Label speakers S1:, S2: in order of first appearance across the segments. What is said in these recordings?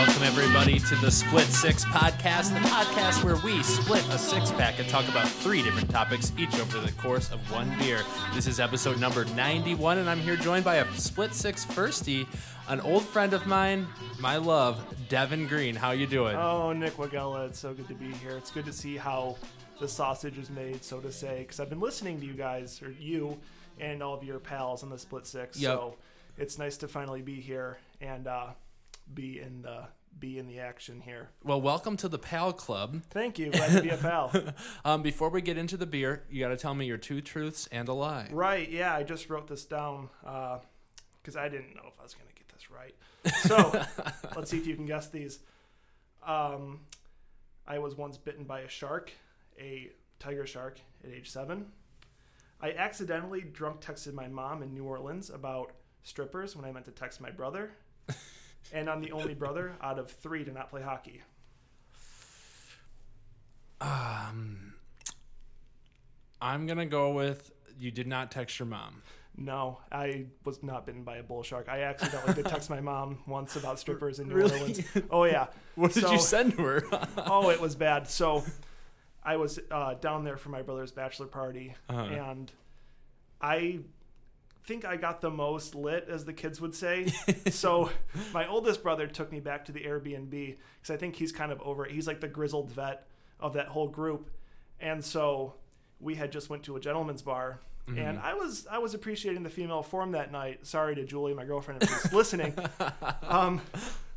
S1: everybody, to the Split Six podcast, the podcast where we split a six pack and talk about three different topics each over the course of one beer. This is episode number 91, and I'm here joined by a Split Six firstie, an old friend of mine, my love, Devin Green. How you doing?
S2: Oh, Nick Wagella, it's so good to be here. It's good to see how the sausage is made, so to say, because I've been listening to you guys, or you and all of your pals on the Split Six.
S1: Yep.
S2: So it's nice to finally be here and uh, be in the be in the action here.
S1: Well, welcome to the Pal Club.
S2: Thank you. Glad to be a pal.
S1: Um, before we get into the beer, you got to tell me your two truths and a lie.
S2: Right. Yeah, I just wrote this down because I didn't know if I was going to get this right. So let's see if you can guess these. Um, I was once bitten by a shark, a tiger shark, at age seven. I accidentally drunk texted my mom in New Orleans about strippers when I meant to text my brother. and I'm the only brother out of three to not play hockey.
S1: Um, I'm gonna go with you did not text your mom.
S2: No, I was not bitten by a bull shark. I accidentally did text my mom once about strippers in New
S1: Really?
S2: Orleans. Oh yeah.
S1: What did
S2: So-
S1: you send to her?
S2: oh, it was bad. So I was uh, down there for my brother's bachelor party,
S1: Uh-huh.
S2: and I think I got the most lit, as the kids would say. so my oldest brother took me back to the Airbnb because I think he's kind of over it. He's like the grizzled vet of that whole group, and so we had just went to a gentleman's bar. And I was I was appreciating the female form that night. Sorry to Julie, my girlfriend, if she's listening. Um,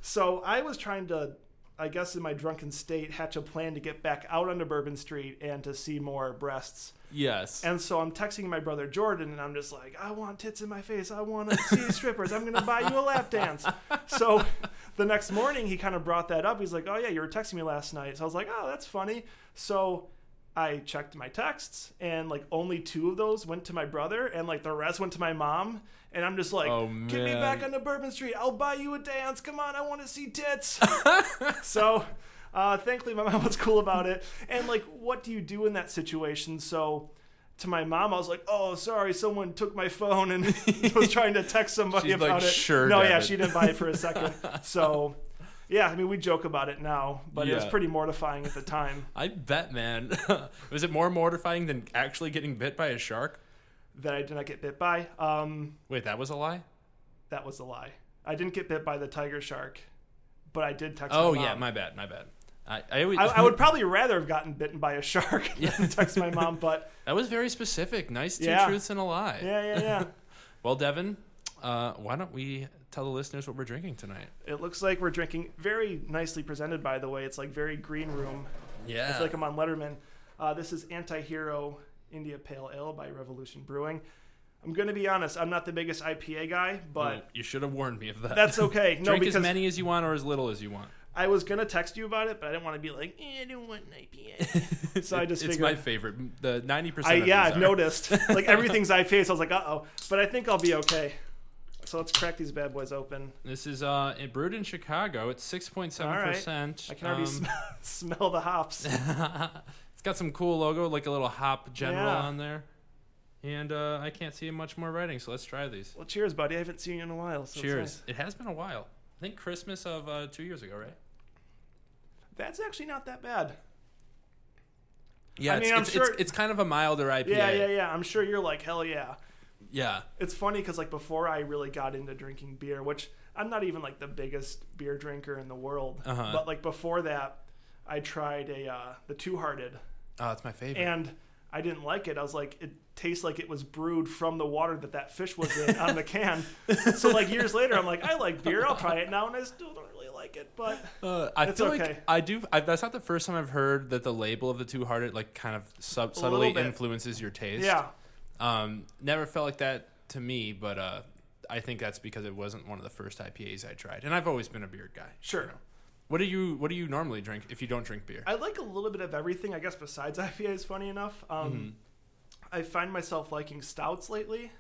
S2: so I was trying to, I guess, in my drunken state, hatch a plan to get back out onto Bourbon Street and to see more breasts.
S1: yes.
S2: And so I'm texting my brother Jordan, and I'm just like, I want tits in my face. I want to see strippers. I'm going to buy you a lap dance. So the next morning, he kind of brought that up. He's like, Oh, yeah, you were texting me last night. So I was like, Oh, that's funny. So I checked my texts, and like only two of those went to my brother, and like the rest went to my mom. And I'm just like,
S1: Oh,
S2: Get me
S1: man.
S2: back onto Bourbon Street. I'll buy you a dance. Come on, I want to see tits. so uh, thankfully my mom was cool about it and like what do you do in that situation so to my mom i was like oh sorry someone took my phone and was trying to text somebody
S1: She's like,
S2: about it
S1: "Sure,
S2: no yeah
S1: Devin."
S2: she didn't buy it for a second so yeah i mean we joke about it now but it was
S1: Yeah.
S2: pretty mortifying at the time
S1: I bet, man. Was it more mortifying than actually getting bit by a shark?
S2: that i did not get bit by um,
S1: Wait, that was a lie?
S2: that was a lie i didn't get bit by the tiger shark but i did text
S1: Oh,
S2: my mom.
S1: yeah, my bad, my bad. I, I, always,
S2: I, I would probably rather have gotten bitten by a shark than text my mom but
S1: That was very specific. Nice two
S2: Yeah.
S1: truths and a lie.
S2: yeah yeah yeah
S1: Well, Devin, uh, why don't we tell the listeners what we're drinking tonight?
S2: It looks like we're drinking very nicely presented, by the way. It's like very green room.
S1: Yeah.
S2: It's like I'm on Letterman. Uh, this is Antihero India Pale Ale by Revolution Brewing. I'm going to be honest, I'm not the biggest IPA guy, but
S1: you should have warned me of that.
S2: that's okay. No,
S1: Drink
S2: because
S1: as many as you want or as little as you want.
S2: I was going to text you about it, but I didn't want to be like, eh, I don't want an IPA. so I just
S1: it's
S2: figured.
S1: my favorite. The 90%.
S2: I,
S1: of
S2: yeah,
S1: these
S2: I've
S1: are.
S2: noticed. Like everything's IPA, so I was like, uh oh. But I think I'll be okay. So let's crack these bad boys open.
S1: This is uh, it brewed in Chicago. It's 6.7%.
S2: I can already
S1: Um,
S2: sm- smell the hops.
S1: It's got some cool logo, like a little hop general
S2: Yeah.
S1: on there. And uh, I can't see much more writing, so let's try these.
S2: Well, cheers, buddy. I haven't seen you in a while. So it's
S1: Cheers.
S2: nice.
S1: It has been a while. I think Christmas of uh, two years ago, right?
S2: That's actually not that bad.
S1: Yeah,
S2: I
S1: it's,
S2: mean, I'm
S1: it's,
S2: sure-
S1: it's, it's kind of a milder IPA.
S2: Yeah, yeah, yeah, I'm sure you're like, hell yeah.
S1: Yeah.
S2: It's funny because, like, before I really got into drinking beer, which I'm not even like the biggest beer drinker in the world,
S1: Uh-huh.
S2: but like before that, I tried a uh, the Two Hearted
S1: Oh, it's my favorite.
S2: and I didn't like it. I was like, it tastes like it was brewed from the water that that fish was in on the can. So like years later, I'm like, I like beer. I'll try it now, and I still don't really like it, but
S1: Uh, I
S2: It's
S1: feel
S2: okay.
S1: like I do. I, that's not the first time I've heard that the label of the Two Hearted like kind of sub, subtly
S2: bit.
S1: influences your taste.
S2: yeah,
S1: Um, never felt like that to me, but uh, I think that's because it wasn't one of the first IPAs I tried, and I've always been a beer guy.
S2: sure.
S1: What do you What do you normally drink if you don't drink beer?
S2: I like a little bit of everything, I guess, besides IPAs, funny enough. Um,
S1: Mm-hmm.
S2: I find myself liking stouts lately,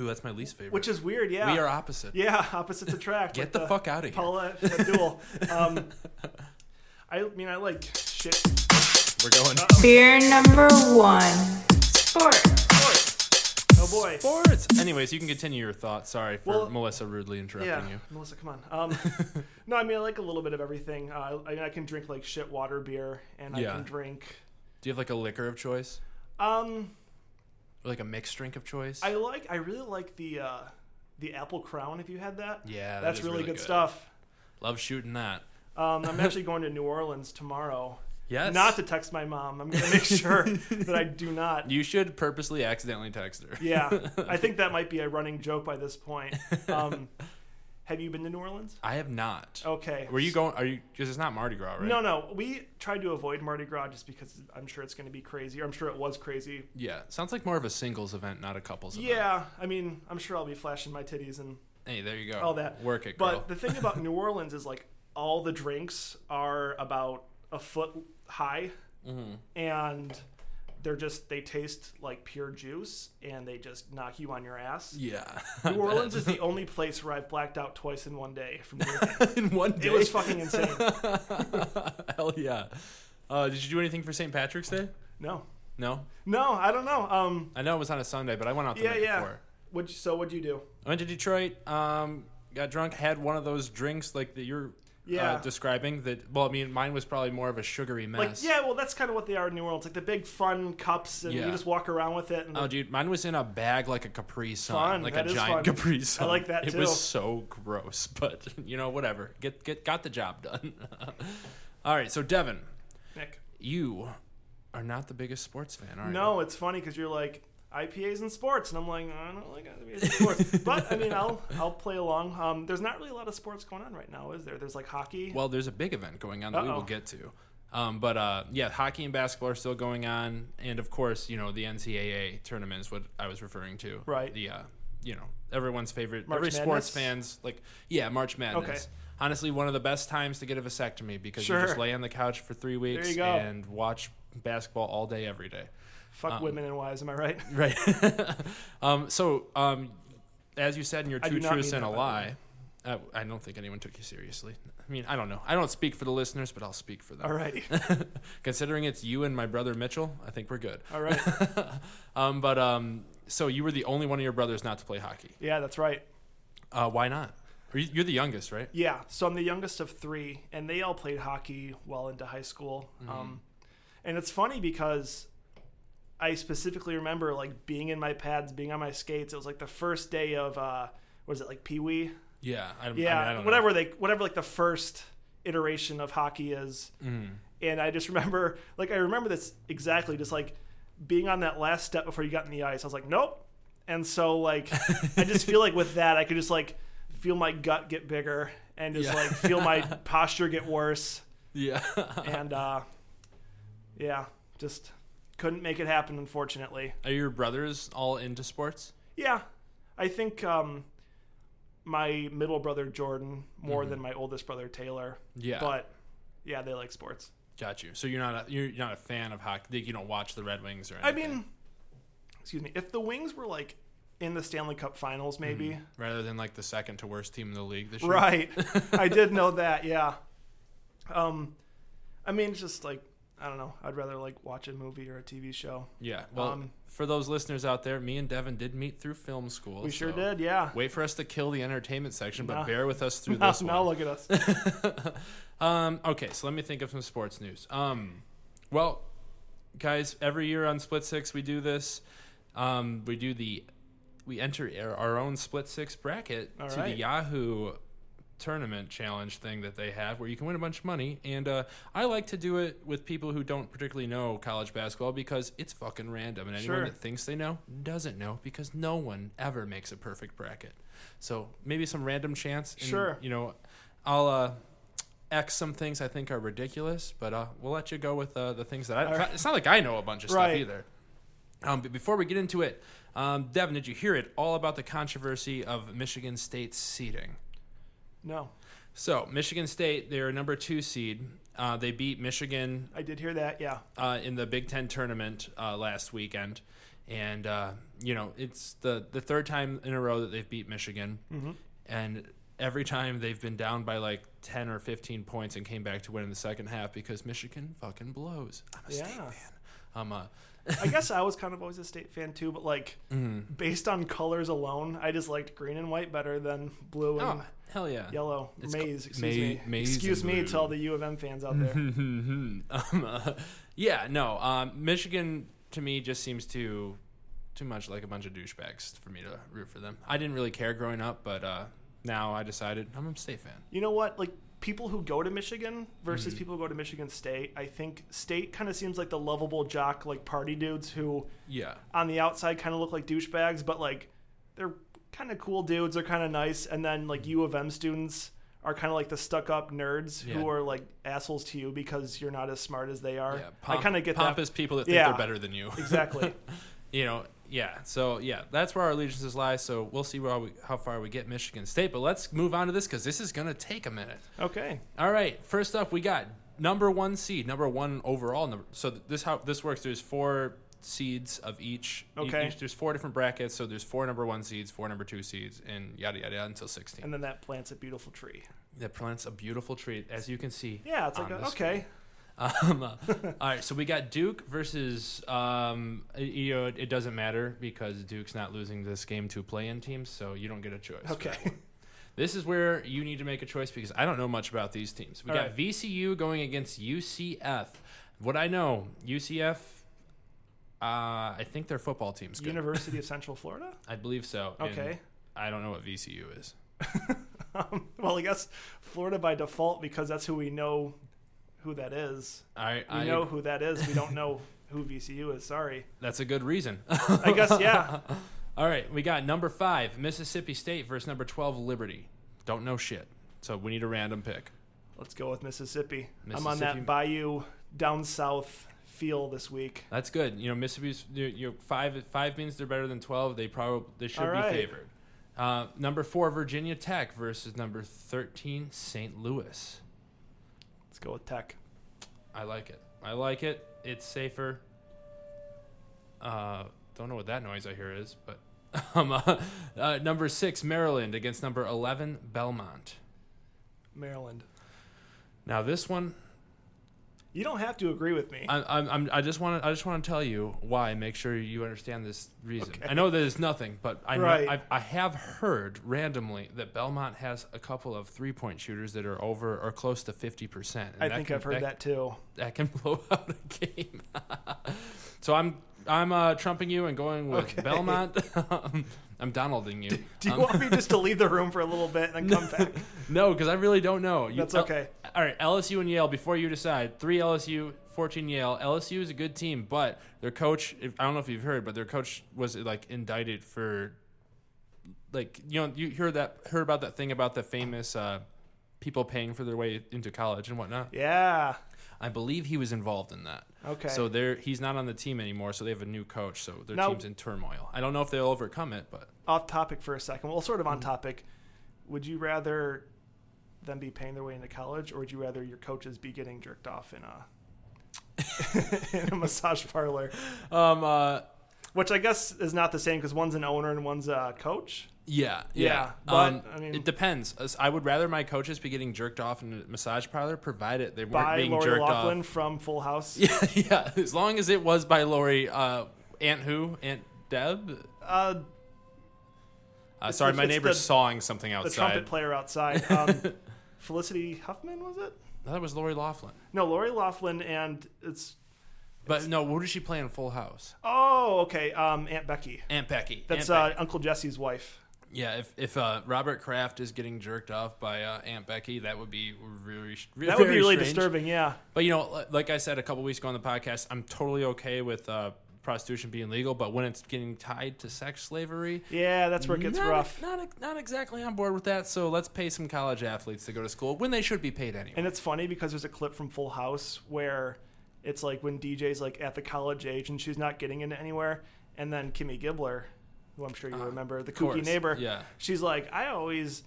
S1: Ooh, that's my least favorite.
S2: which is weird, yeah.
S1: we are opposite.
S2: yeah, opposites attract.
S1: Get
S2: like
S1: the, fuck out of here.
S2: Paula Abdul. Um, I mean, I like shit. Uh,
S1: We're going.
S3: Beer number one. Sport.
S2: Oh, boy.
S1: sports. Anyways, you can continue your thought. Sorry for
S2: Well-
S1: Melissa rudely interrupting
S2: yeah, Melissa, come on. Um, no, I mean I like a little bit of everything. Uh, I, I mean, I can drink like shit water beer, and
S1: Yeah.
S2: I can drink.
S1: you. Do you have like a liquor of choice,
S2: Um,
S1: or like a mixed drink of choice?
S2: I like. I really like the uh, the apple crown. If you had that,
S1: yeah, that
S2: that's
S1: is
S2: really, good, stuff.
S1: Love shooting that.
S2: Um, I'm actually going to New Orleans tomorrow.
S1: Yes,
S2: Not to text my mom. I'm going to make sure that I do not.
S1: You should purposely accidentally text her.
S2: Yeah, I think that might be a running joke by this point. Um, have you been to New Orleans?
S1: I have not.
S2: Okay.
S1: Were you going? Are you? Because it's not Mardi Gras, right?
S2: Oh. No, no. We tried to avoid Mardi Gras just because I'm sure it's going to be crazy. Or I'm sure it was crazy.
S1: Yeah, sounds like more of a singles event, not a couples event.
S2: Yeah, I mean, I'm sure I'll be flashing my titties and
S1: Hey, there you go.
S2: all that.
S1: Work it, girl.
S2: But the thing about New Orleans is like all the drinks are about a foot high,
S1: Mm-hmm.
S2: and they're just they taste like pure juice, and they just knock you on your ass.
S1: yeah.
S2: New Orleans is the only place where I've blacked out twice in one day. From drinking.
S1: in one day.
S2: it was fucking insane.
S1: Hell yeah. Uh, did you do anything for St. Patrick's Day?
S2: No,
S1: No.
S2: no, I don't know. Um,
S1: I know it was on a Sunday, but I went out the
S2: yeah,
S1: night
S2: yeah.
S1: before.
S2: What so? What'd you do?
S1: I went to Detroit. Um, got drunk. Had one of those drinks like that you're uh,
S2: Yeah.
S1: describing. That well, I mean, mine was probably more of a sugary
S2: Like,
S1: mess.
S2: yeah, well, that's kind of what they are in New Orleans. Like the big fun cups, and
S1: Yeah.
S2: you just walk around with it. And
S1: Oh, dude, mine was in a bag like a Capri Sun,
S2: Fun,
S1: like
S2: that
S1: a
S2: is
S1: giant
S2: fun.
S1: Capri Sun.
S2: like that
S1: It
S2: too.
S1: was so gross, but you know, whatever. Get get got the job done. All right, so Devin,
S2: Nick.
S1: you are not the biggest sports fan, are you?
S2: No, it's funny because you're like IPAs and sports, and I'm like, I don't like IPAs and sports. but I mean, I'll I'll play along. Um, there's not really a lot of sports going on right now, is there? There's like hockey.
S1: Well, there's a big event going on that we
S2: Uh-oh.
S1: will get to. Um, but uh, yeah, hockey and basketball are still going on, and of course, you know the NCAA tournament is what I was referring to.
S2: Right.
S1: The uh, you know everyone's favorite,
S2: March
S1: every sports
S2: Madness?
S1: fans like yeah, March Madness.
S2: Okay.
S1: Honestly, one of the best times to get a vasectomy because you
S2: Sure.
S1: just lay on the couch for three weeks
S2: go.
S1: and watch basketball all day every day. Uh-uh.
S2: Fuck women and wives, am I right?
S1: Right. um, so, um, as you said in your
S2: I
S1: two
S2: do not
S1: truths and
S2: mean
S1: a
S2: that, by the
S1: lie, I, I don't think anyone took you seriously. I mean, I don't know. I don't speak for the listeners, but I'll speak for them.
S2: Alrighty,
S1: Considering it's you and my brother Mitchell, I think we're good.
S2: all right.
S1: Um, but um, so you were the only one of your brothers not to play hockey.
S2: Yeah, that's right.
S1: Uh, why not? Are you- You're the youngest, right?
S2: Yeah, so I'm the youngest of three, and they all played hockey well into high school. Um, and it's funny because I specifically remember like being in my pads, being on my skates. It was like the first day of uh, was it like Pee Wee?
S1: Yeah. I,
S2: Yeah,
S1: I mean, I don't know.
S2: whatever they whatever like the first iteration of hockey is.
S1: Mm.
S2: And I just remember like I remember this exactly just like being on that last step before you got in the ice. I was like, "Nope." And so like I just feel like with that I could just like feel my gut get bigger and just
S1: Yeah.
S2: like feel my posture get worse
S1: Yeah.
S2: and uh yeah, just couldn't make it happen unfortunately.
S1: Are your brothers all into sports?
S2: Yeah, I think um, my middle brother Jordan more
S1: Mm-hmm.
S2: than my oldest brother Taylor.
S1: Yeah.
S2: But yeah, they like sports.
S1: Got you. So you're not a, you're not a fan of hockey. Like, You don't watch the Red Wings or
S2: I
S1: anything.
S2: mean, excuse me, if the Wings were like in the Stanley Cup
S1: Mm,
S2: Finals, maybe.
S1: rather than like the second to worst team in the league this year.
S2: Right, I did know that. Yeah. Um, I mean, it's just like I don't know. I'd rather like watch a movie or a TV show.
S1: Yeah. Well,
S2: Um,
S1: for those listeners out there, me and Devin did meet through film school.
S2: We sure
S1: so
S2: did. Yeah.
S1: Wait for us to kill the entertainment section, but
S2: Nah.
S1: bear with us through
S2: Now,
S1: this
S2: now
S1: one.
S2: look at us.
S1: Um, okay, so let me think of some sports news. Um, well, guys, every year on Split Six we do this. Um, we do the we enter our, our own Split Six bracket
S2: All
S1: to the
S2: right.
S1: Yahoo tournament challenge thing that they have where you can win a bunch of money and uh, i like to do it with people who don't particularly know college basketball because it's fucking random and anyone
S2: Sure.
S1: that thinks they know doesn't know because no one ever makes a perfect bracket so maybe some random chance and,
S2: Sure.
S1: you know i'll uh X some things I think are ridiculous, but uh, we'll let you go with uh, the things that I.
S2: All right.
S1: It's not like I know a bunch of
S2: Right.
S1: stuff either. Um, but before we get into it, um, Devin, did you hear it all about the controversy of Michigan State's seeding?
S2: No,
S1: So Michigan State, they're a number two seed. Uh, they beat Michigan
S2: I did hear that. Yeah.
S1: uh, in the Big Ten tournament uh, last weekend, and uh, you know it's the the third time in a row that they've beat Michigan, and every time they've been down by like ten or fifteen points and came back to win in the second half because Michigan fucking blows. I'm a state
S2: Yeah.
S1: fan. Um, uh,
S2: I guess I was kind of always a state fan too, but like
S1: mm-hmm.
S2: based on colors alone, I just liked green and white better than blue and
S1: oh, hell yeah.
S2: yellow.
S1: It's
S2: maize,
S1: co-
S2: excuse
S1: ma-
S2: me.
S1: maize
S2: excuse
S1: and
S2: me
S1: blue.
S2: to all the U of M fans out there.
S1: um, uh, yeah, no. Um, Michigan to me just seems too too much like a bunch of douchebags for me to root for them. I didn't really care growing up, but uh, now I decided I'm a state fan.
S2: you know what? Like people who go to Michigan versus
S1: Mm-hmm.
S2: people who go to Michigan State, I think State kind of seems like the lovable jock, like party dudes who
S1: Yeah,
S2: on the outside kind of look like douchebags, but like they're kind of cool dudes. They're kind of nice. And then
S1: Mm-hmm.
S2: like U of M students are kind of like the stuck up nerds
S1: Yeah.
S2: who are like assholes to you because you're not as smart as they are.
S1: yeah.
S2: I kind of get
S1: pompous people that think
S2: Yeah.
S1: they're better than you.
S2: that. Exactly.
S1: you know, yeah. So yeah, that's where our allegiances lie. So we'll see where we, how far we get Michigan State. But let's move on to this because this is gonna take a minute.
S2: okay.
S1: All right. First up, we got number one seed, number one overall. Number, so th- this how this works. There's four seeds of each. E-
S2: Okay.
S1: each- there's four different brackets. So there's four number one seeds, four number two seeds, and yada yada yada until sixteen.
S2: And then that plants a beautiful tree.
S1: that plants a beautiful tree, as you can see.
S2: Yeah, it's like,
S1: on
S2: a,
S1: the
S2: okay.
S1: Um, uh, all right, so we got Duke versus. Um, y- you know, it, it doesn't matter because Duke's not losing this game to play-in teams, so you don't get a choice. for
S2: Okay.
S1: that one. This is where you need to make a choice because I don't know much about these teams. We
S2: All
S1: got
S2: right.
S1: VCU going against UCF. What I know, UCF. Uh, I think their football team's good.
S2: University of Central Florida?
S1: I believe so. and
S2: Okay.
S1: I don't know what VCU is.
S2: Um, well, I guess Florida by default because that's who we know who that is.
S1: I,
S2: We
S1: I
S2: know who that is. We don't know who VCU is. Sorry.
S1: that's a good reason.
S2: I guess yeah.
S1: All right, we got number five, Mississippi State versus number 12, Liberty. Don't know shit. So we need a random pick.
S2: Let's go with Mississippi. I'm on
S1: Mississippi.
S2: that Bayou down south feel this week.
S1: That's good. You know, Mississippi's you you know, five, five means they're better than 12. They probably they should
S2: All right.
S1: be favored. Uh, number four, Virginia Tech versus number 13, St. Louis.
S2: Let's go with Tech.
S1: I like it. I like it. It's safer. Uh, don't know what that noise I hear is, but um, uh, uh, number six, Maryland against number 11, Belmont.
S2: Maryland.
S1: Now, this one,
S2: You don't have to agree with me.
S1: I, I'm, I'm, I just want to. I just want to tell you why. Make sure you understand this reason.
S2: Okay.
S1: I know that it's nothing, but I know,
S2: Right.
S1: I've, I have heard randomly that Belmont has a couple of three point shooters that are over or close to fifty percent.
S2: I think I've heard that too.
S1: That can blow out a game. so I'm I'm uh, trumping you and going with
S2: Okay.
S1: Belmont. I'm Donalding you.
S2: Do you
S1: Um,
S2: want me just to leave the room for a little bit and then come back?
S1: no, because I really don't know. You,
S2: That's
S1: L-
S2: okay.
S1: all right, LSU and Yale. Before you decide, three LSU, fourteen Yale. LSU is a good team, but their coach. If, I don't know if you've heard, but their coach was like indicted for, like you know you heard that heard about that thing about the famous uh, people paying for their way into college and whatnot.
S2: Yeah.
S1: I believe he was involved in that.
S2: Okay.
S1: So they're he's not on the team anymore. So they have a new coach. So their
S2: Now-
S1: team's in turmoil. I don't know if they'll overcome it, but
S2: Off topic for a second. Well, sort of
S1: Mm.
S2: on topic. Would you rather them be paying their way into college, or would you rather your coaches be getting jerked off in a in a massage parlor?
S1: um uh
S2: Which I guess is not the same because one's an owner and one's a coach.
S1: Yeah, yeah.
S2: Yeah, but,
S1: um,
S2: I mean-
S1: it depends. As- I would rather my coaches be getting jerked off in a massage parlor, provided they weren't
S2: by
S1: being
S2: Lori
S1: jerked
S2: Laughlin
S1: off.
S2: from Full House.
S1: Yeah, yeah. As long as it was by Lori, uh, Aunt who, Aunt Deb.
S2: Uh,
S1: Uh, sorry,
S2: the-
S1: my
S2: it's
S1: neighbor's
S2: the-
S1: sawing something
S2: the
S1: outside.
S2: trumpet player outside. Um, Felicity Huffman was it?
S1: that was Lori Laughlin.
S2: No, Lori Laughlin and it's
S1: But no, what did she play in Full House?
S2: oh okay, um, Aunt Becky.
S1: Aunt Becky.
S2: That's
S1: Aunt
S2: uh, Uncle Jesse's wife.
S1: Becky. yeah. If if uh, Robert Kraft is getting jerked off by uh, Aunt Becky, that would be really
S2: That would be
S1: very
S2: really
S1: strange.
S2: disturbing. Yeah,
S1: But you know, li- like I said a couple weeks ago on the podcast, I'm totally okay with uh, prostitution being legal, but when it's getting tied to sex slavery,
S2: yeah, that's where it gets
S1: not,
S2: rough.
S1: Not not exactly on board with that. So let's pay some college athletes to go to school when they should be paid anyway.
S2: And it's funny because there's a clip from Full House where it's like when DJ's like at the college age and she's not getting into anywhere, and then Kimmy Gibbler, who I'm sure you remember, the
S1: Uh, course,
S2: kooky neighbor.
S1: yeah.
S2: She's like, I always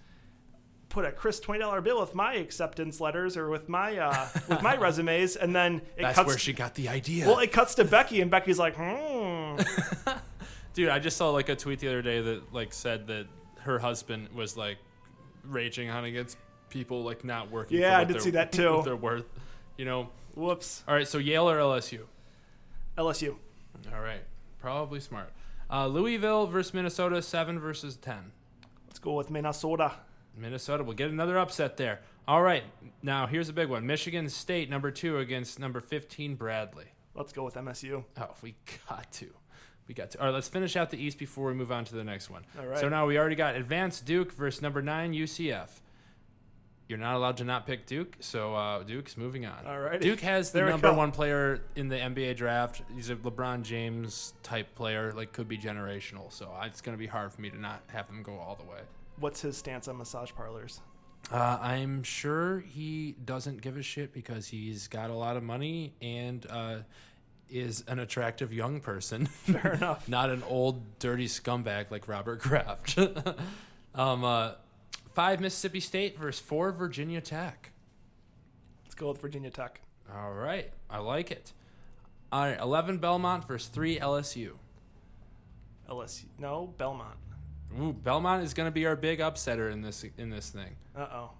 S2: put a crisp twenty dollar bill with my acceptance letters or with my uh, with my resumes, and then it
S1: That's
S2: cuts.
S1: where she got the idea.
S2: well, it cuts to Becky, and Becky's like, hmm.
S1: Dude, I just saw like a tweet the other day that like said that her husband was like raging on against people like not working.
S2: Yeah,
S1: for
S2: I
S1: what
S2: did
S1: they're-
S2: see that, too.
S1: what They're worth, you know.
S2: Whoops.
S1: All right, so Yale or LSU?
S2: LSU.
S1: All right. Probably smart. Uh, Louisville versus Minnesota, 7 versus 10.
S2: Let's go with Minnesota.
S1: Minnesota will get another upset there. All right. Now, here's a big one Michigan State, number two, against number 15, Bradley.
S2: Let's go with MSU.
S1: Oh, we got to. We got to. All right, let's finish out the East before we move on to the next one.
S2: All right.
S1: So now we already got advanced Duke versus number nine, UCF. You're not allowed to not pick Duke, so uh, Duke's moving on.
S2: All righty.
S1: Duke has the
S2: There we
S1: number
S2: go.
S1: one player in the NBA draft. He's a LeBron James type player, like could be generational. So I- it's going to be hard for me to not have him go all the way.
S2: What's his stance on massage parlors?
S1: Uh, I'm sure he doesn't give a shit because he's got a lot of money and uh, is an attractive young person. Fair
S2: enough.
S1: Not an old, dirty scumbag like Robert Kraft. um, uh, five Mississippi State versus four Virginia Tech.
S2: Let's go with Virginia Tech.
S1: All right. I like it. All right. 11 Belmont versus three LSU.
S2: LSU. No, Belmont.
S1: Ooh, Belmont is going to be our big upsetter in this in this thing.
S2: Uh oh.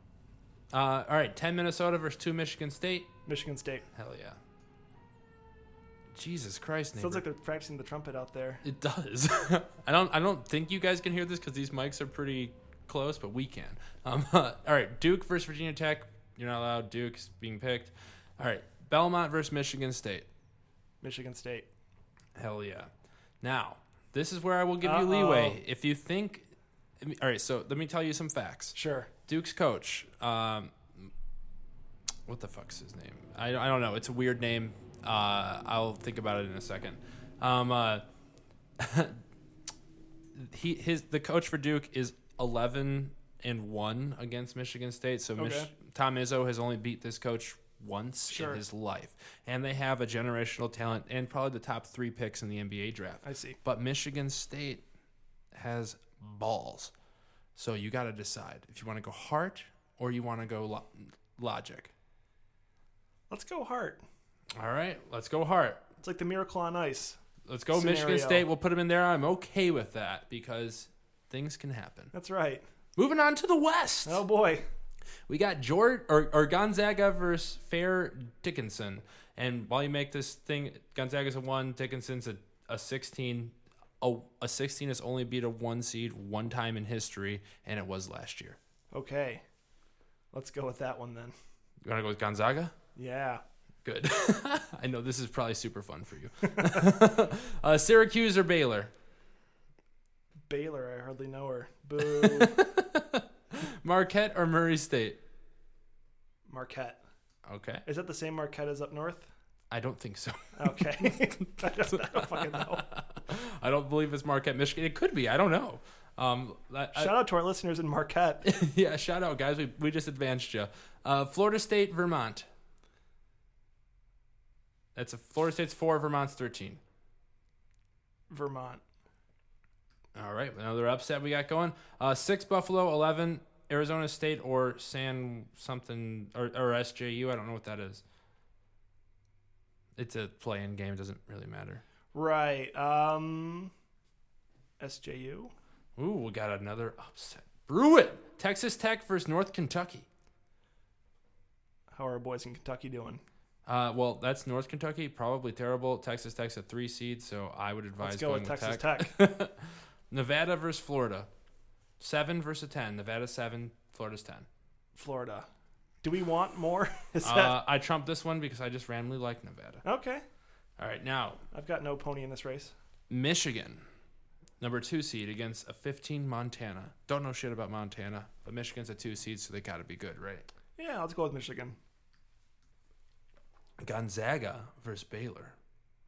S1: Uh, all right, ten Minnesota versus two Michigan State.
S2: Michigan State.
S1: Hell yeah. Jesus Christ, neighbor.
S2: Sounds like they're practicing the trumpet out there.
S1: it does. I don't. I don't think you guys can hear this because these mics are pretty close, but we can. Um, all right, Duke versus Virginia Tech. You're not allowed. Duke's being picked. All right, Belmont versus Michigan State.
S2: Michigan State.
S1: Hell yeah. Now, this is where I will give
S2: Uh-oh.
S1: you leeway if you think. I mean, All right, so let me tell you some facts.
S2: Sure.
S1: Duke's coach. Um, what the fuck's his name? I, I don't know. It's a weird name. Uh, I'll think about it in a second. Um, uh, he his the coach for Duke is eleven and one against Michigan State. So Mich-
S2: Okay.
S1: Tom Izzo has only beat this coach once
S2: Sure.
S1: in his life, and they have a generational talent and probably the top three picks in the NBA draft.
S2: I see.
S1: But Michigan State has balls. So you got to decide if you want to go heart or you want to go lo- logic.
S2: Let's go Hart.
S1: All right, let's go heart.
S2: It's like the miracle on ice.
S1: Let's go Michigan
S2: Scenario.
S1: State. We'll put them in there. I'm okay with that because things can happen.
S2: That's right.
S1: Moving on to the West.
S2: Oh boy.
S1: We got George or, or Gonzaga versus Fair Dickinson. And while you make this thing, Gonzaga's a one, Dickinson's a, a 16. A, a 16 has only beat a one seed one time in history, and it was last year.
S2: Okay. Let's go with that one then.
S1: You want to go with Gonzaga?
S2: Yeah.
S1: Good. I know this is probably super fun for you. uh, Syracuse or Baylor?
S2: Baylor, I hardly know her. Boo.
S1: Marquette or Murray State?
S2: Marquette.
S1: Okay.
S2: Is that the same Marquette as up north?
S1: I don't think so.
S2: Okay. I, don't, I don't fucking know.
S1: I don't believe it's Marquette, Michigan. It could be. I don't know. Um, I- I-
S2: Shout out to our listeners in Marquette.
S1: yeah, shout out, guys. We, we just advanced you. Uh, Florida State, Vermont. That's a Florida State's four, Vermont's 13.
S2: Vermont.
S1: All right, another upset we got going. Uh, six Buffalo, eleven Arizona State or San something or, or SJU. I don't know what that is. It's a play-in game. Doesn't really matter.
S2: Right. Um SJU.
S1: Ooh, we got another upset. Bruin, Texas Tech versus North Kentucky.
S2: How are our boys in Kentucky doing?
S1: Uh, well, that's North Kentucky, probably terrible. Texas Tech's a three seed, so I would advise
S2: Let's go
S1: going
S2: with Texas
S1: Tech.
S2: Tech.
S1: Nevada versus Florida, seven versus ten. Nevada seven, Florida's ten.
S2: Florida. Do we want more? Is that
S1: Uh, I trumped this one because I just randomly like Nevada.
S2: Okay.
S1: All right, now
S2: I've got no pony in this race.
S1: Michigan, number two seed against a 15 Montana. Don't know shit about Montana, but Michigan's a two seed, so they got to be good, right?
S2: Yeah, let's go with Michigan.
S1: Gonzaga versus Baylor,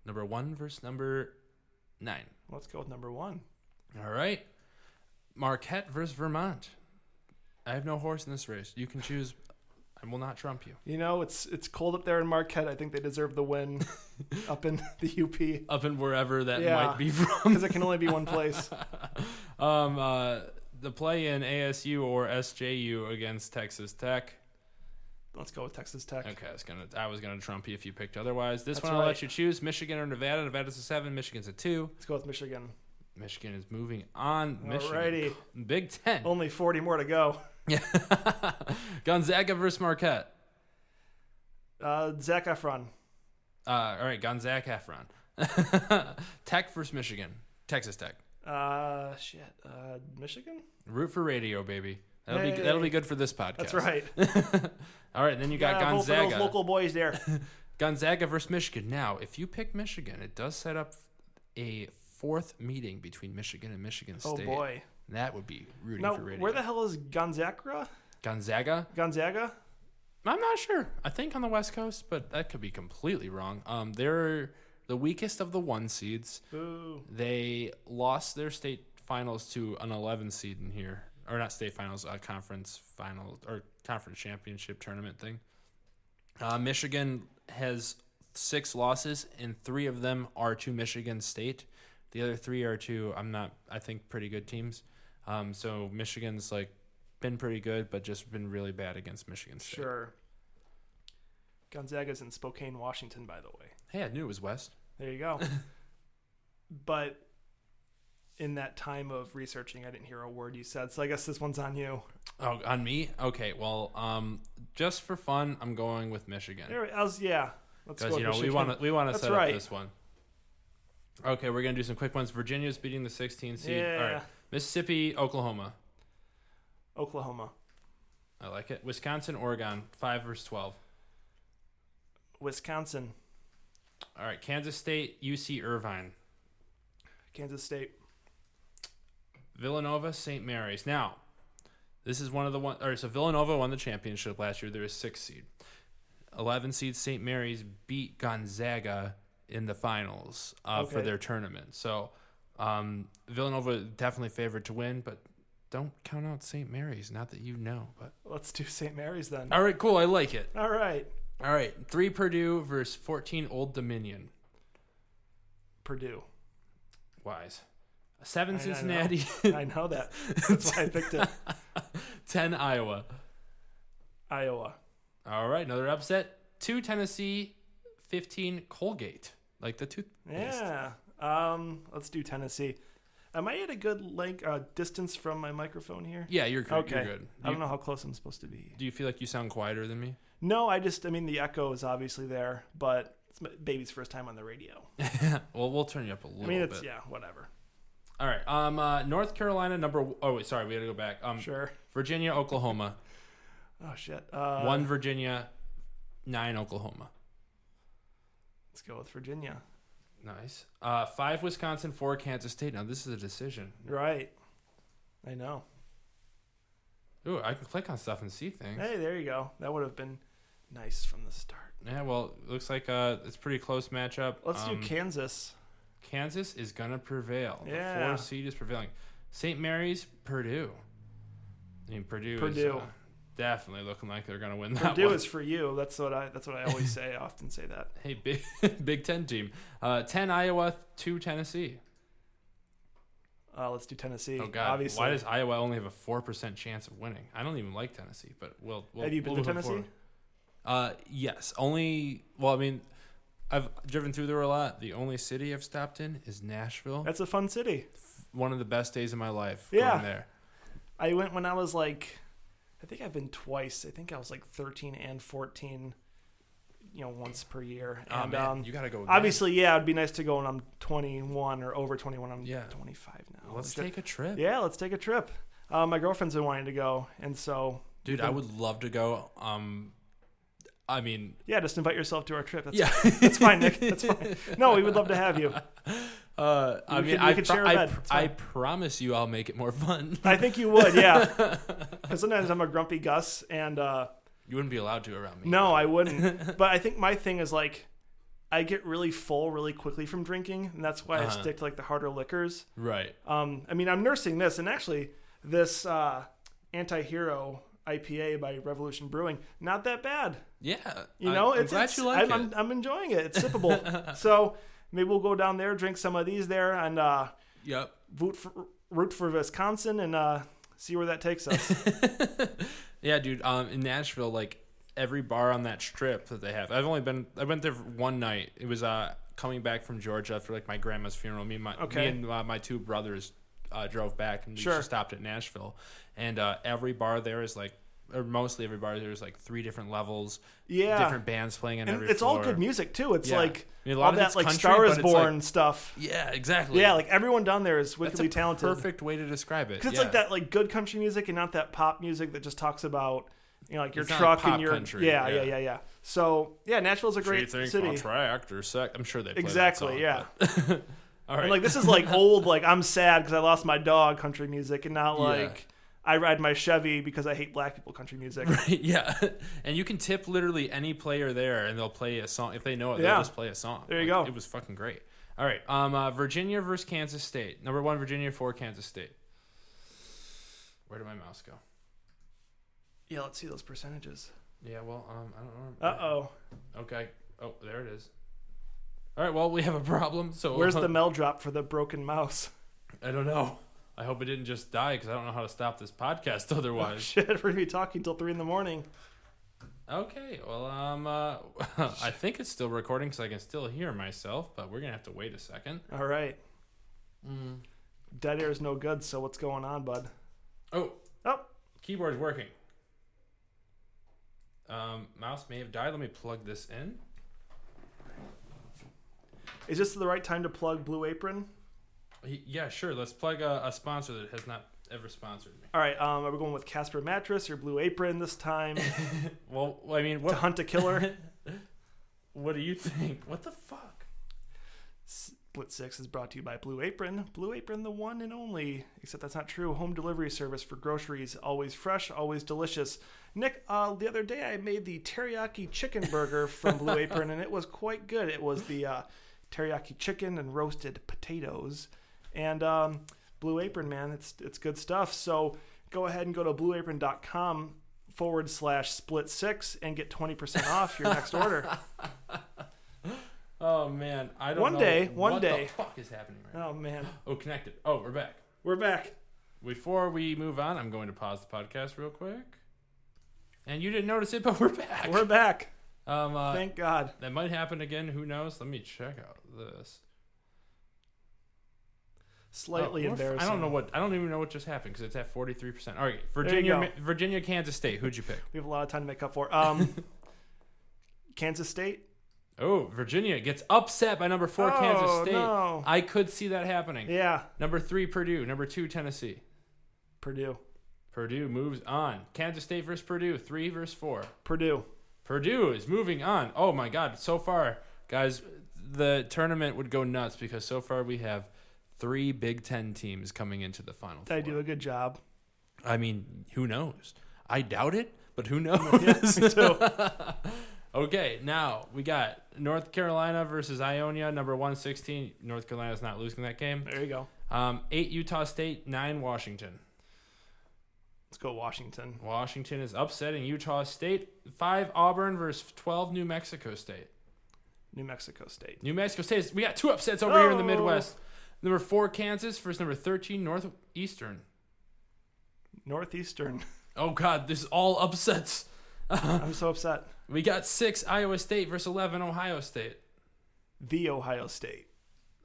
S1: number one versus number nine.
S2: Let's go with number one.
S1: All right, Marquette versus Vermont. I have no horse in this race. You can choose. I will not trump you.
S2: You know, it's it's cold up there in Marquette. I think they deserve the win up in the UP
S1: Up and wherever that
S2: Yeah.
S1: might be from.
S2: because it can only be one place.
S1: Um, uh, the play in ASU or SJU against Texas Tech.
S2: Let's go with Texas Tech.
S1: Okay, I was gonna I was gonna trump you if you picked otherwise. This
S2: That's
S1: one I'll let
S2: right.
S1: you choose: Michigan or Nevada. Nevada's a seven. Michigan's a two.
S2: Let's go with Michigan.
S1: Michigan is moving on. Michigan,
S2: Alrighty.
S1: Big Ten.
S2: Only 40 more to go.
S1: Yeah. Gonzaga versus Marquette.
S2: Uh, Zach Efron.
S1: Uh, all right, Gonzaga Efron. Tech versus Michigan. Texas Tech.
S2: Uh, shit. Uh, Michigan?
S1: Root for radio, baby. That'll be
S2: Hey.
S1: that'll be good for this podcast.
S2: That's right.
S1: All right, then you got
S2: Yeah, vote for those
S1: Gonzaga.
S2: local boys there.
S1: Gonzaga versus Michigan. Now, if you pick Michigan, it does set up a fourth meeting between Michigan and Michigan
S2: Oh,
S1: State.
S2: boy.
S1: That would be rooting
S2: Now,
S1: for radio.
S2: where the hell is Gonzaga?
S1: Gonzaga?
S2: Gonzaga?
S1: I'm not sure. I think on the West Coast, but that could be completely wrong. Um, they're the weakest of the one seeds.
S2: Boo.
S1: They lost their state finals to an 11 seed in here, or not state finals, uh, conference final or conference championship tournament thing. Uh, Michigan has six losses, and three of them are to Michigan State. The other three are to I'm not I think pretty good teams. Um, so Michigan's like been pretty good, but just been really bad against Michigan State.
S2: Sure. Gonzaga's in Spokane, Washington, by the way.
S1: Hey, I knew it was West.
S2: There you go. but in that time of researching, I didn't hear a word you said, so I guess this one's on you.
S1: Oh, on me? Okay. Well, um, just for fun, I'm going with Michigan
S2: There, I was, yeah. Let's
S1: because
S2: go.
S1: you know we want to we want to
S2: That's
S1: set
S2: right.
S1: up this one. Okay, we're gonna do some quick ones. Virginia's beating the 16 seed. All right.
S2: Yeah.
S1: Mississippi, Oklahoma.
S2: Oklahoma,
S1: I like it. Wisconsin, Oregon, five versus 12.
S2: Wisconsin,
S1: All right. Kansas State, UC Irvine,
S2: Kansas State.
S1: Villanova, St. Mary's. Now, this is one of the one. All right. So Villanova won the championship last year. They're a six seed. 11 seed St. Mary's beat Gonzaga in the finals uh, for
S2: Okay.
S1: their tournament. So um, Villanova definitely favored to win, but don't count out St. Mary's. Not that you know, but
S2: Let's do St. Mary's then.
S1: all right, cool. I like it.
S2: All right,
S1: All right, three Purdue versus 14 Old Dominion.
S2: Purdue.
S1: Wise. Seven
S2: I- I know.
S1: Cincinnati,
S2: I know that. That's why I picked it.
S1: 10 Iowa.
S2: Iowa.
S1: All right, another upset. Two Tennessee, 15 Colgate. Like the toothpaste.
S2: Yeah. Um, let's do Tennessee. Am I at a good length uh, distance from my microphone here?
S1: Yeah, you're good.
S2: Okay.
S1: You're good.
S2: I
S1: You-
S2: don't know how close I'm supposed to be.
S1: Do you feel like you sound quieter than me?
S2: No, I just, I mean, the echo is obviously there, but it's my baby's first time on the radio.
S1: well, we'll turn you up a little
S2: I mean,
S1: bit.
S2: it's, yeah, whatever.
S1: All right. Um, uh, North Carolina, number. Oh, wait, sorry. We had to go back. Um,
S2: Sure.
S1: Virginia, Oklahoma.
S2: Oh, shit. Uh,
S1: One Virginia, nine Oklahoma.
S2: Let's go with Virginia.
S1: Nice. Uh, five Wisconsin, four Kansas State. Now, this is a decision.
S2: Right. I know.
S1: Ooh, I can click on stuff and see things.
S2: Hey, there you go. That would have been nice from the start.
S1: Yeah, well, looks like uh, it's a pretty close matchup.
S2: Let's
S1: Um,
S2: do Kansas.
S1: Kansas is gonna prevail. The
S2: Yeah.
S1: four seed is prevailing. St. Mary's, Purdue. I mean, Purdue. Is,
S2: Purdue.
S1: uh, definitely looking like they're gonna win that
S2: Purdue
S1: one.
S2: is for you. That's what I. That's what I always say. I often say that.
S1: Hey, big Big Ten team. Uh, Ten Iowa, two Tennessee.
S2: Uh, let's do Tennessee.
S1: Oh God!
S2: Obviously.
S1: Why does Iowa only have a four percent chance of winning? I don't even like Tennessee, but we'll. we'll
S2: Have you been
S1: we'll
S2: to
S1: move it
S2: Tennessee?
S1: forward. Uh, yes. Only. Well, I mean, I've driven through there a lot. The only city I've stopped in is Nashville.
S2: That's a fun city.
S1: one of the best days of my life.
S2: Yeah.
S1: Going there.
S2: I went when I was like, I think I've been twice. I think I was like 13 and 14, you know, once per year.
S1: Oh,
S2: And
S1: man,
S2: um,
S1: you gotta go. again.
S2: obviously, yeah, it'd be nice to go when I'm 21 or over 21. I'm
S1: Yeah.
S2: 25 now.
S1: Let's
S2: Sure.
S1: take a trip.
S2: Yeah, let's take a trip. Uh, my girlfriend's been wanting to go, and so
S1: Dude, I would love to go. Um I mean,
S2: yeah, just invite yourself to our trip. That's,
S1: yeah.
S2: that's fine, Nick. That's fine. No, we would love to have you.
S1: Uh, I
S2: We
S1: mean,
S2: could- we
S1: I,
S2: could
S1: pro-
S2: share a
S1: I,
S2: bed.
S1: pr-
S2: It's
S1: I
S2: fine.
S1: promise you I'll make it more fun.
S2: I think you would, yeah. Because sometimes I'm a grumpy Gus, and uh,
S1: You wouldn't be allowed to around me.
S2: No, I wouldn't. but I think my thing is like I get really full really quickly from drinking, and that's why I
S1: Uh-huh.
S2: stick to like the harder liquors.
S1: Right.
S2: Um, I mean, I'm nursing this, and actually, this uh, anti-hero IPA by Revolution Brewing, not that bad.
S1: Yeah.
S2: You
S1: I-
S2: know,
S1: I'm
S2: it's,
S1: glad
S2: it's-
S1: you like
S2: I'm,
S1: it.
S2: I'm, I'm enjoying it. It's sippable. so maybe we'll go down there, drink some of these there, and uh,
S1: Yep.
S2: root for, root for Wisconsin and uh, see where that takes us.
S1: Yeah, dude. Um, in Nashville, like every bar on that strip that they have, I've only been. I went there for one night. It was uh coming back from Georgia for like my grandma's funeral. Me and my
S2: Okay.
S1: me and uh, my two brothers uh, drove back and we
S2: Sure.
S1: just stopped at Nashville, and uh, every bar there is like or mostly every bar there's like three different levels,
S2: Yeah.
S1: different bands playing on
S2: and
S1: every
S2: it's all
S1: floor.
S2: good music too. It's
S1: Yeah.
S2: like
S1: I mean, a lot
S2: all
S1: of
S2: that
S1: it's
S2: like
S1: country,
S2: Star
S1: but
S2: is
S1: it's, like-
S2: Born stuff.
S1: Yeah, exactly.
S2: Yeah, like everyone down there is
S1: that's
S2: wickedly
S1: a
S2: talented.
S1: perfect way to describe it.
S2: Because it's
S1: yeah.
S2: like that like good country music and not that pop music that just talks about you know like your
S1: It's not
S2: truck
S1: like pop
S2: and your
S1: country,
S2: yeah,
S1: yeah.
S2: yeah yeah yeah So yeah, Nashville's a great
S1: She thinks
S2: city.
S1: I'll try actor sec. I'm sure they play that
S2: Exactly,
S1: song,
S2: yeah.
S1: but- all right.
S2: And like this is like old like I'm sad because I lost my dog country music and not
S1: Yeah.
S2: like I ride my Chevy because I hate black people country music.
S1: yeah, and you can tip literally any player there, and they'll play a song if they know it. They'll
S2: Yeah.
S1: just play a song.
S2: There you
S1: Like,
S2: go.
S1: It was fucking great. All right, um, uh, Virginia versus Kansas State. Number one, Virginia. Four, Kansas State. Where did my mouse go?
S2: Yeah, let's see those percentages.
S1: Yeah, well, um, I don't know.
S2: Uh oh,
S1: Okay. Oh, there it is. All right. Well, we have a problem. So
S2: where's the mel drop for the broken mouse?
S1: I don't know. I hope it didn't just die because I don't know how to stop this podcast otherwise.
S2: Shit, we're gonna be talking till three in the morning.
S1: Okay, well, um, uh, I think it's still recording because I can still hear myself, but we're gonna have to wait a second.
S2: All right,
S1: Mm.
S2: dead air is no good. So what's going on, bud?
S1: Oh,
S2: Oh,
S1: keyboard's working. Um, mouse may have died. Let me plug this in.
S2: is this the right time to plug Blue Apron?
S1: Y- Yeah, sure. Let's plug a, a sponsor that has not ever sponsored me.
S2: All right, um, are we going with Casper mattress or Blue Apron this time
S1: Well, I mean,
S2: to
S1: what?
S2: hunt a killer?
S1: What do you think? What the fuck?
S2: Split Six is brought to you by Blue Apron. Blue Apron, the one and only, except that's not true, home delivery service for groceries. Always fresh, always delicious. Nick, uh, the other day I made the teriyaki chicken burger from Blue Apron, and it was quite good. It was the uh, teriyaki chicken and roasted potatoes. And um, Blue Apron, man, it's, it's good stuff. So go ahead and go to blueapron.com forward slash split six and get 20% off your next order.
S1: Oh man, I don't.
S2: One
S1: know
S2: day, one
S1: what
S2: day.
S1: The fuck is happening right now?
S2: Oh, man.
S1: Oh, connected. Oh, we're back.
S2: We're back.
S1: Before we move on, I'm going to pause the podcast real quick. And you didn't notice it, but we're back.
S2: We're back.
S1: um, uh,
S2: Thank God.
S1: that might happen again. Who knows? Let me check out this.
S2: Slightly
S1: Oh, we're f-
S2: embarrassing.
S1: I don't know what. I don't even know what just happened because it's at 43. percent All right,
S2: you
S1: Virginia,
S2: go.
S1: Mi- Virginia, Kansas State. Who'd you pick?
S2: We have a lot of time to make up for. Um, Kansas State.
S1: Oh, Virginia gets upset by number four, Kansas
S2: Oh,
S1: State.
S2: no.
S1: I could see that happening.
S2: Yeah,
S1: Number three, Purdue. Number two, Tennessee.
S2: Purdue.
S1: Purdue moves on. Kansas State versus Purdue. Three versus four.
S2: Purdue.
S1: Purdue is moving on. Oh my God! So far, guys, the tournament would go nuts because so far we have three Big Ten teams coming into the final.
S2: Did I do
S1: Four.
S2: a good job?
S1: I mean, who knows? I doubt it, but who knows? okay, now we got North Carolina versus Ionia, number one sixteen. North Carolina's not losing that game.
S2: There you go.
S1: Um, eight Utah State, nine Washington.
S2: Let's go Washington.
S1: Washington is upsetting Utah State. Five Auburn versus twelve New Mexico State.
S2: New Mexico State.
S1: New Mexico State. is- We got two upsets over here in the
S2: Oh.
S1: Midwest. Number four, Kansas versus number thirteen, Northeastern.
S2: Northeastern.
S1: Oh God, this is all upsets.
S2: I'm so upset.
S1: We got six, Iowa State versus eleven, Ohio State.
S2: The Ohio State.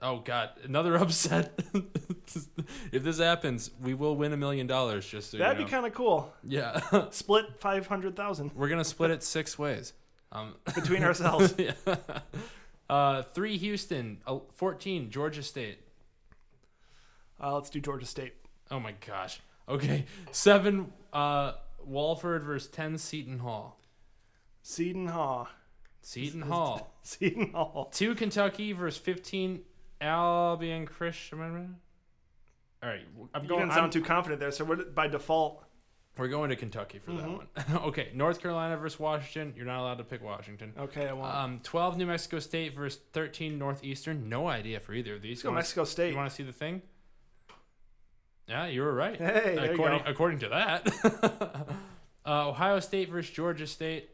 S1: Oh God, another upset. if this happens, we will win a million dollars. Just so
S2: That'd
S1: you
S2: be
S1: know.
S2: kind of cool.
S1: yeah.
S2: Split five hundred thousand
S1: We're gonna split it six ways. Um,
S2: between ourselves.
S1: yeah. Uh, three Houston, el- fourteen Georgia State.
S2: Uh, let's do Georgia State.
S1: Oh my gosh. Okay, seven uh, Walford versus ten Seton Hall.
S2: Seton Hall.
S1: Seton Hall.
S2: Seton Hall.
S1: Two Kentucky versus 15 Albion Christian. All right, I'm
S2: You
S1: going.
S2: didn't
S1: I'm-
S2: sound too confident there, so we're, by default,
S1: we're going to Kentucky for that
S2: Mm-hmm.
S1: one. okay, North Carolina versus Washington. You're not allowed to pick Washington.
S2: okay, I won't.
S1: Um, 12 New Mexico State versus 13 Northeastern. No idea for either of these.
S2: let's go
S1: You wanna-
S2: Mexico State.
S1: You want to see the thing? Yeah, you were right.
S2: Hey, there you
S1: according,
S2: go.
S1: according to that, uh, Ohio State versus Georgia State.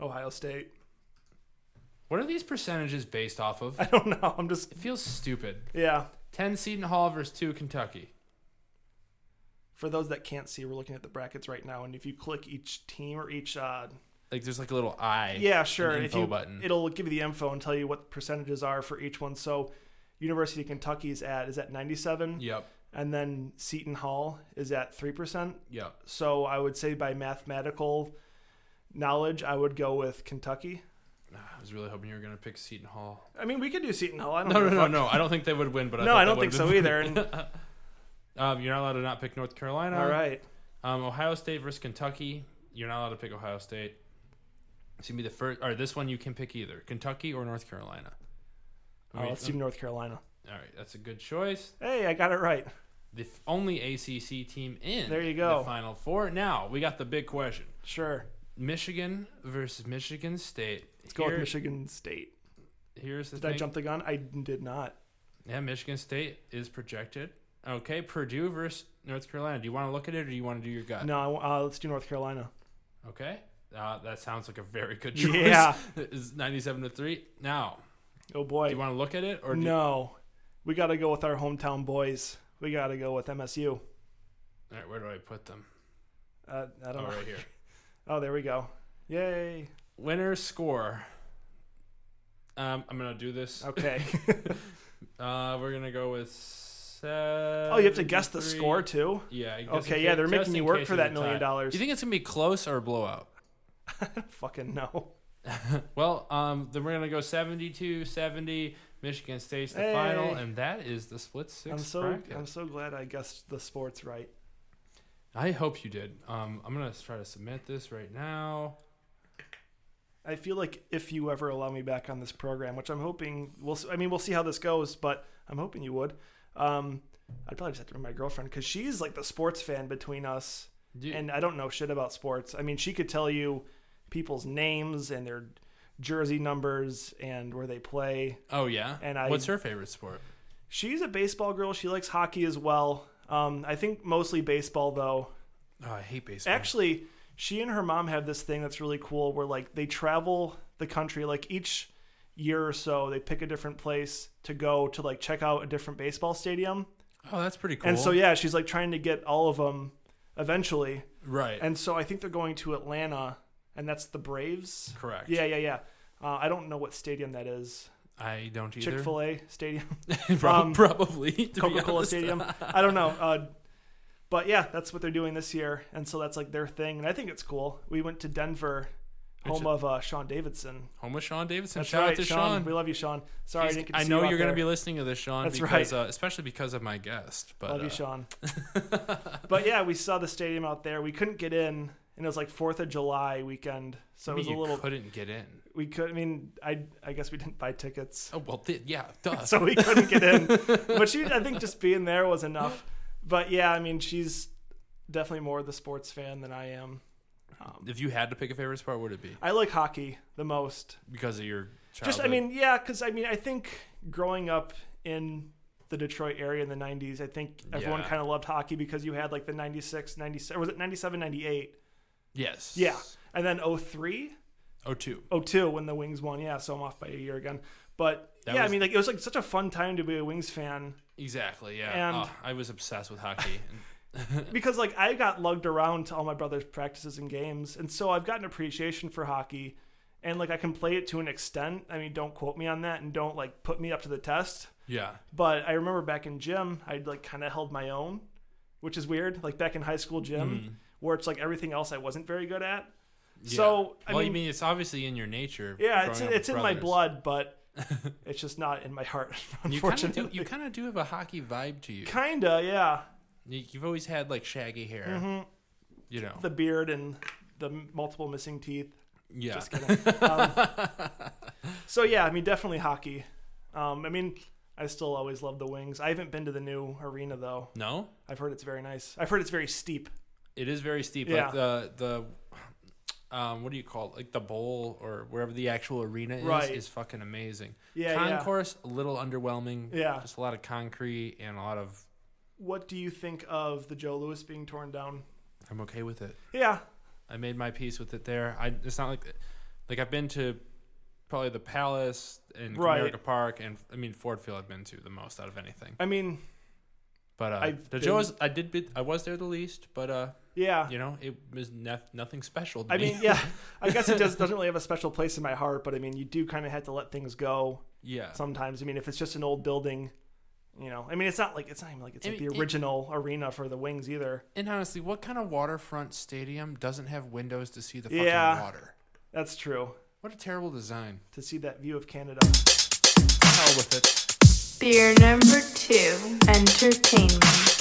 S2: Ohio State.
S1: What are these percentages based off of?
S2: I don't know. I'm just
S1: It feels stupid.
S2: yeah.
S1: 10 Seton Hall versus 2 Kentucky.
S2: for those that can't see, we're looking at the brackets right now, and if you click each team or each, uh,
S1: Like there's like a little eye.
S2: yeah, sure,
S1: An
S2: if
S1: info
S2: you,
S1: button.
S2: it'll give you the info and tell you what the percentages are for each one. So, University of Kentucky's at is at ninety seven.
S1: Yep.
S2: and then Seton Hall is at three percent.
S1: Yeah.
S2: So I would say by mathematical knowledge, I would go with Kentucky.
S1: I was really hoping you were going to pick Seton Hall.
S2: I mean, we could do Seton Hall. I don't
S1: No,
S2: give
S1: no, no,
S2: a fuck.
S1: no. I don't think they would win, but I
S2: No,
S1: thought
S2: I
S1: they
S2: don't think
S1: would've
S2: so
S1: been-
S2: either. And,
S1: Um, you're not allowed to not pick North Carolina.
S2: all right,
S1: Um, Ohio State versus Kentucky. You're not allowed to pick Ohio State. It's gonna be the first. Or this one you can pick either Kentucky or North Carolina. I
S2: oh,
S1: mean,
S2: let's do
S1: um,
S2: North Carolina.
S1: All right, that's a good choice.
S2: Hey, I got it right.
S1: The f- only ACC team in
S2: There you go.
S1: the Final Four. Now we got the big question:
S2: Sure,
S1: Michigan versus Michigan State. Let's
S2: go with Michigan State.
S1: Here's the
S2: Did
S1: thing.
S2: I jump the gun? I did not.
S1: Yeah, Michigan State is projected. Okay, Purdue versus North Carolina. Do you want to look at it or do you want to do your gut?
S2: No, I w- uh, let's do North Carolina.
S1: Okay. Uh, that sounds like a very good choice.
S2: Yeah.
S1: it's 97 to 3. Now,
S2: Oh
S1: do
S2: boy,
S1: you want to look at it or do
S2: no, we got to go with our hometown boys. We got to go with MSU.
S1: All right, where do I put them?
S2: Uh, I don't
S1: Oh,
S2: know.
S1: right here.
S2: Oh, there we go. Yay.
S1: Winner score. Um, I'm going to do this.
S2: Okay.
S1: Uh, we're going to go with seven.
S2: oh, you have to guess the score too.
S1: Yeah. I guess
S2: Okay,
S1: in
S2: yeah,
S1: case-
S2: they're
S1: just
S2: making
S1: in
S2: you work
S1: case
S2: for
S1: it's
S2: that
S1: a
S2: million
S1: tie.
S2: dollars.
S1: Do you think it's going to be close or a blowout?
S2: Fucking no.
S1: Well, um, then we're going to go 72 70. Michigan State's the
S2: Hey.
S1: final, and that is the split 6
S2: I'm so
S1: bracket.
S2: I'm so glad I guessed the sports right.
S1: I hope you did. Um, I'm gonna try to submit this right now.
S2: I feel like if you ever allow me back on this program, which I'm hoping we'll s- I mean we'll see how this goes, but I'm hoping you would. Um, I'd probably just have to bring my girlfriend because she's like the sports fan between us,
S1: Do you-
S2: and I don't know shit about sports. I mean, she could tell you people's names and their jersey numbers and where they play.
S1: oh yeah.
S2: and I-
S1: What's her favorite sport?
S2: She's a baseball girl. She likes hockey as well. Um, I think mostly baseball though.
S1: Oh, I hate baseball.
S2: Actually, she and her mom have this thing that's really cool where like they travel the country like each year or so they pick a different place to go to like check out a different baseball stadium.
S1: oh, that's pretty cool.
S2: And so yeah, she's like trying to get all of them eventually.
S1: right.
S2: And so I think they're going to Atlanta and that's the Braves.
S1: Correct.
S2: Yeah, yeah, yeah. Uh, I don't know what stadium that is.
S1: I don't either.
S2: Chick Fil A Stadium,
S1: Prob-
S2: um,
S1: probably to be
S2: Coca Cola
S1: honest.
S2: Stadium. I don't know, uh, but yeah, that's what they're doing this year, and so that's like their thing, and I think it's cool. We went to Denver,
S1: Which-
S2: home of uh, Sean Davidson.
S1: Home with Sean Davidson.
S2: That's
S1: Shout
S2: right,
S1: out to
S2: Sean.
S1: Sean.
S2: We love you, Sean. Sorry, I
S1: He's-
S2: didn't get to
S1: I
S2: see
S1: know
S2: you out
S1: are
S2: there.
S1: to be listening to this, Sean,
S2: That's
S1: because
S2: right.
S1: uh, especially because of my guest. But
S2: Love
S1: uh,
S2: you, Sean. but yeah, we saw the stadium out there. We couldn't get in, and it was like Fourth of July weekend, so
S1: I
S2: it
S1: mean,
S2: was a
S1: you
S2: little.
S1: couldn't get in.
S2: We could. I mean, I I guess we didn't buy tickets.
S1: Oh well, th- yeah, duh.
S2: so we couldn't get in. But she, I think, just being there was enough. But yeah, I mean, she's definitely more the sports fan than I am.
S1: Um, if you had to pick a favorite sport, what would it be?
S2: I like hockey the most.
S1: Because of your childhood?
S2: Just, I mean, yeah, because I mean, I think growing up in the Detroit area in the 90s, I think everyone
S1: Yeah.
S2: kind of loved hockey because you had like the 96, 97, or was it 97, 98?
S1: yes.
S2: Yeah. And then 03,
S1: Oh two.
S2: 02 when the Wings won. Yeah, so I'm off by a year again. But
S1: That
S2: yeah,
S1: was-
S2: I mean, like it was like such a fun time to be a Wings fan.
S1: Exactly. Yeah.
S2: And-
S1: Oh, I was obsessed with hockey. And
S2: because like I got lugged around to all my brother's practices and games, and so I've got an appreciation for hockey, and like I can play it to an extent. I mean, don't quote me on that, and don't like put me up to the test.
S1: yeah.
S2: But I remember back in gym, I like kind of held my own, which is weird. Like back in high school gym,
S1: Hmm.
S2: where it's like everything else I wasn't very good at. So I
S1: well,
S2: mean,
S1: you mean it's obviously in your nature.
S2: yeah, it's
S1: growing up
S2: it's
S1: with
S2: in my
S1: brothers.
S2: blood, but it's just not in my heart.
S1: You kind of
S2: Unfortunately,
S1: do. You kind of do have a hockey vibe to you.
S2: kinda, yeah,
S1: You- You've always had like shaggy hair.
S2: Mm-hmm.
S1: You know.
S2: the beard and the multiple missing teeth.
S1: yeah.
S2: Just kidding. um, so yeah, I mean, definitely hockey. Um, I mean, I still always love the Wings. I haven't been to the new arena though.
S1: no,
S2: I've heard it's very nice. I've heard it's very steep.
S1: it is very steep.
S2: Yeah.
S1: Like the the um, what do you call it? Like the bowl or wherever the actual arena is
S2: Right.
S1: is fucking amazing.
S2: Yeah, yeah.
S1: Concourse a little underwhelming.
S2: Yeah.
S1: Just a lot of concrete and a lot of.
S2: What do you think of the Joe Lewis being torn down?
S1: I'm okay with it.
S2: Yeah,
S1: I made my peace with it there. I it's not like like I've been to probably the Palace and
S2: Right.
S1: America Park and I mean Ford Field I've been to the most out of anything.
S2: I mean,
S1: But uh,
S2: I've
S1: the
S2: been-
S1: Joe's I did be, I was there the least, but uh
S2: yeah.
S1: you know it was nef- nothing special. To
S2: I
S1: me.
S2: mean, yeah. I guess it does, doesn't really have a special place in my heart, but I mean, you do kind of have to let things go
S1: yeah,
S2: sometimes. I mean, if it's just an old building, You know, I mean, it's not like it's not even like it's like
S1: It-
S2: the
S1: it-
S2: original arena for the Wings either.
S1: And honestly, what kind of waterfront stadium doesn't have windows to see the fucking
S2: Yeah.
S1: water?
S2: That's true.
S1: What a terrible design.
S2: To see that view of Canada.
S1: Hell with it.
S3: Beer number two, entertainment.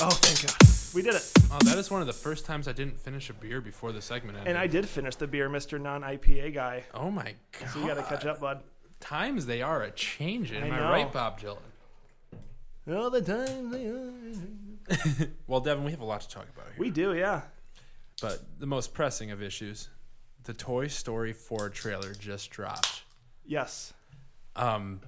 S2: Oh, thank God, we did it.
S1: Oh, that is one of the first times I didn't finish a beer before the segment ended.
S2: And I did finish the beer, Mister Non IPA guy.
S1: Oh my god.
S2: So you got to catch up, bud.
S1: Times they are a changing. Am
S2: I
S1: I,
S2: know.
S1: right, Bob Dylan?
S2: All the time they are.
S1: Well, Devin, we have a lot to talk about here.
S2: we do, yeah.
S1: But the most pressing of issues, the Toy Story 4 trailer just dropped.
S2: Yes,
S1: Um,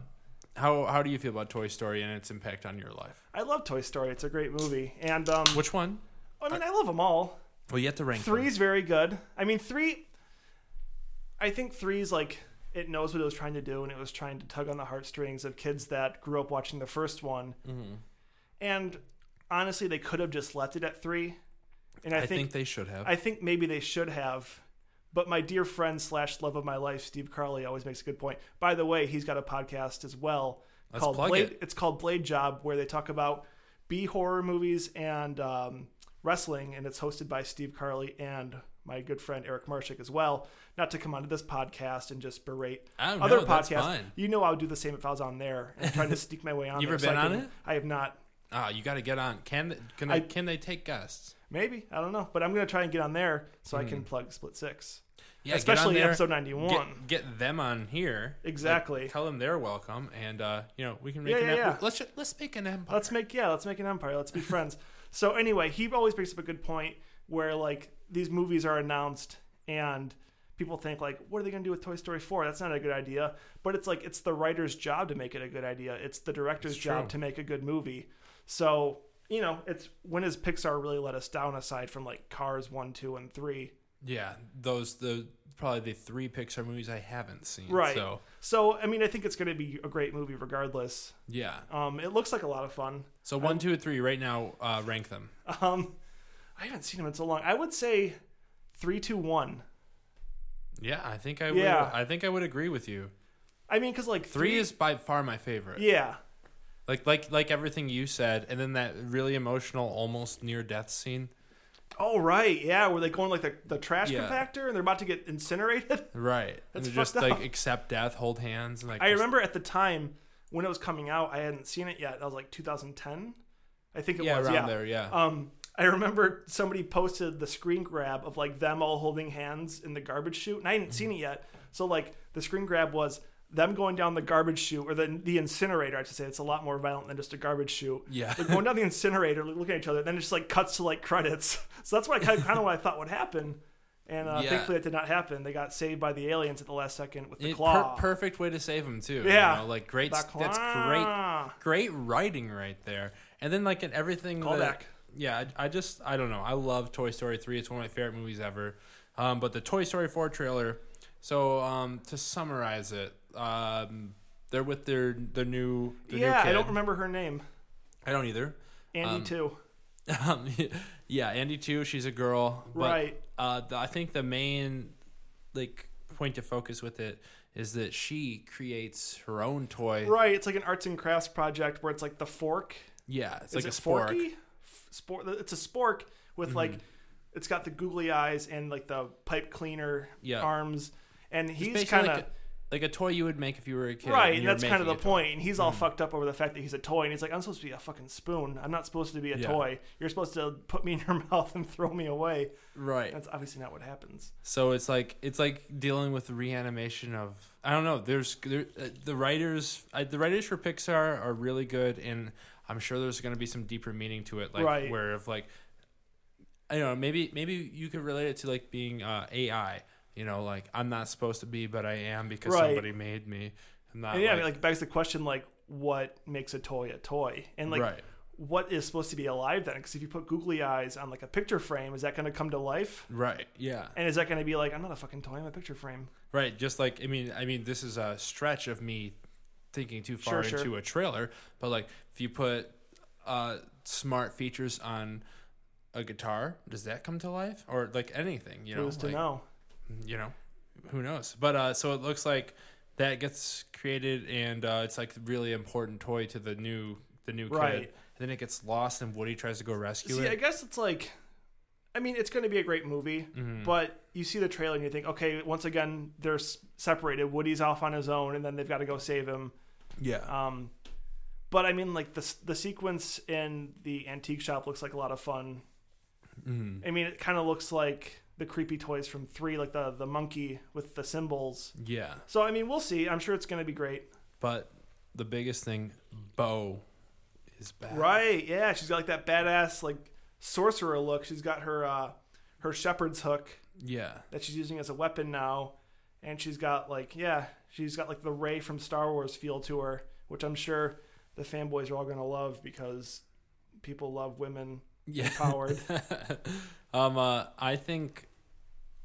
S1: how how do you feel about Toy Story and its impact on your life?
S2: I love Toy Story. It's a great movie, and um,
S1: Which one?
S2: I mean, I love them all.
S1: Well, you have to rank them.
S2: Three's very good. I mean, three. I think three's like it knows what it was trying to do, and it was trying to tug on the heartstrings of kids that grew up watching the first one. And honestly, they could have just left it at three. And I,
S1: I think,
S2: think,
S1: they should have.
S2: I think maybe they should have. But my dear friend slash love of my life, Steve Carley, always makes a good point. By the way, he's got a podcast as well
S1: Let's
S2: called
S1: plug
S2: Blade.
S1: it.
S2: It's called Blade Job, where they talk about B horror movies and um, wrestling, and it's hosted by Steve Carley and my good friend Eric Marshik as well. Not to come onto this podcast and just berate
S1: Oh, no,
S2: other
S1: that's
S2: podcasts.
S1: fine.
S2: You know I would do the same if I was on there and trying to sneak my way on.
S1: You
S2: there
S1: ever
S2: so I
S1: been on
S2: can-
S1: it?
S2: I have not.
S1: Ah, you got to get on. Can they, can they,
S2: I-
S1: can they take guests?
S2: Maybe I don't know, but I'm gonna try and get on there so
S1: Hmm.
S2: I can plug Split Six.
S1: Yeah, get on
S2: especially
S1: there,
S2: episode 91.
S1: Get, get them on here. Like,
S2: Exactly.
S1: tell them they're welcome, and uh, you know we can make
S2: Yeah,
S1: an
S2: yeah,
S1: empire.
S2: yeah.
S1: Let's ju- let's make an empire.
S2: Let's make yeah, let's make an empire. Let's be friends. So anyway, he always brings up a good point where like these movies are announced and people think like, what are they gonna do with Toy Story Four? That's not a good idea. But it's like it's the writer's job to make it a good idea. It's the director's job
S1: true.
S2: to make a good movie. So you know, it's when has Pixar really let us down aside from like Cars one, two, and three?
S1: Yeah, those the probably the three Pixar movies I haven't seen.
S2: Right.
S1: So
S2: So I mean, I think it's going to be a great movie regardless.
S1: yeah.
S2: Um, it looks like a lot of fun.
S1: So one, two, and three right now. Uh, rank them.
S2: Um, I haven't seen him in so long. I would say three, two, one.
S1: Yeah, I think I would.
S2: Yeah.
S1: I think I would agree with you.
S2: I mean, because like
S1: Three is by far my favorite.
S2: yeah,
S1: Like like like everything you said, and then that really emotional, almost near death scene.
S2: oh right, yeah, where they go in like the, the trash
S1: Yeah.
S2: compactor and they're about to get incinerated.
S1: Right.
S2: That's
S1: and just
S2: fucked
S1: like
S2: up.
S1: accept death, hold hands, and like
S2: I
S1: just-
S2: remember at the time when it was coming out, I hadn't seen it yet. That was like 2010, I think it
S1: Yeah,
S2: was.
S1: around
S2: yeah,
S1: there. Yeah.
S2: Um, I remember somebody posted the screen grab of like them all holding hands in the garbage chute, and I hadn't
S1: Mm-hmm.
S2: seen it yet. So like the screen grab was them going down the garbage chute or the the incinerator. I should say it's a lot more violent than just a garbage chute.
S1: Yeah.
S2: they're going down the incinerator, like, looking at each other, and then it just like cuts to like credits. So that's what I kind of, kind of what I thought would happen. And uh,
S1: Yeah.
S2: thankfully, that did not happen. They got saved by the aliens at the last second with the
S1: It- per-
S2: claw.
S1: perfect way to save him too.
S2: Yeah.
S1: You know, like great.
S2: The
S1: s- That's great.
S2: claw.
S1: Great writing right there. And then like in everything.
S2: Call
S1: that-
S2: back.
S1: Yeah. I, I just I don't know. I love Toy Story three. It's one of my favorite movies ever. Um, but the Toy Story four trailer. So um, to summarize it, um, they're with their their new the new
S2: Yeah, I
S1: kid.
S2: don't remember her name.
S1: I don't either.
S2: Andy too.
S1: Um, yeah, Andy too. She's a girl, but,
S2: Right.
S1: Uh, the, I think the main like point of focus with it is that she creates her own toy.
S2: Right, it's like an arts and crafts project where it's like the fork.
S1: Yeah, it's like
S2: Is
S1: a
S2: it
S1: spork.
S2: forky? F- Spork. It's a spork with like,
S1: Mm-hmm.
S2: it's got the googly eyes and like the pipe cleaner
S1: Yeah.
S2: arms, and he's
S1: Basically
S2: kind of
S1: like, a, like a toy you would make if you were a kid.
S2: right.
S1: and
S2: And
S1: you were
S2: that's kind of
S1: making Mm-hmm.
S2: the
S1: a toy.
S2: point. And he's all fucked up over the fact that he's a toy, and he's like, "I'm supposed to be a fucking spoon. I'm not supposed to be a
S1: Yeah.
S2: toy. You're supposed to put me in your mouth and throw me away."
S1: Right.
S2: That's obviously not what happens.
S1: So it's like it's like dealing with the reanimation of I don't know. There's there, uh, the writers I, the writers for Pixar are really good, and I'm sure there's going to be some deeper meaning to it, like
S2: Right.
S1: where if like I don't know, maybe maybe you could relate it to like being uh, AI. You know, like I'm not supposed to be, but I am because
S2: Right.
S1: somebody made me. I'm not.
S2: And yeah,
S1: like,
S2: I mean, like begs the question, like, what makes a toy a toy, and like.
S1: Right.
S2: What is supposed to be alive then? Because if you put googly eyes on like a picture frame, is that going to come to life?
S1: right. Yeah.
S2: And is that going to be like, I'm not a fucking toy, I'm a picture frame?
S1: Right, just like I mean, I mean, this is a stretch of me thinking too far
S2: Sure, sure.
S1: into a trailer, but like if you put uh, smart features on a guitar, does that come to life or like anything? You know,
S2: Who's to
S1: like,
S2: know?
S1: you know, who knows? But uh, so it looks like that gets created, and uh, it's like a really important toy to the new the new
S2: Right.
S1: kid. And then it gets lost, and Woody tries to go rescue
S2: See, I
S1: it.
S2: guess it's like, I mean, it's going to be a great movie,
S1: Mm-hmm. Mm.
S2: but you see the trailer and you think, okay, once again, they're s- separated. Woody's off on his own, and then they've got to go save him.
S1: yeah,
S2: Um, but I mean, like the s- the sequence in the antique shop looks like a lot of fun.
S1: Mm-hmm.
S2: I mean, it kind of looks like the creepy toys from three, like the the monkey with the symbols.
S1: yeah.
S2: So I mean, we'll see. I'm sure it's going to be great.
S1: But the biggest thing, Bo, is back.
S2: Right? Yeah, she's got like that badass like sorcerer look. She's got her uh, her shepherd's hook
S1: Yeah.
S2: that she's using as a weapon now, and she's got like yeah, she's got like the Ray from Star Wars feel to her, which I'm sure the fanboys are all going to love because people love women
S1: Yeah.
S2: empowered.
S1: um. Uh. I think.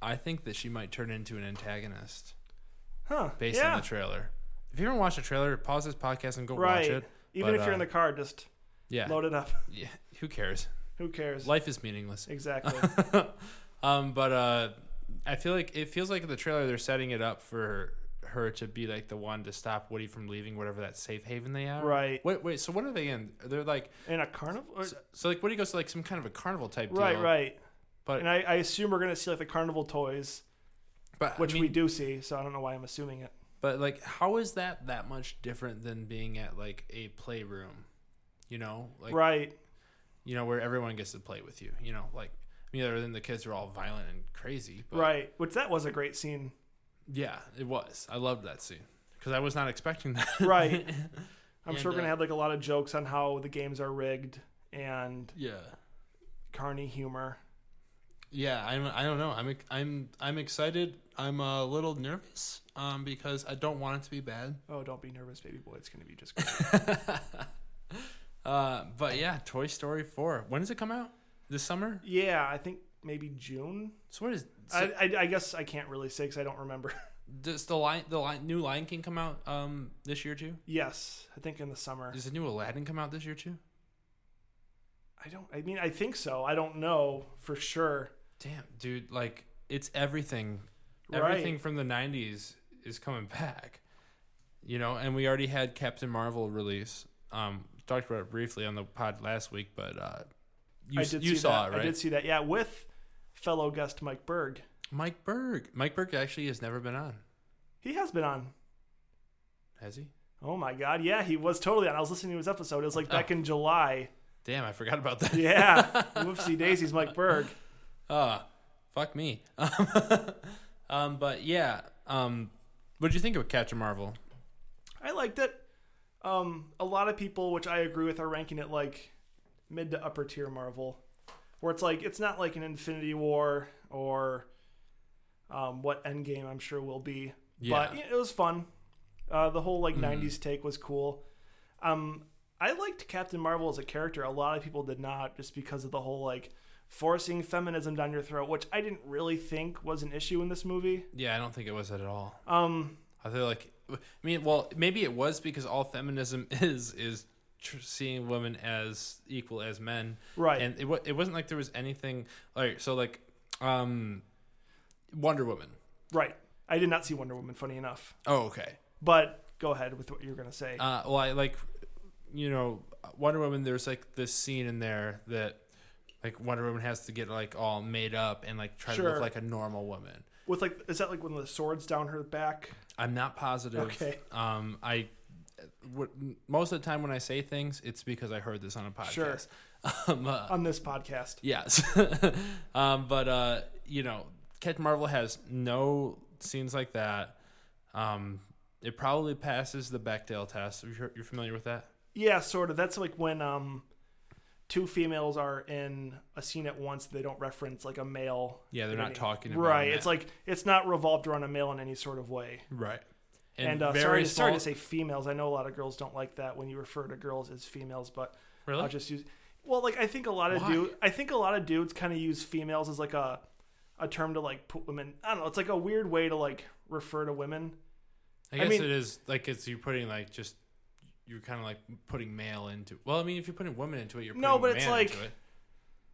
S1: I think that she might turn into an antagonist
S2: Huh.
S1: based
S2: yeah.
S1: on the trailer. If you haven't watched the trailer, pause this podcast and go
S2: right.
S1: watch it.
S2: Even
S1: But,
S2: if you're in
S1: uh,
S2: the car, just
S1: yeah,
S2: load it up.
S1: yeah, who cares?
S2: Who cares?
S1: Life is meaningless.
S2: exactly.
S1: um, but uh, I feel like it feels like in the trailer they're setting it up for her to be like the one to stop Woody from leaving whatever that safe haven they are.
S2: Right.
S1: Wait, wait. So what are they in? They're like
S2: in a carnival. or-
S1: so, so like Woody goes to like some kind of a carnival type deal.
S2: right. Right.
S1: But
S2: And I, I assume we're gonna see like the carnival toys,
S1: but I
S2: which
S1: mean,
S2: we do see. So I don't know why I'm assuming it.
S1: But like, how is that that much different than being at like a playroom? You know, like
S2: right.
S1: you know where everyone gets to play with you. You know, like I mean, other than the kids are all violent and crazy. But
S2: Right. Which that was a great scene.
S1: Yeah, it was. I loved that scene because I was not expecting that.
S2: Right. I'm
S1: And,
S2: sure
S1: uh,
S2: we're gonna have like a lot of jokes on how the games are rigged and
S1: yeah.
S2: carny humor.
S1: Yeah, I'm. I don't know. I'm. I'm. I'm excited. I'm a little nervous, um, because I don't want it to be bad.
S2: Oh, don't be nervous, baby boy. It's gonna be just great.
S1: Uh, but yeah, Toy Story Four. When does it come out? This summer.
S2: yeah, I think maybe June.
S1: So what is?
S2: I, I, I guess I can't really say because I don't remember.
S1: Does the lion, the lion, new Lion King come out um this year too?
S2: yes, I think in the summer.
S1: Does the new Aladdin come out this year too?
S2: I don't. I mean, I think so. I don't know for sure.
S1: Damn, dude, like it's everything.
S2: Right.
S1: Everything from the '90s is coming back. You know, and we already had Captain Marvel release. Um, talked about it briefly on the pod last week, but uh, you
S2: I did
S1: you
S2: see
S1: saw
S2: that.
S1: it, right?
S2: I did see that. Yeah, with fellow guest Mike Berg.
S1: Mike Berg. Mike Berg actually has never been on,
S2: He has been on.
S1: has he?
S2: Oh my God! Yeah, he was totally on. I was listening to his episode. It was like
S1: Oh.
S2: back in July.
S1: Damn, I forgot about that.
S2: Yeah. Whoopsie daisies, Mike Berg.
S1: Ah, fuck me. um, but yeah, um, what did you think of Captain Marvel?
S2: I liked it. Um, a lot of people, which I agree with, are ranking it like mid to upper tier Marvel, where it's like it's not like an Infinity War or um, what Endgame I'm sure will be. But
S1: Yeah. Mm-hmm.
S2: yeah, it was fun. Uh, the whole like '90s take was cool. Um, I liked Captain Marvel as a character. A lot of people did not, just because of the whole like forcing feminism down your throat, which I didn't really think was an issue in this movie.
S1: Yeah, I don't think it was at all.
S2: Um,
S1: I feel like, I mean, well, maybe it was because all feminism is is tr- seeing women as equal as men,
S2: Right.
S1: And it wa- it wasn't like there was anything like so like, um, Wonder Woman.
S2: right. I did not see Wonder Woman. Funny enough.
S1: Oh, okay.
S2: But go ahead with what you're gonna say.
S1: Uh, well, I like, you know, Wonder Woman. There's like this scene in there that like Wonder Woman has to get like all made up and like try to
S2: Sure.
S1: look like a normal woman.
S2: With like, is that like when the sword's down her back?
S1: I'm not positive.
S2: Okay.
S1: Um, I what, most of the time when I say things, it's because I heard this on a podcast.
S2: Sure.
S1: Um, uh,
S2: On this podcast,
S1: yes. um, but uh, you know, Captain Marvel has no scenes like that. Um, it probably passes the Bechdel test. You're, you're familiar with that?
S2: yeah, sort of. That's like when um, two females are in a scene at once. They don't reference like a male.
S1: Yeah, they're
S2: in
S1: not
S2: any-
S1: talking about
S2: right.
S1: that.
S2: It's like it's not revolved around a male in any sort of way.
S1: Right.
S2: And, uh, sorry,
S1: small-
S2: sorry to say females. I know a lot of girls don't like that when you refer to girls as females, but
S1: Really?
S2: I'll just use. Well, like I think a lot of
S1: Why?
S2: dude, I think a lot of dudes kind of use females as like a a term to like put women. I don't know. It's like a weird way to like refer to women.
S1: I
S2: I
S1: guess
S2: mean-
S1: it is like it's you're putting like just you're kind of like putting male into. Well, I mean, if you're putting women into it, you're putting
S2: No, but
S1: man
S2: it's like-
S1: into it.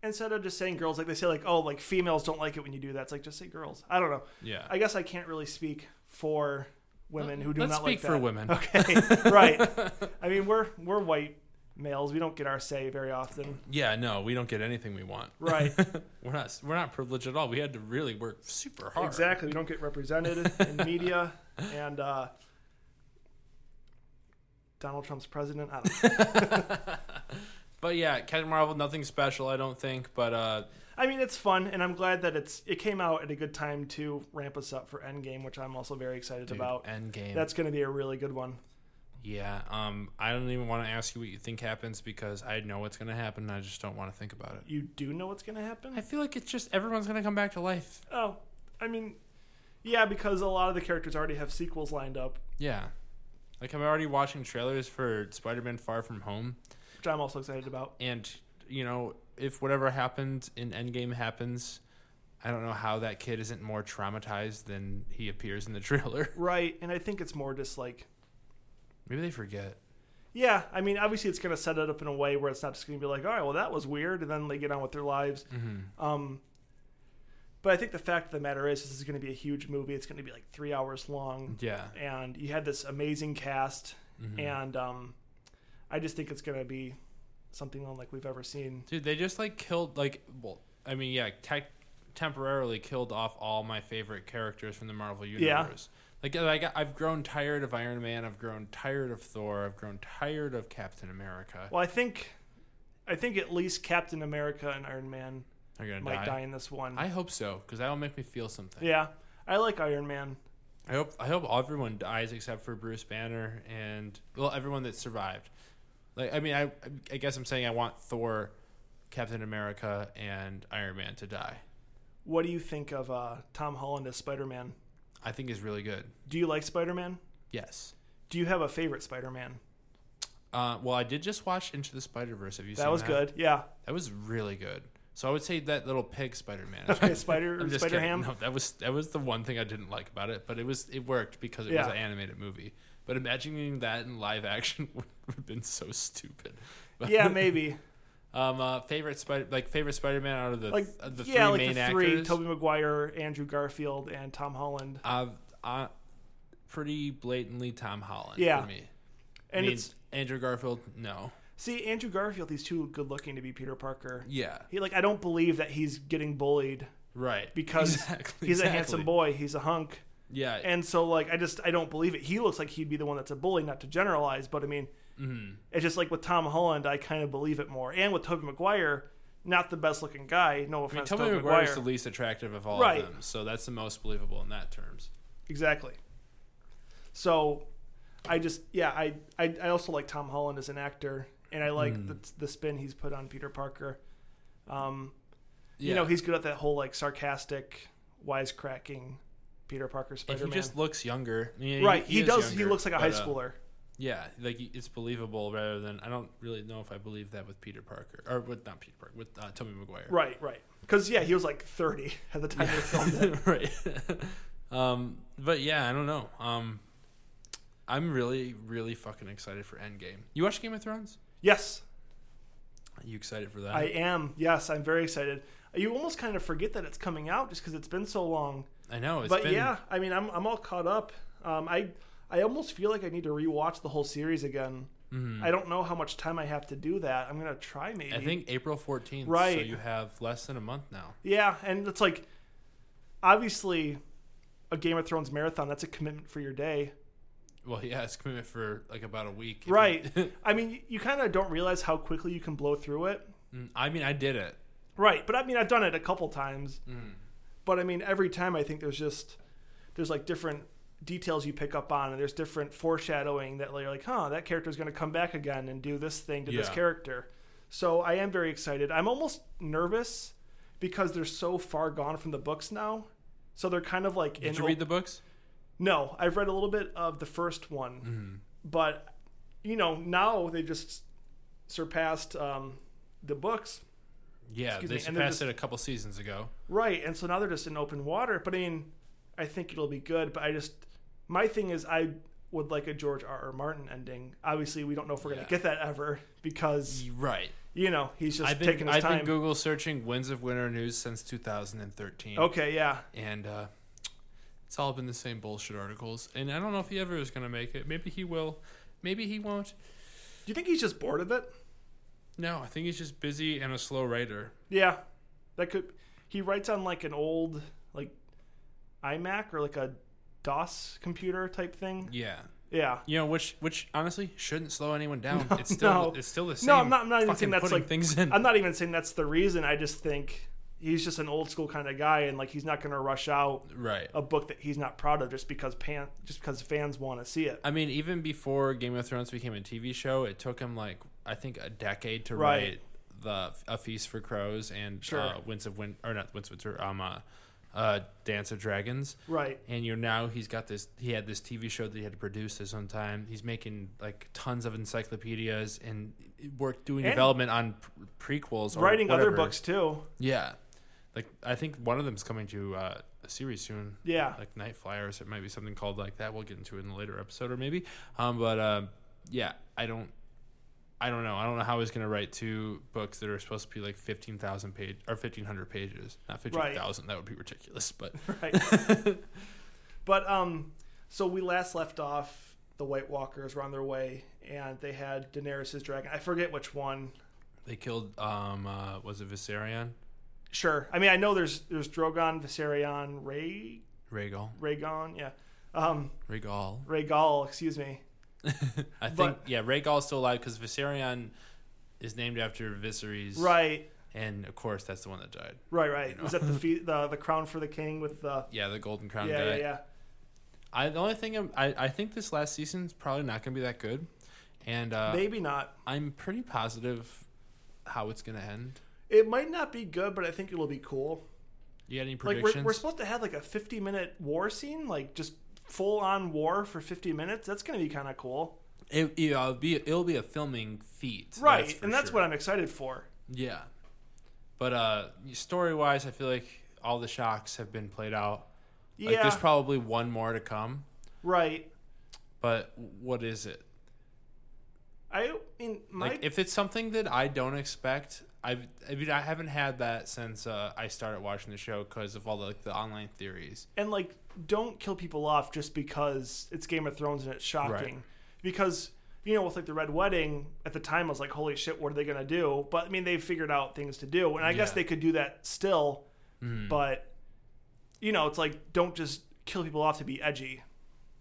S2: Instead of just saying girls, like they say like oh like females don't like it when you do that. It's like just say girls. I don't know.
S1: yeah.
S2: I guess I can't really speak for women who do
S1: Let's
S2: not
S1: speak
S2: like that.
S1: for women.
S2: Okay, right. I mean we're we're white males. We don't get our say very often.
S1: Yeah, no, we don't get anything we want.
S2: Right.
S1: We're not we're not privileged at all. We had to really work super hard.
S2: Exactly. We don't get represented in media. And uh, Donald Trump's president. I don't know.
S1: But yeah, Captain Marvel, nothing special, I don't think. But uh,
S2: I mean, it's fun, and I'm glad that it's it came out at a good time to ramp us up for Endgame, which I'm also very excited
S1: dude,
S2: about.
S1: Endgame.
S2: That's going to be a really good one.
S1: yeah. Um, I don't even want to ask you what you think happens because I know what's gonna happen. and I just don't want to think about it.
S2: You do know what's going to happen?
S1: I feel like it's just everyone's gonna come back to life.
S2: Oh, I mean, yeah, because a lot of the characters already have sequels lined up,
S1: Yeah. Like I'm already watching trailers for Spider-Man Far From Home,
S2: which I'm also excited about.
S1: and you know if whatever happened in Endgame happens, I don't know how that kid isn't more traumatized than he appears in the trailer.
S2: Right, and I think it's more just like,
S1: Maybe they forget.
S2: yeah, I mean, obviously it's going to set it up in a way where it's not just going to be like, all right, well, that was weird, and then they get on with their lives.
S1: Mm-hmm.
S2: Um, but I think the fact of the matter is, this is going to be a huge movie. It's going to be like three hours long,
S1: Yeah.
S2: and you had this amazing cast,
S1: Mm-hmm.
S2: and um, I just think it's going to be something unlike we've ever seen.
S1: Dude, they just like killed like well, I mean, yeah, tech temporarily killed off all my favorite characters from the Marvel universe. Like I got, I've grown tired of Iron Man, I've grown tired of Thor, I've grown tired of Captain America.
S2: Well, I think, I think at least Captain America and Iron Man
S1: They're gonna
S2: might
S1: die.
S2: die in this one.
S1: I hope so, because that'll make me feel something.
S2: yeah, I like Iron Man.
S1: I hope I hope everyone dies except for Bruce Banner and well everyone that survived. Like I mean I I guess I'm saying I want Thor, Captain America, and Iron Man to die.
S2: What do you think of uh, Tom Holland as Spider Man?
S1: I think is really good.
S2: Do you like Spider Man?
S1: Yes.
S2: Do you have a favorite Spider Man?
S1: Uh, well, I did just watch Into the Spider Verse. Have you seen
S2: That was good. Yeah.
S1: That was really good. So I would say that little pig Spider Man.
S2: Okay, Spider Spider Ham.
S1: No, that was that was the one thing I didn't like about it, but it was it worked because it was
S2: Yeah.
S1: an animated movie. But imagining that in live action would have been so stupid. But,
S2: Yeah, maybe.
S1: Um, uh, favorite Spider like favorite Spider Man out of the
S2: Like
S1: of the three
S2: yeah, like
S1: main
S2: the three:
S1: actors.
S2: Tobey Maguire, Andrew Garfield, and Tom Holland.
S1: I've, I, uh, pretty blatantly Tom Holland.
S2: Yeah.
S1: for me. I
S2: And
S1: mean,
S2: it's
S1: Andrew Garfield. No.
S2: see Andrew Garfield. He's too good looking to be Peter Parker.
S1: Yeah.
S2: He like I don't believe that he's getting bullied
S1: Right.
S2: because
S1: Exactly,
S2: he's a
S1: exactly.
S2: handsome boy. He's a hunk.
S1: Yeah.
S2: And so, like, I just I don't believe it. He looks like he'd be the one that's a bully. Not to generalize, but I mean,
S1: Mm-hmm.
S2: it's just like with Tom Holland, I kind of believe it more. And with Tobey Maguire, not the best looking guy. No
S1: I mean,
S2: offense,
S1: Tobey
S2: Tobey
S1: Maguire is
S2: Maguire.
S1: the least attractive of all
S2: Right.
S1: of them, so that's the most believable in that terms.
S2: Exactly. So, I just yeah, I, I I also like Tom Holland as an actor, and I like the, the spin he's put on Peter Parker. Um, you
S1: Yeah.
S2: know, he's good at that whole like sarcastic, wisecracking Peter Parker
S1: And
S2: Spider
S1: he
S2: Man.
S1: just looks younger. I mean,
S2: Right, he,
S1: is
S2: does. he
S1: younger,
S2: looks like a high
S1: but, uh,
S2: schooler.
S1: yeah, like he- it's believable rather than I don't really know if I believe that with Peter Parker or with not Peter Parker with uh, Tobey Maguire.
S2: Right, right. Because yeah, he was like thirty at the time they filmed it.
S1: right. um, but yeah, I don't know. Um, I'm really, really fucking excited for Endgame. You watch Game of Thrones?
S2: Yes,
S1: Are you excited for that?
S2: I am. Yes, I'm very excited. You almost kind of forget that it's coming out just because it's been so long.
S1: I know. It's
S2: but
S1: been,
S2: yeah, I mean, I'm I'm all caught up. Um, I I almost feel like I need to rewatch the whole series again. I don't know how much time I have to do that. I'm gonna try maybe.
S1: Mm-hmm. I think April 14th. So
S2: Right.
S1: you have less than a month now.
S2: Yeah, and it's like obviously a Game of Thrones marathon. That's a commitment for your day.
S1: Well, yeah, it's commitment for like about a week. if you-
S2: Right. I mean, you kind of don't realize how quickly you can blow through it.
S1: Mm, I mean, I did it.
S2: Right, but I mean, I've done it a couple times.
S1: Mm.
S2: But I mean, every time I think there's just there's like different details you pick up on, and there's different foreshadowing that you're like, huh, that character's going to come back again and do this thing to this
S1: Yeah.
S2: character. So I am very excited. I'm almost nervous because they're so far gone from the books now. So they're kind of like
S1: Did you read the books?
S2: no, I've read a little bit of the first one,
S1: Mm.
S2: but you know now they just surpassed um, the books.
S1: Yeah,
S2: Excuse
S1: they
S2: me, and they're
S1: surpassed
S2: just-
S1: it a couple seasons ago.
S2: Right, and so now they're just in open water. But I mean, I think it'll be good. But I just my thing is I would like a George R. R. Martin ending. Obviously, we don't know if we're
S1: Yeah.
S2: gonna get that ever because
S1: Right.
S2: you know he's just
S1: I've been
S2: taking his
S1: I've
S2: time.
S1: been Google searching wins of winter news since 2013.
S2: okay, yeah,
S1: And uh, it's all been the same bullshit articles. And I don't know if he ever is going to make it. Maybe he will. Maybe he won't.
S2: Do you think he's just bored of it?
S1: No, I think he's just busy and a slow writer.
S2: Yeah, that could. He writes on like an old like iMac or like a DOS computer type thing.
S1: Yeah.
S2: Yeah.
S1: You know, which which honestly shouldn't slow anyone down.
S2: No,
S1: it's still
S2: no.
S1: it's still the same.
S2: No, I'm not. I'm not even
S1: fucking
S2: saying that's
S1: putting
S2: like
S1: things in.
S2: I'm not even saying that's the reason. I just think he's just an old school kind of guy, and like he's not going to rush out
S1: right.
S2: a book that he's not proud of just because pan just because fans want to see it.
S1: I mean, even before Game of Thrones became a TV show, it took him like I think a decade to
S2: Right.
S1: write the A Feast for Crows and
S2: Sure.
S1: uh, Winds of Win or not Winds of Winter, um, uh, uh, Dance of Dragons.
S2: Right.
S1: And you know now he's got this. He had this TV show that he had to produce this one time. He's making like tons of encyclopedias and work doing
S2: And-
S1: development on pre- prequels, or
S2: Writing other
S1: whatever.
S2: books too.
S1: Yeah, like I think one of them's coming to uh, a series soon
S2: Yeah.
S1: like night flyers it might be something called like that we'll get into it in a later episode or maybe um but um yeah i don't i don't know i don't know how he's going to write two books that are supposed to be like 15000 page or 1500 pages not 15000 that would be ridiculous but
S2: right. but um, so we last left off. The White Walkers were on their way, and they had Daenerys' dragon. I forget which one.
S1: they killed um uh, was it Viserion
S2: Sure. I mean, I know there's there's Drogon, Viserion, Ray,
S1: Rhaegal
S2: Rhaegon. Yeah. Um,
S1: Rhaegal
S2: Rhaegal. Excuse me.
S1: I think
S2: But-
S1: yeah Rhaegal's still alive cuz Viserion is named after Viserys
S2: Right.
S1: and of course that's the one that died
S2: Right. Right. Was that the, fe- the the crown for the king with the?
S1: yeah the golden crown
S2: yeah.
S1: guy
S2: Yeah. Yeah.
S1: I the only thing I'm, I I think this last season's probably not going to be that good, and uh,
S2: Maybe not.
S1: I'm pretty positive how it's going to end.
S2: It might not be good, but I think it'll be cool.
S1: You got any
S2: Like
S1: predictions?
S2: we're, we're supposed to have like a 50 minute war scene, like just full on war for 50 minutes. That's gonna be kind of cool.
S1: it, yeah, it'll be it'll be a filming feat,
S2: right
S1: for
S2: and that's
S1: sure.
S2: what i'm excited for
S1: yeah. But uh, story wise, I feel like all the shocks have been played out.
S2: yeah
S1: Like there's probably one more to come,
S2: right
S1: but what is it?
S2: i mean my
S1: Like if it's something that I don't expect, I've I mean I haven't had that since uh, I started watching the show because of all the, like the online theories.
S2: and like don't kill people off just because it's game of thrones and it's shocking because you know with like the red wedding at the time i was like holy shit what are they gonna do but i mean they figured out things to do and i
S1: Yeah.
S2: guess
S1: Mm-hmm.
S2: they could do that still but you know it's like don't just kill people off to be edgy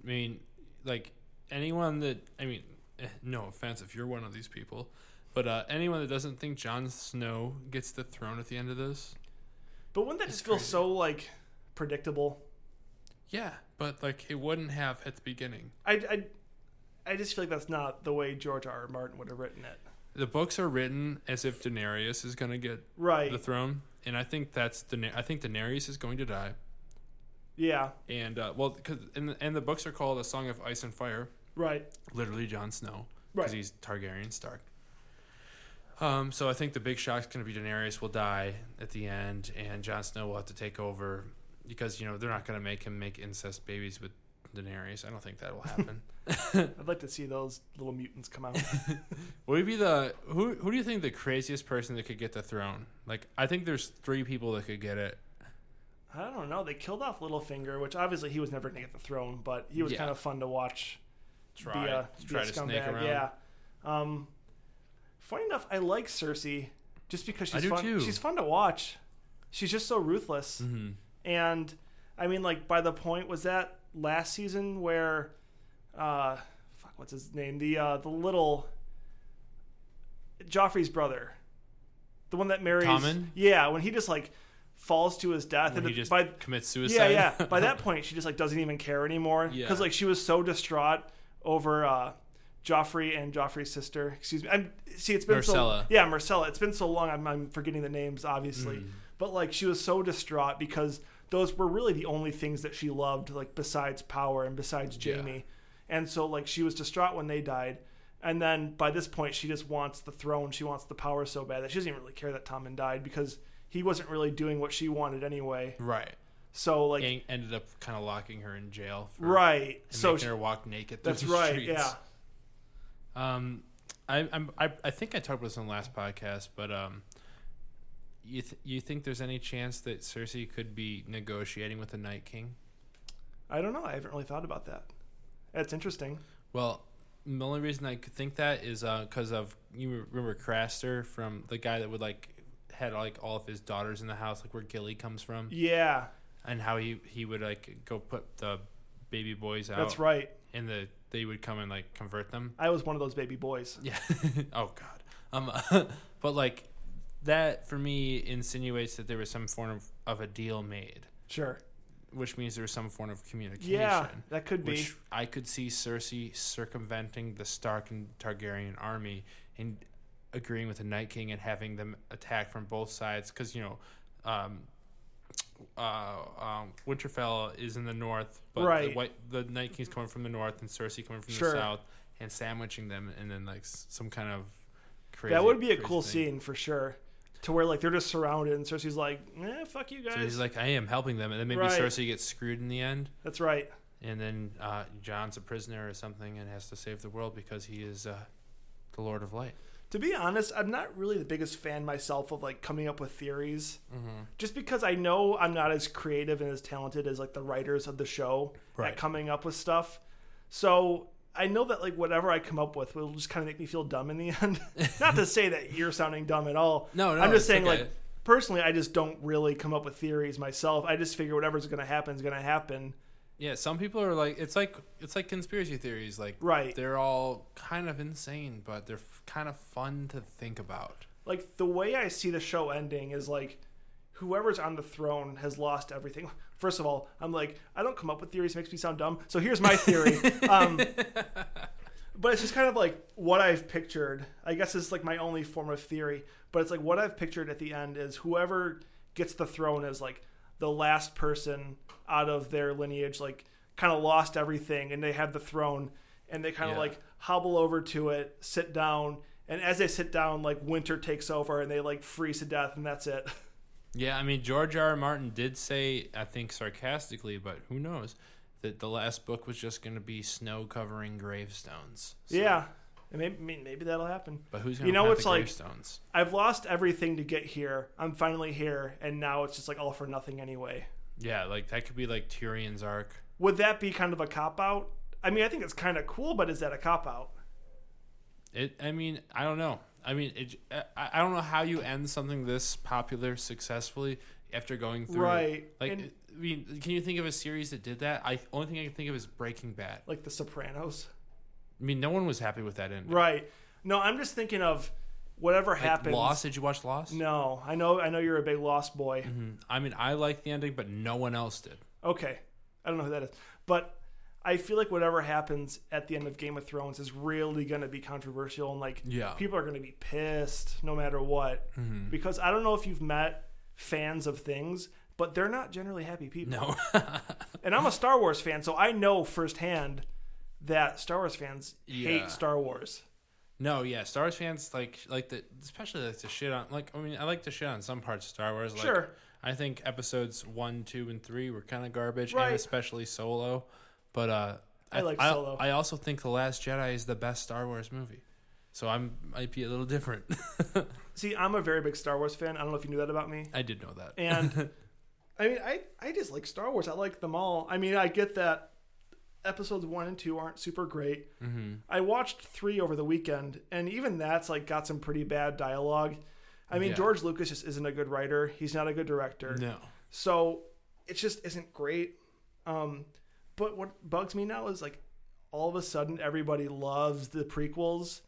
S1: I mean, like anyone that I mean, eh, no offense if you're one of these people, but uh, anyone that doesn't think Jon Snow gets the throne at the end of this,
S2: but wouldn't that just feel
S1: crazy.
S2: so like predictable
S1: yeah, but like it wouldn't have at the beginning.
S2: I, I i just feel like that's not the way george r r martin would have written it
S1: The books are written as if Daenerys is gonna get
S2: right
S1: the throne, and I think that's Daener- I think Daenerys is going to die,
S2: yeah
S1: and uh, well, because and the, and the books are called A Song of Ice and Fire,
S2: right
S1: literally Jon Snow, because
S2: Right.
S1: he's Targaryen Stark. Um, so I think the big shock's going to be Daenerys will die at the end, and Jon Snow will have to take over because you know they're not going to make him make incest babies with Daenerys. I don't think that will happen.
S2: I'd like to see those little mutants come out.
S1: Would it be the who? Who do you think the craziest person that could get the throne? Like I think there's three people that could get it.
S2: I don't know. They killed off Littlefinger, which obviously he was never going to get the throne, but he was
S1: Yeah.
S2: kind of fun to watch.
S1: Try
S2: be a,
S1: try
S2: be a
S1: to snake
S2: scumbag.
S1: around.
S2: Yeah. Um, funny enough, I like Cersei just because
S1: I
S2: she's
S1: do
S2: fun.
S1: too.
S2: She's fun to watch. She's just so ruthless.
S1: Mhm.
S2: And I mean, like by the point was that last season where, uh, fuck, what's his name? The uh, the little Joffrey's brother, the one that marries.
S1: Tommen?
S2: Yeah, when he just like falls to his death,
S1: When
S2: and
S1: he
S2: it-
S1: just
S2: by
S1: commits
S2: yeah,
S1: suicide.
S2: yeah. By that point, she just like doesn't even care anymore
S1: Yeah.
S2: because like she was so distraught over uh, Joffrey and Joffrey's sister. Excuse me. I'm see. It's been
S1: Marcella.
S2: so yeah, Marcella. It's been so long. I'm, I'm forgetting the names, obviously.
S1: Mm.
S2: But like she was so distraught because those were really the only things that she loved, like besides power and besides
S1: Yeah.
S2: Jamie. And so like she was distraught when they died. And then by this point, she just wants the throne. She wants the power so bad that she doesn't even really care that Tommen died because he wasn't really doing what she wanted anyway.
S1: right.
S2: So like
S1: Gang ended up kind of locking her in jail. For,
S2: Right.
S1: and
S2: So
S1: making her walk naked. Through
S2: that's
S1: the
S2: right.
S1: Streets.
S2: Yeah.
S1: Um, I, I'm, I I think I talked about this on the last podcast, but um, you th- you think there's any chance that Cersei could be negotiating with the Night King?
S2: I don't know. I haven't really thought about that. That's interesting.
S1: Well, the only reason I could think that is because of you remember Craster from the guy that would like had like all of his daughters in the house, like where Gilly comes from,
S2: Yeah,
S1: and how he he would like go put the baby boys out.
S2: that's right.
S1: And the they would come and like convert them.
S2: I was one of those baby boys.
S1: Yeah. oh God. Um, but like that for me insinuates that there was some form of, of a deal made,
S2: Sure.
S1: which means there was some form of communication.
S2: Yeah, that could be.
S1: Which I could see Cersei circumventing the Stark and Targaryen army and agreeing with the Night King and having them attack from both sides because you know, um, uh, um, Winterfell is in the north, but the,
S2: Right.
S1: white, the Night King's coming from the north and Cersei coming from
S2: Sure.
S1: the south and sandwiching them, and then like s- some kind of crazy.
S2: that would be a
S1: crazy
S2: cool
S1: thing.
S2: scene for sure. To where like they're just surrounded and Cersei's like, eh, fuck you
S1: So
S2: guys.
S1: he's like, I am helping them, and then maybe
S2: Right.
S1: Cersei gets screwed in the end.
S2: that's right.
S1: and then uh, John's a prisoner or something and has to save the world because he is uh, the Lord of Light.
S2: To be honest, I'm not really the biggest fan myself of like coming up with theories.
S1: Mm-hmm.
S2: Just because I know I'm not as creative and as talented as like the writers of the show
S1: Right.
S2: at coming up with stuff. So I know that like whatever I come up with will just kind of make me feel dumb in the end. not to say that you're sounding dumb at all.
S1: No, no,
S2: I'm just
S1: it's
S2: saying
S1: okay.
S2: like personally, I just don't really come up with theories myself. I just figure whatever's going to happen is going to happen.
S1: Yeah, some people are like it's like it's like conspiracy theories. Like
S2: Right.
S1: they're all kind of insane, but they're f- kind of fun to think about.
S2: like the way I see the show ending is like whoever's on the throne has lost everything. First of all, I'm like, I don't come up with theories, it makes me sound dumb. So here's my theory. um, but it's just kind of like what I've pictured. I guess it's like my only form of theory, but it's like what I've pictured at the end is whoever gets the throne is like the last person out of their lineage, like kind of lost everything and they have the throne and they kind of
S1: Yeah.
S2: like hobble over to it, sit down, and as they sit down, like winter takes over and they like freeze to death and that's it.
S1: Yeah, I mean George R. R. Martin did say, I think sarcastically, but who knows, that the last book was just going to be snow covering gravestones. So-
S2: yeah. And maybe, I mean, maybe that'll happen.
S1: But who's going
S2: You
S1: to
S2: know,
S1: plant
S2: it's
S1: the
S2: like-
S1: gravestones?
S2: I've lost everything to get here. I'm finally here, and now it's just like all for nothing anyway.
S1: Yeah, like that could be like Tyrion's arc.
S2: Would that be kind of a cop out? I mean, I think it's kind of cool, but is that a cop out?
S1: It. I mean, I don't know. I mean, it, I, I don't know how you end something this popular successfully after going through.
S2: Right.
S1: Like,
S2: And-
S1: I mean, can you think of a series that did that? I only thing I can think of is Breaking Bad.
S2: Like The Sopranos?
S1: I mean, no one was happy with that ending.
S2: Right. No, I'm just thinking of whatever happens.
S1: Lost? Did you watch Lost?
S2: No, I know, I know you're a big Lost boy.
S1: I mean, I liked the ending, but no one else did.
S2: Okay, I don't know who that is, but I feel like whatever happens at the end of Game of Thrones is really going to be controversial, and like
S1: Yeah.
S2: people are going to be pissed no matter what, because I don't know if you've met fans of things, but they're not generally happy people.
S1: No.
S2: And I'm a Star Wars fan, so I know firsthand that Star Wars fans
S1: Yeah.
S2: hate Star Wars.
S1: no. Yeah. Star Wars fans like like the especially like the shit on like I mean I like to shit on some parts of Star Wars. Like,
S2: Sure.
S1: I think episodes one, two, and three were kind of garbage, and
S2: Right.
S1: especially Solo. But uh,
S2: I like Solo.
S1: I also think The Last Jedi is the best Star Wars movie, so I'm might be a little different.
S2: See, I'm a very big Star Wars fan. I don't know if you knew that about me.
S1: I did know that.
S2: And I mean, I, I just like Star Wars. I like them all. I mean, I get that episodes one and two aren't super great.
S1: Mm-hmm.
S2: I watched three over the weekend, and even that's like got some pretty bad dialogue. I mean,
S1: Yeah.
S2: George Lucas just isn't a good writer. He's not a good director.
S1: no,
S2: So it just isn't great. Um, but what bugs me now is like all of a sudden everybody loves the prequels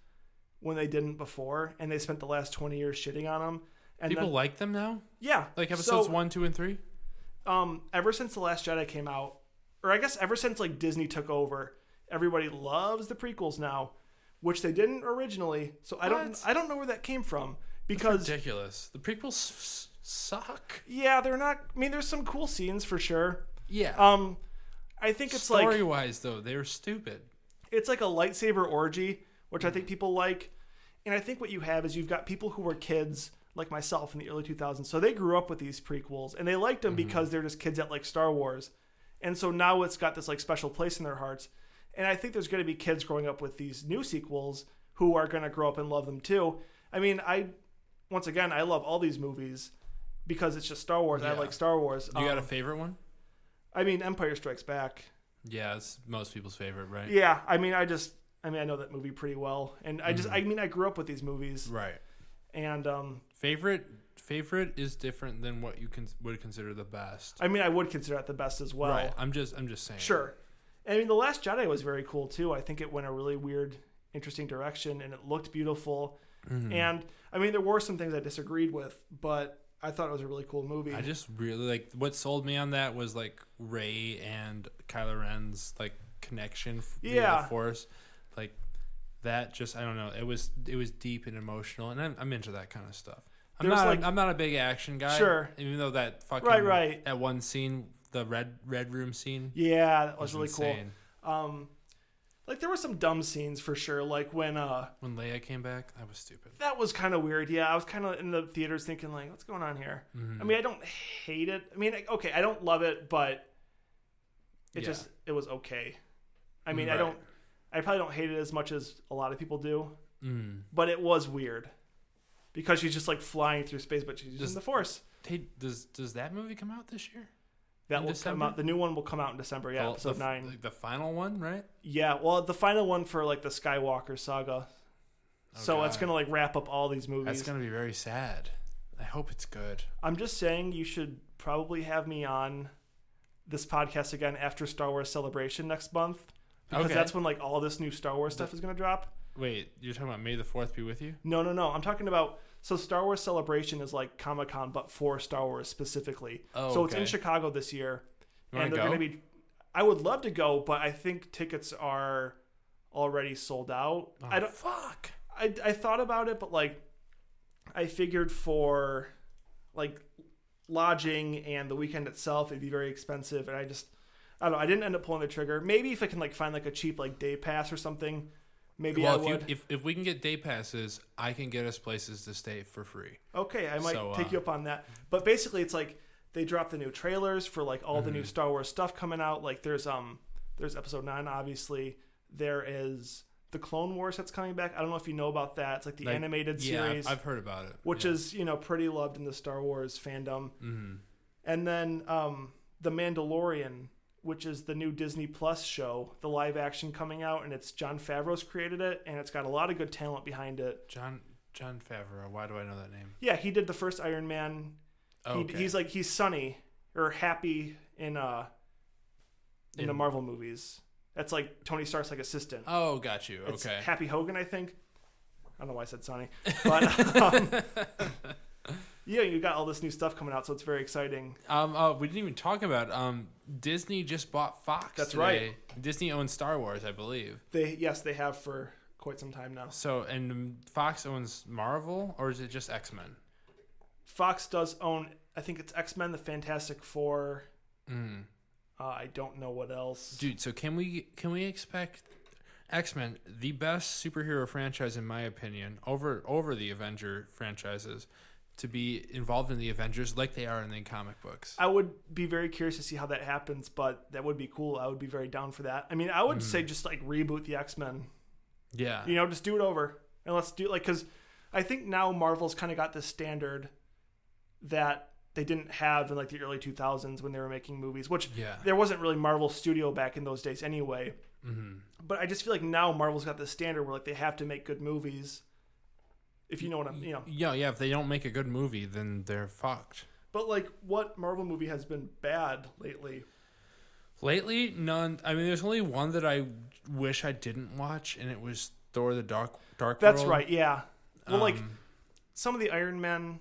S2: when they didn't before, and they spent the last 20 years shitting on them. And
S1: people
S2: then,
S1: like them now,
S2: yeah,
S1: like episodes
S2: so-
S1: one, two, and three.
S2: um, ever since the Last Jedi came out, or I guess ever since like Disney took over, everybody loves the prequels now, which they didn't originally. So I don't
S1: What?
S2: I don't know where that came from because
S1: Ridiculous. The prequels s- suck.
S2: yeah, they're not. I mean, there's some cool scenes for sure.
S1: Yeah.
S2: Um, I think it's
S1: Story
S2: like
S1: wise, though, they were stupid.
S2: it's like a lightsaber orgy, which I
S1: Mm-hmm.
S2: think people like. And I think what you have is you've got people who were kids like myself in the early 2000s. So they grew up with these prequels and they liked them
S1: Mm-hmm.
S2: because they're just kids that like Star Wars. And so now it's got this like special place in their hearts. And I think there's going to be kids growing up with these new sequels who are going to grow up and love them too. I mean, I once again, I love all these movies because it's just Star Wars. I
S1: Yeah.
S2: like Star Wars.
S1: You got a
S2: Um,
S1: favorite one?
S2: I mean, Empire Strikes Back.
S1: Yeah, it's most people's favorite, right?
S2: Yeah, I mean, I just I mean, I know that movie pretty well, and I
S1: Mm-hmm.
S2: just, I mean, I grew up with these movies,
S4: Right.
S2: and um,
S1: Favorite favorite is different than what you con- would consider the best.
S2: I mean, I would consider it the best as well.
S1: right. I'm just I'm just saying.
S2: Sure. I mean, The Last Jedi was very cool too. I think it went a really weird, interesting direction, and it looked beautiful.
S1: Mm-hmm.
S2: And I mean, there were some things I disagreed with, but I thought it was a really cool movie.
S1: I just really like what sold me on that was like Ray and Kylo Ren's like connection f- via
S2: Yeah.
S1: the Force, like that. Just I don't know. It was it was deep and emotional, and I'm, I'm into that kind of stuff. I'm
S2: There was,
S1: not
S2: like-
S1: a, I'm not a big action guy.
S2: Sure.
S1: even though that fucking
S2: Right, right.
S1: that one scene, the red red room scene,
S2: yeah, that was,
S1: was
S2: really
S1: insane.
S2: cool. Um, like there were some dumb scenes for sure. Like when uh,
S1: When Leia came back, that was stupid.
S2: that was kind of weird. Yeah, I was kind of in the theaters thinking like, what's going on here?
S1: Mm. Mm-hmm.
S2: I mean, I don't hate it. I mean, I- okay, I don't love it, but it
S1: Yeah.
S2: just it was okay. I mean, I
S1: Right.
S2: don't. I probably don't hate it as much as a lot of people do,
S1: Mm.
S2: but it was weird because she's just like flying through space, but she's using
S1: Just-
S2: the force.
S1: Hey, does does that movie come out this year?
S2: That
S1: in
S2: will come
S1: December?
S2: out. The new one will come out in December. Yeah,
S1: Well,
S2: episode
S1: the, f-
S2: nine.
S1: like, the final one, right?
S2: yeah, well, the final one for like the Skywalker saga. so it's
S1: God.
S2: gonna like wrap up all these movies.
S1: That's gonna be very sad. I hope it's good.
S2: I'm just saying you should probably have me on this podcast again after Star Wars Celebration next month because
S1: Okay.
S2: that's when like all this new Star Wars stuff is going to drop.
S1: Wait, you're talking about May the Fourth be with you?
S2: No, no, no. I'm talking about so Star Wars Celebration is like Comic Con but for Star Wars specifically.
S1: Oh,
S2: so it's in
S1: okay.
S2: Chicago this year,
S1: You
S2: and
S1: wanna
S2: they're
S1: go?
S2: going to be. I would love to go, but I think tickets are already sold out. I don't.
S1: Oh, fuck.
S2: I, I thought about it, but like, I figured for like lodging and the weekend itself, it'd be very expensive, and I just I don't know. I didn't end up pulling the trigger. Maybe if I can like find like a cheap like day pass or something, maybe
S1: well,
S2: I
S1: if, you,
S2: would.
S1: if if we can get day passes, I can get us places to stay for free.
S2: okay, I might
S1: So,
S2: take
S1: uh,
S2: you up on that. But basically, it's like they dropped the new trailers for like all the
S1: Mm-hmm.
S2: new Star Wars stuff coming out. Like there's um there's Episode Nine, obviously. There is the Clone Wars that's coming back. I don't know if you know about that. It's like the
S1: Like,
S2: animated
S1: yeah, I've-
S2: series.
S1: I've heard about it.
S2: which is you know pretty loved in the Star Wars fandom.
S1: Mm-hmm.
S2: And then um, the Mandalorian, which is the new Disney Plus show, the live action coming out, and it's John Favreau's created it, and it's got a lot of good talent behind it.
S1: John John Favreau. Why do I know that name?
S2: Yeah, he did the first Iron Man. He,
S1: Oh, Okay.
S2: He's like he's Sunny or Happy in uh in, the
S1: In-
S2: Marvel movies. That's like Tony Stark's like assistant.
S1: Oh, got you.
S2: It's
S1: okay.
S2: Happy Hogan, I think. I don't know why I said Sonny, but um, yeah, you got all this new stuff coming out, so it's very exciting.
S1: um, uh, we didn't even talk about um, Disney just bought Fox.
S2: That's
S1: today. Disney owns Star Wars, I believe.
S2: They yes, they have for quite some time now.
S1: So, and Fox owns Marvel, or is it just X Men?
S2: Fox does own, I think it's X Men, the Fantastic Four.
S1: Mm.
S2: Uh, I don't know what else.
S1: Dude, so can we can we expect X Men, the best superhero franchise in my opinion, over over the Avenger franchises, to be involved in the Avengers like they are in the comic books?
S2: I would be very curious to see how that happens, but that would be cool. I would be very down for that. I mean, I would say just like reboot the X Men.
S1: Yeah,
S2: you know, just do it over and let's do like because I think now Marvel's kind of got this standard that they didn't have in like the early 2000s when they were making movies, which
S1: Yeah.
S2: there wasn't really Marvel Studio back in those days anyway. But I just feel like now Marvel's got this standard where like they have to make good movies. If you know what I'm, you know.
S1: yeah, yeah. If they don't make a good movie, then they're fucked.
S2: But like, what Marvel movie has been bad lately?
S1: Lately, none. I mean, there's only one that I wish I didn't watch, and it was Thor: The Dark Dark
S2: That's
S1: World.
S2: right, yeah. Well, like
S1: Um,
S2: some of the Iron Man,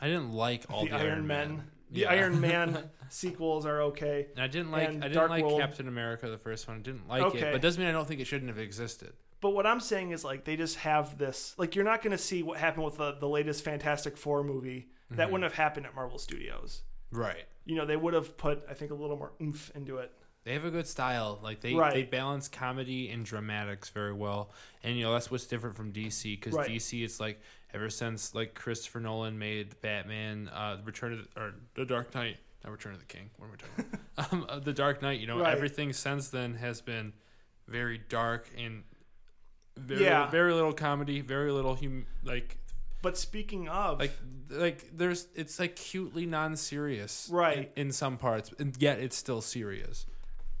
S1: I didn't like all
S2: the,
S1: the,
S2: Iron, Men, the
S1: Yeah.
S2: Iron Man sequels are okay.
S1: And I didn't like.
S2: and
S1: I didn't
S2: Dark
S1: like
S2: World.
S1: Captain America the first one. I didn't like it,
S2: Okay.
S1: but it doesn't mean I don't think it shouldn't have existed.
S2: But what I'm saying is like they just have this like you're not going to see what happened with the, the latest Fantastic Four movie that
S1: Mm-hmm.
S2: wouldn't have happened at Marvel Studios.
S1: Right.
S2: You know they would have put I think a little more oomph into it.
S1: They have a good style. Like they,
S2: Right.
S1: they balance comedy and dramatics very well. And you know that's what's different from DC because
S2: Right.
S1: DC it's like ever since like Christopher Nolan made Batman, uh, Return of the, or The Dark Knight, not Return of the King. What am I talking about? um, uh, the Dark Knight. You know
S2: Right.
S1: everything since then has been very dark and very
S2: Yeah.
S1: very little comedy, very little hum- like
S2: But speaking of
S1: like like there's it's like cutely non-serious
S2: Right.
S1: in, in some parts and yet it's still serious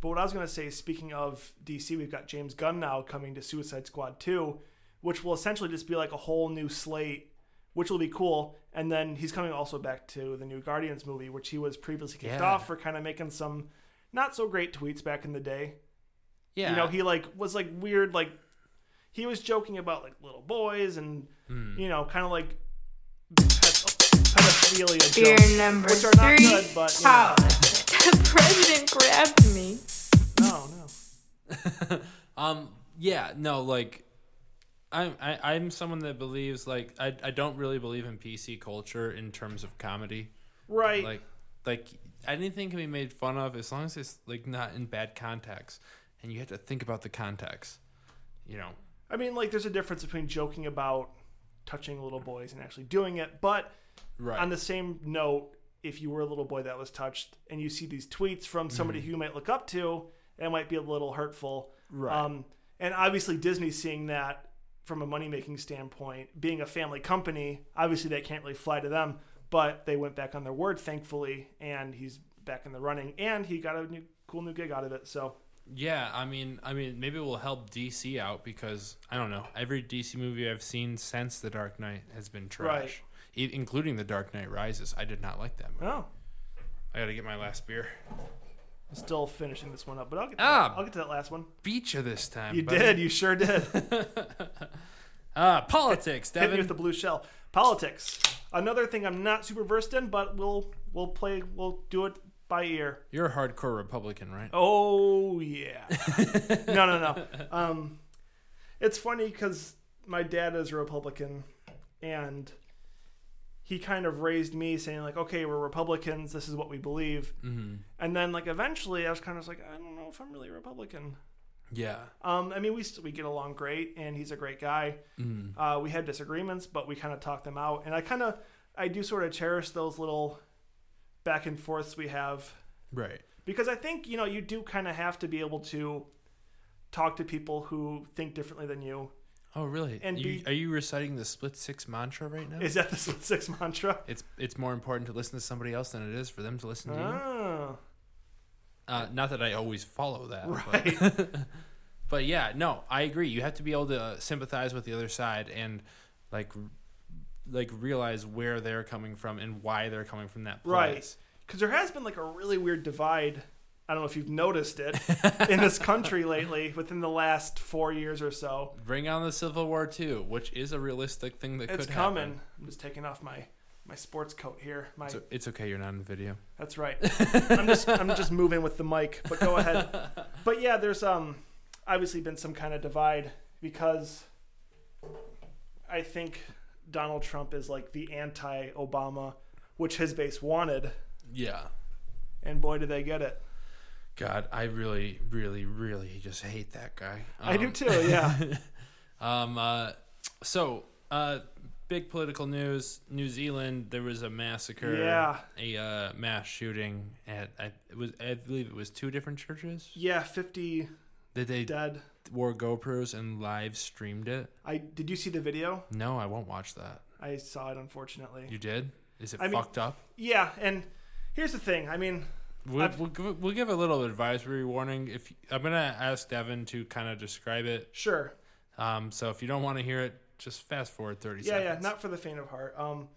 S2: But what I was going to say, speaking of DC, we've got James Gunn now coming to Suicide Squad 2, which will essentially just be like a whole new slate, which will be cool. And then he's coming also back to the new Guardians movie, which he was previously kicked
S1: Yeah.
S2: off for kind of making some not so great tweets back in the day.
S1: Yeah.
S2: You know, he like was like weird, like he was joking about like little boys and
S1: Hmm.
S2: you know, kind of like ped- pedophilia
S3: Beer
S2: jokes,
S3: number
S2: which are not
S3: three.
S2: good, but you know,
S3: How? The president grabbed me.
S2: no, no.
S1: Um. Yeah. No. Like, I'm. I, I'm someone that believes. Like, I. I don't really believe in PC culture in terms of comedy.
S2: Right.
S1: Like, like anything can be made fun of as long as it's like not in bad context, and you have to think about the context. You know.
S2: I mean, like there's a difference between joking about touching little boys and actually doing it, but
S1: Right.
S2: on the same note, if you were a little boy that was touched and you see these tweets from somebody
S1: Mhm.
S2: who you might look up to, it might be a little hurtful.
S1: Right.
S2: Um, and obviously, Disney seeing that from a money making standpoint, being a family company, obviously that can't really fly to them, but they went back on their word, thankfully, and he's back in the running and he got a new, cool new gig out of it. So,
S1: yeah. I mean. I mean. Maybe it will help DC out because I don't know. Every DC movie I've seen since The Dark Knight has been trash. E- including The Dark Knight Rises. I did not like that movie.
S2: oh,
S1: I gotta get my last beer.
S2: I'm still finishing this one up, but I'll get to,
S1: Ah.
S2: that. I'll get to that last one.
S1: Beat you this time.
S2: You
S1: buddy.
S2: did. You sure did.
S1: Uh, politics,
S2: Hit me with
S1: Devin.
S2: the blue shell. Politics. Another thing I'm not super versed in, but we'll we'll play we'll do it by ear.
S1: You're a hardcore Republican, right?
S2: Oh yeah. no no no. Um, it's funny because my dad is a Republican, and he kind of raised me saying like, okay, we're Republicans. This is what we believe.
S1: Mm-hmm.
S2: And then like eventually, I was kind of like, I don't know if I'm really a Republican.
S1: Yeah.
S2: Um, I mean, we st- we get along great, and he's a great guy.
S1: Mm.
S2: Uh, we had disagreements, but we kind of talked them out, and I kind of I do sort of cherish those little back and forths we have
S1: Right.
S2: because I think you know you do kind of have to be able to talk to people who think differently than you.
S1: Oh, really?
S2: And
S1: You-
S2: be-
S1: are you reciting the split six mantra right now?
S2: Is that the split six mantra?
S1: it's it's more important to listen to somebody else than it is for them to listen to you.
S2: Ah,
S1: Uh, not that I always follow that,
S2: right.
S1: But, but yeah, no, I agree. You have to be able to sympathize with the other side and like r- like realize where they're coming from and why they're coming from that
S2: Right.
S1: place.
S2: because there has been like a really weird divide. I don't know if you've noticed it in this country lately, within the last four years or so.
S1: Bring on the Civil War too, which is a realistic thing that
S2: It's
S1: could
S2: coming.
S1: happen.
S2: I'm just taking off my my sports coat here. My
S1: So it's okay. You're not in the video.
S2: that's right. I'm just I'm just moving with the mic. But go ahead. But yeah, there's um obviously been some kind of divide because I think Donald Trump is like the anti-Obama, which his base wanted,
S1: Yeah.
S2: and boy did they get it.
S1: God, I really, really, really just hate that guy.
S2: I do too. Yeah.
S1: Um, uh, so, uh, big political news. New Zealand, there was a massacre.
S2: Yeah.
S1: A uh, mass shooting at I it was I believe it was two different churches.
S2: yeah, 50
S1: Did they
S2: dead.
S1: wore GoPros and live streamed it?
S2: I did you see the video?
S1: No, I won't watch that.
S2: I saw it unfortunately.
S1: You did? Is it
S2: I mean-
S1: fucked up?
S2: Yeah, and here's the thing. I mean,
S1: We'll,
S2: I've-
S1: we'll, give- we'll give a little advisory warning. If I'm gonna ask Devin to kind of describe it,
S2: sure.
S1: Um, so if you don't want to hear it, just fast forward 30
S2: yeah,
S1: seconds.
S2: yeah, not for the faint of heart. Um,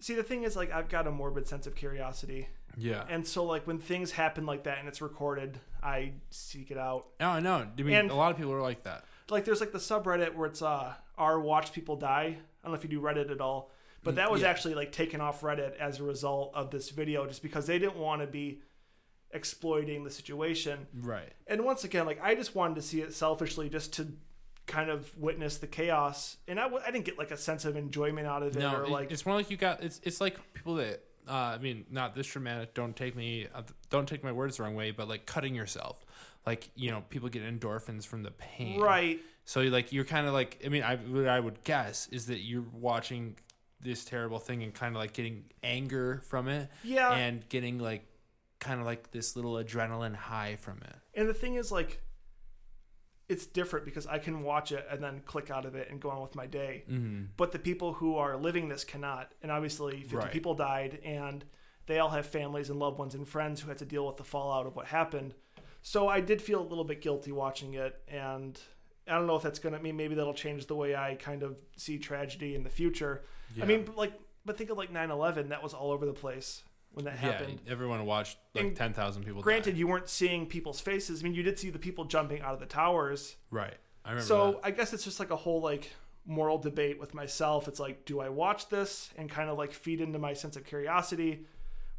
S2: see, the thing is, like, I've got a morbid sense of curiosity,
S1: Yeah.
S2: and so like when things happen like that and it's recorded, I seek it out.
S1: no, no. I mean,
S2: And-
S1: a lot of people are like that.
S2: Like, there's like the subreddit where it's uh, "our watch people die." I don't know if you do Reddit at all, but that was
S1: Mm, yeah.
S2: actually like taken off Reddit as a result of this video, just because they didn't want to be exploiting the situation.
S1: Right.
S2: and once again, like I just wanted to see it selfishly, just to kind of witness the chaos, and I, w- I didn't get like a sense of enjoyment out of it,
S1: No,
S2: or
S1: it-
S2: like
S1: it's more like you got, it's, it's like people that, uh, I mean, not this dramatic, don't take me, uh, don't take my words the wrong way, but like cutting yourself. Like, you know, people get endorphins from the pain.
S2: right,
S1: So you like, you're kind of like, I mean, I, what I would guess is that you're watching this terrible thing and kind of like getting anger from it.
S2: Yeah.
S1: And getting like, kind of like this little adrenaline high from it.
S2: and the thing is like it's different because I can watch it and then click out of it and go on with my day,
S1: Mm-hmm.
S2: but the people who are living this cannot, and obviously fifty
S1: Right.
S2: people died, and they all have families and loved ones and friends who had to deal with the fallout of what happened. So I did feel a little bit guilty watching it, and I don't know if that's gonna. I mean, maybe that'll change the way I kind of see tragedy in the future.
S1: Yeah.
S2: I mean, like, but think of like 9/11. That was all over the place when that happened.
S1: Yeah, everyone watched like
S2: And
S1: ten thousand people. die.
S2: Granted, you weren't seeing people's faces. I mean, you did see the people jumping out of the towers.
S1: right? I remember.
S2: So
S1: that.
S2: I guess it's just like a whole like moral debate with myself. It's like, do I watch this and kind of like feed into my sense of curiosity,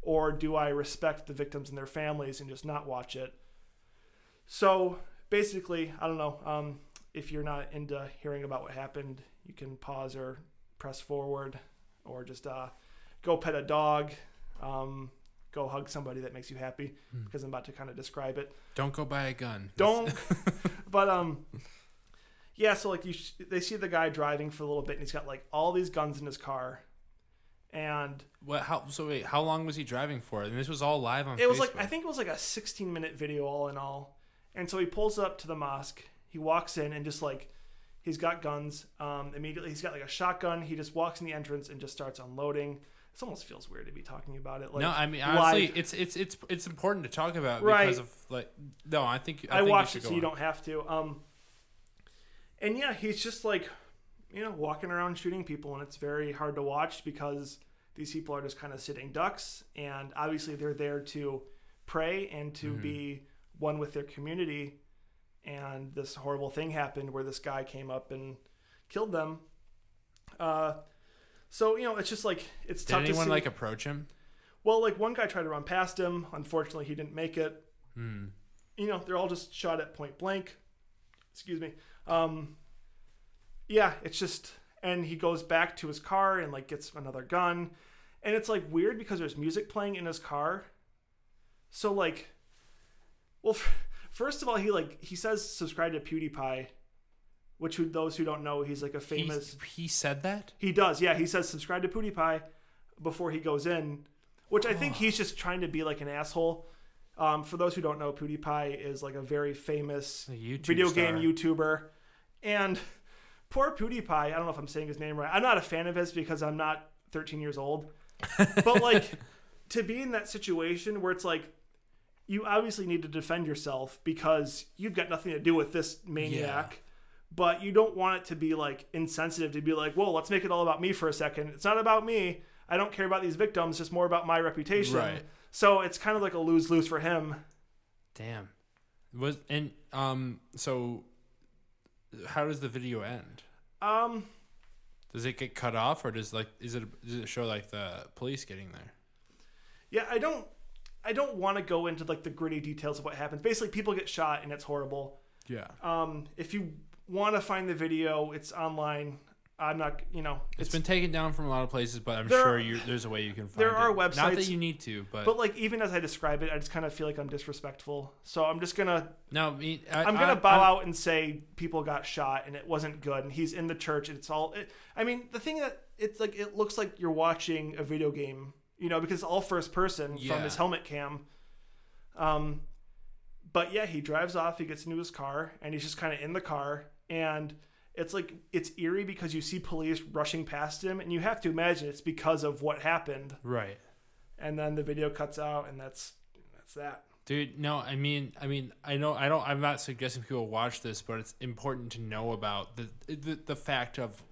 S2: or do I respect the victims and their families and just not watch it? So basically, I don't know. Um, if you're not into hearing about what happened, you can pause or press forward, or just uh, go pet a dog, um, go hug somebody that makes you happy,
S1: Hmm.
S2: because I'm about to kind of describe it
S1: don't go buy a gun.
S2: don't but um yeah so like you sh- they see the guy driving for a little bit and he's got like all these guns in his car and
S1: What? How? So wait, how long was he driving for? And this was all live on.
S2: it was
S1: Facebook.
S2: like i think it was like a 16 minute video all in all and so he pulls up to the mosque he walks in and just like he's got guns um immediately he's got like a shotgun he just walks in the entrance and just starts unloading this almost feels weird to be talking about it like
S1: no, I mean honestly,
S2: live.
S1: it's it's it's it's important to talk about
S2: Right.
S1: because of like no, I think I,
S2: I,
S1: think
S2: watched
S1: you should
S2: it so
S1: go
S2: you
S1: on.
S2: don't have to. Um, and yeah, he's just like, you know, walking around shooting people, and it's very hard to watch because these people are just kind of sitting ducks, and obviously they're there to pray and to
S1: Mm-hmm.
S2: be one with their community. And this horrible thing happened where this guy came up and killed them. Uh, so you know, it's just like it's
S1: Did
S2: tough to
S1: anyone
S2: see.
S1: like approach him?
S2: Well, like one guy tried to run past him. Unfortunately, he didn't make it. You know, they're all just shot at point blank. Excuse me. Um, yeah, it's just, and he goes back to his car and like gets another gun, and it's like weird because there's music playing in his car. So like, well, f- first of all, he like he says subscribe to PewDiePie, which who, those who don't know, he's like a
S1: He-
S2: famous.
S1: he said that.
S2: He does, yeah. He says subscribe to PewDiePie before he goes in, which I think he's just trying to be like an asshole. Um, for those who don't know, PewDiePie is like a very famous
S1: A YouTube
S2: video game
S1: star.
S2: YouTuber, and poor PewDiePie. I don't know if I'm saying his name right. I'm not a fan of his because I'm not 13 years old. But like to be in that situation where it's like you obviously need to defend yourself because you've got nothing to do with this maniac but you don't want it to be like insensitive to be like, whoa, let's make it all about me for a second. It's not about me. I don't care about these victims, just more about my reputation.
S1: Right.
S2: So it's kind of like a lose lose for him.
S1: Damn. Was and um so how does the video end?
S2: Um,
S1: Does it get cut off or does like is it does it show like the police getting there?
S2: yeah, I don't I don't want to go into like the gritty details of what happens. Basically, people get shot and it's horrible.
S1: Yeah.
S2: Um, if you want to find the video, it's online. I'm not, you know,
S1: it's been taken down from a lot of places, but I'm
S2: There
S1: sure
S2: are-
S1: you there's a way you can find
S2: there
S1: it.
S2: are
S1: Not that
S2: websites-
S1: you need to, but,
S2: but like even as I describe it, I just kind of feel like I'm disrespectful. So I'm just gonna
S1: no, I mean, I,
S2: I'm gonna
S1: I-
S2: bow
S1: I-
S2: out and say people got shot and it wasn't good. And he's in the church and it's all. It, I mean, the thing that it's like it looks like you're watching a video game, you know, because it's all first person
S1: Yeah.
S2: from his helmet cam. Um, but yeah, he drives off. He gets into his car and he's just kind of in the car and. It's like it's eerie because you see police rushing past him, and you have to imagine it's because of what happened.
S1: Right.
S2: And then the video cuts out, and that's that's that.
S1: Dude, no, I mean, I mean, I know, I don't, I'm not suggesting people watch this, but it's important to know about the the, the fact of,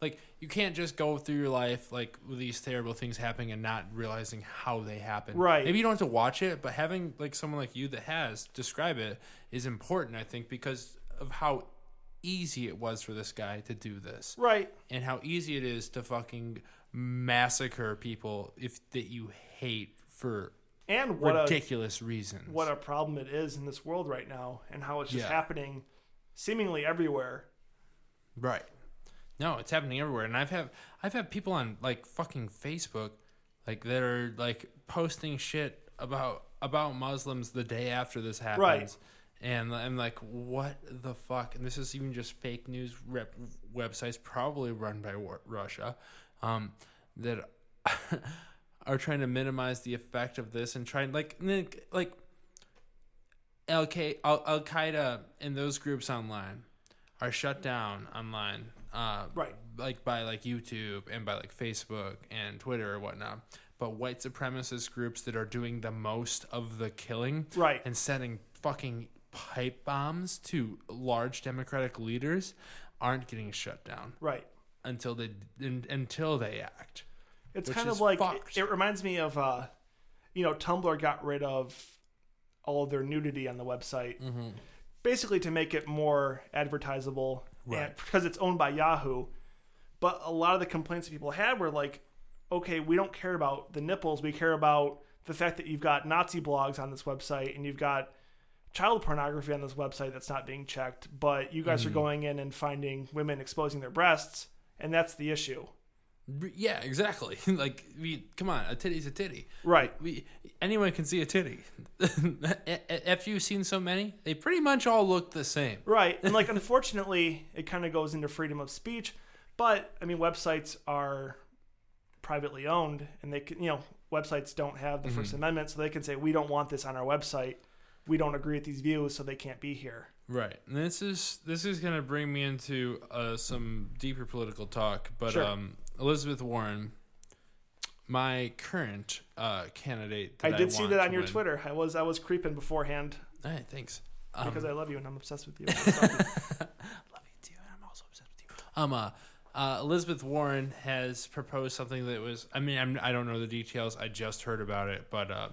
S1: like, you can't just go through your life like with these terrible things happening and not realizing how they happened.
S2: Right.
S1: Maybe you don't have to watch it, but having like someone like you that has describe it is important, I think, because of how easy it was for this guy to do this
S2: Right.
S1: and how easy it is to fucking massacre people if that you hate for
S2: And what a
S1: ridiculous reasons.
S2: what a problem it is in this world right now and how it's just
S1: Yeah.
S2: happening seemingly everywhere.
S1: Right. No, it's happening everywhere, and I've have I've had people on like fucking Facebook, like that are like posting shit about about Muslims the day after this happens.
S2: Right.
S1: And I'm like, what the fuck? And this is even just fake news rep- websites, probably run by war- Russia, um, that are trying to minimize the effect of this and trying like like- like Al Qaeda and those groups online are shut down online, uh,
S2: Right.
S1: Like by like YouTube and by like Facebook and Twitter or whatnot. But white supremacist groups that are doing the most of the killing,
S2: Right.
S1: and setting fucking pipe bombs to large Democratic leaders aren't getting shut down
S2: Right.
S1: until they in, until they act.
S2: It's
S1: Which
S2: kind
S1: is
S2: of like
S1: fucked.
S2: it, it reminds me of uh you know, Tumblr got rid of all of their nudity on the website.
S1: Mm-hmm.
S2: Basically to make it more advertisable
S1: Right.
S2: and, because it's owned by Yahoo. But a lot of the complaints that people had were like, okay, we don't care about the nipples, we care about the fact that you've got Nazi blogs on this website and you've got child pornography on this website that's not being checked, but you
S1: Mm-hmm.
S2: guys are going in and finding women exposing their breasts, and that's the issue.
S1: R- Yeah, exactly. like we come on, a titty's a titty.
S2: Right.
S1: We anyone can see a titty. After you've seen so many, they pretty much all look the same.
S2: Right. And like unfortunately, it kind of goes into freedom of speech, but I mean websites are privately owned and they can, you know, websites don't have the
S1: Mm-hmm.
S2: first amendment so they can say we don't want this on our website. We don't agree with these views so they can't be here.
S1: Right. And this is this is going to bring me into uh, some deeper political talk, but
S2: Sure.
S1: um, Elizabeth Warren, my current uh, candidate. That
S2: I did see
S1: want
S2: that
S1: to
S2: on your
S1: win-
S2: Twitter. I was I was creeping beforehand
S1: All right, thanks.
S2: because
S1: Um.
S2: I love you and I'm obsessed with you. Sorry.
S1: love you too, and I'm also obsessed with you. Um, uh, uh, Elizabeth Warren has proposed something that was. I mean, I'm, I don't know the details. I just heard about it, but uh,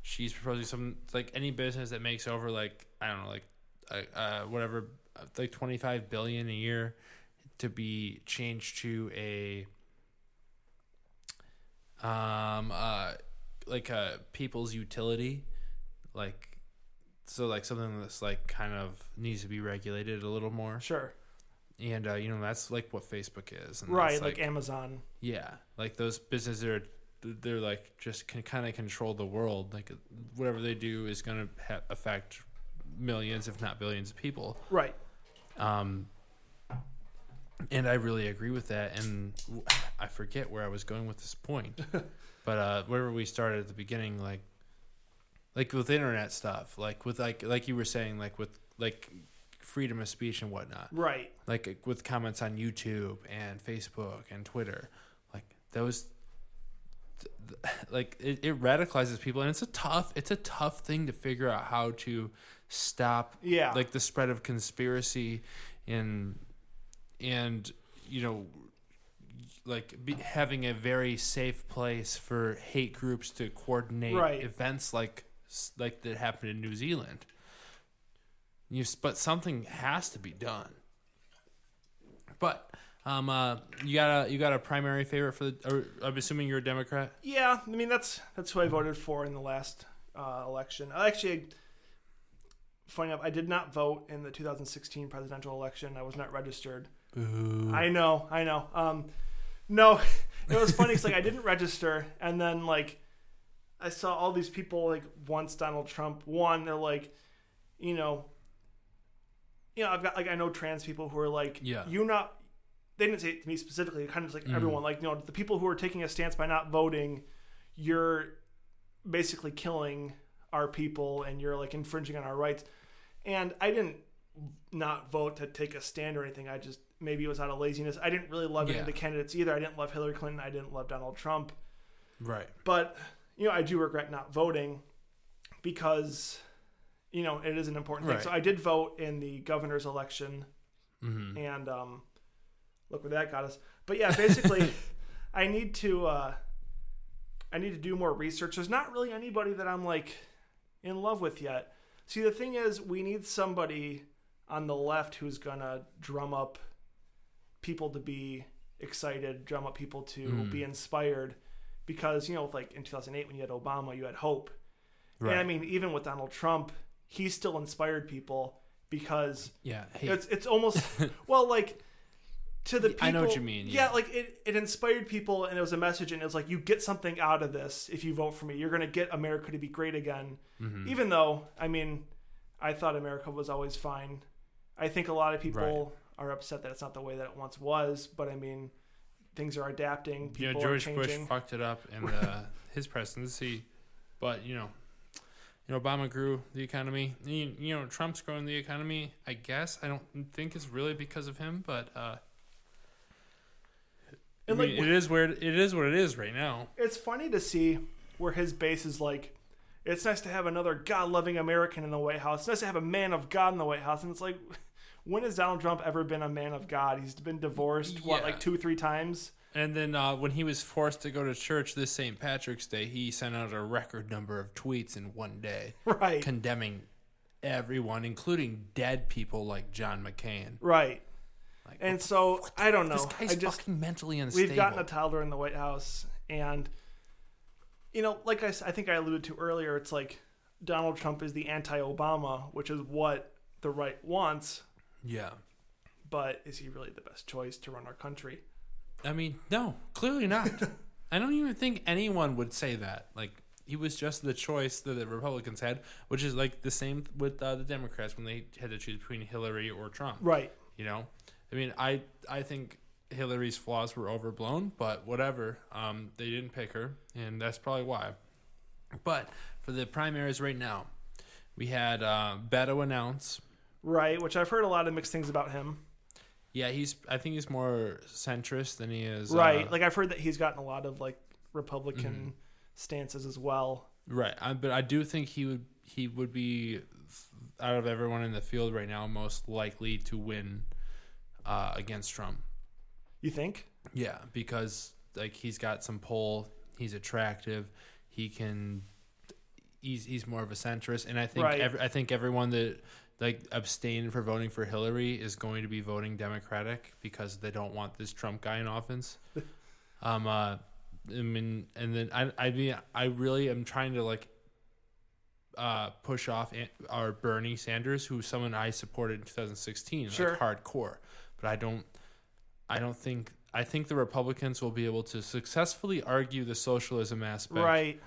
S1: she's proposing some like any business that makes over like I don't know, like uh, uh, whatever, uh, like 25 billion a year, to be changed to a um uh like a people's utility, like. So like something that's like kind of needs to be regulated a little more
S2: sure.
S1: and uh, you know that's like what Facebook is, and that's,
S2: Right, like,
S1: Like,
S2: Amazon.
S1: yeah, like those businesses are they're like just can kind of control the world. Like whatever they do is going to ha- affect millions, if not billions, of people.
S2: Right.
S1: Um, and I really agree with that. And w- I forget where I was going with this point, but uh, wherever we started at the beginning, like, like with internet stuff, like with like like you were saying, like with like freedom of speech and whatnot
S2: Right.
S1: like uh, with comments on YouTube and Facebook and Twitter, like those, th- th- like it, it radicalizes people, and it's a tough, it's a tough thing to figure out how to stop,
S2: Yeah.
S1: like the spread of conspiracy, and and you know, like be, having a very safe place for hate groups to coordinate
S2: Right.
S1: events like s- like that happened in New Zealand. You, s- but something has to be done. But um, uh, you got a you got a primary favorite for the. Or, I'm assuming you're a Democrat.
S2: Yeah, I mean that's that's who I voted for in the last uh, election. I Actually, funny enough, I did not vote in the 2016 presidential election. I was not registered.
S1: Mm.
S2: I know, I know. Um, no, it was funny because like I didn't register, and then like I saw all these people like once Donald Trump won, they're like, you know, you know, I've got like I know trans people who are like,
S1: Yeah.
S2: you're not. They didn't say it to me specifically. Kind of just like everyone, like you know, the people who are taking a stance by not voting, you're basically killing our people and you're like infringing on our rights. And I didn't not vote to take a stand or anything. I just maybe it was out of laziness. I didn't really love any
S1: Yeah.
S2: of the candidates either. I didn't love Hillary Clinton. I didn't love Donald Trump.
S1: Right.
S2: But you know, I do regret not voting because you know it is an important thing.
S1: Right.
S2: So I did vote in the governor's election,
S1: Mm-hmm.
S2: and um, look where that got us. But yeah, basically, I need to uh, I need to do more research. There's not really anybody that I'm like in love with yet. See, the thing is, we need somebody on the left who's gonna drum up people to be excited, drum up people to be inspired, because you know, like in 2008 when you had Obama, you had hope,
S1: Right.
S2: and I mean, even with Donald Trump, he still inspired people because
S1: Yeah. Hey,
S2: it's it's almost well like to the people
S1: I know what you mean,
S2: yeah,
S1: yeah.
S2: like it, it inspired people and it was a message and it was like you get something out of this if you vote for me you're going to get america to be great again
S1: Mm-hmm. Hmm.
S2: even though i mean i thought america was always fine i think a lot of people are upset that it's not the way that it once was but i mean things are adapting
S1: yeah,
S2: people
S1: George
S2: are
S1: Bush
S2: changing
S1: fucked it up in uh, his presidency, but you know, you know, Obama grew the economy. You, you know, Trump's growing the economy. I guess I don't think it's really because of him, but uh, I
S2: And, like,
S1: mean, it is where it it is what it is right now.
S2: it's funny to see where his base is like It's nice to have another God loving American in the White House. It's nice to have a man of God in the White House. And it's like, when has Donald Trump ever been a man of God? He's been divorced, what,
S1: Yeah.
S2: like two, three times?
S1: And then uh, when he was forced to go to church this St. Patrick's Day, he sent out a record number of tweets in one day
S2: Right.
S1: condemning everyone, including dead people like John McCain.
S2: right.
S1: Like,
S2: And so, I don't know.
S1: this guy's
S2: I just,
S1: fucking mentally unstable.
S2: we've gotten a toddler in the White House, and you know, like I, s- I think I alluded to earlier, it's like Donald Trump is the anti-Obama, which is what the right wants.
S1: yeah.
S2: But is he really the best choice to run our country?
S1: I mean, no, clearly not. I don't even think anyone would say that. Like, he was just the choice that the Republicans had, which is like the same with uh, the Democrats when they had to choose between Hillary or Trump.
S2: Right.
S1: You know, I mean, I I think Hillary's flaws were overblown, but whatever. Um, they didn't pick her, and that's probably why. But for the primaries right now, we had uh, Beto announce.
S2: Right. Which I've heard a lot of mixed things about him.
S1: Yeah, he's. I think he's more centrist than he is.
S2: right.
S1: uh, Mm-hmm.
S2: Like I've heard that he's gotten a lot of like Republican stances as well.
S1: right. I, but I do think he would. He would be out of everyone in the field right now most likely to win uh, against Trump.
S2: You think?
S1: Yeah, because like he's got some pull. He's attractive. He can. He's he's more of a centrist, and I think
S2: Right.
S1: ev- I think everyone that like abstained for voting for Hillary is going to be voting Democratic because they don't want this Trump guy in office. um, uh, I mean, and then I I mean I really am trying to like. Uh, push off An- our Bernie Sanders, who's someone I supported in 2016,
S2: Sure.
S1: like hardcore. But I don't I don't think I think the Republicans will be able to successfully argue the socialism aspect,
S2: Right.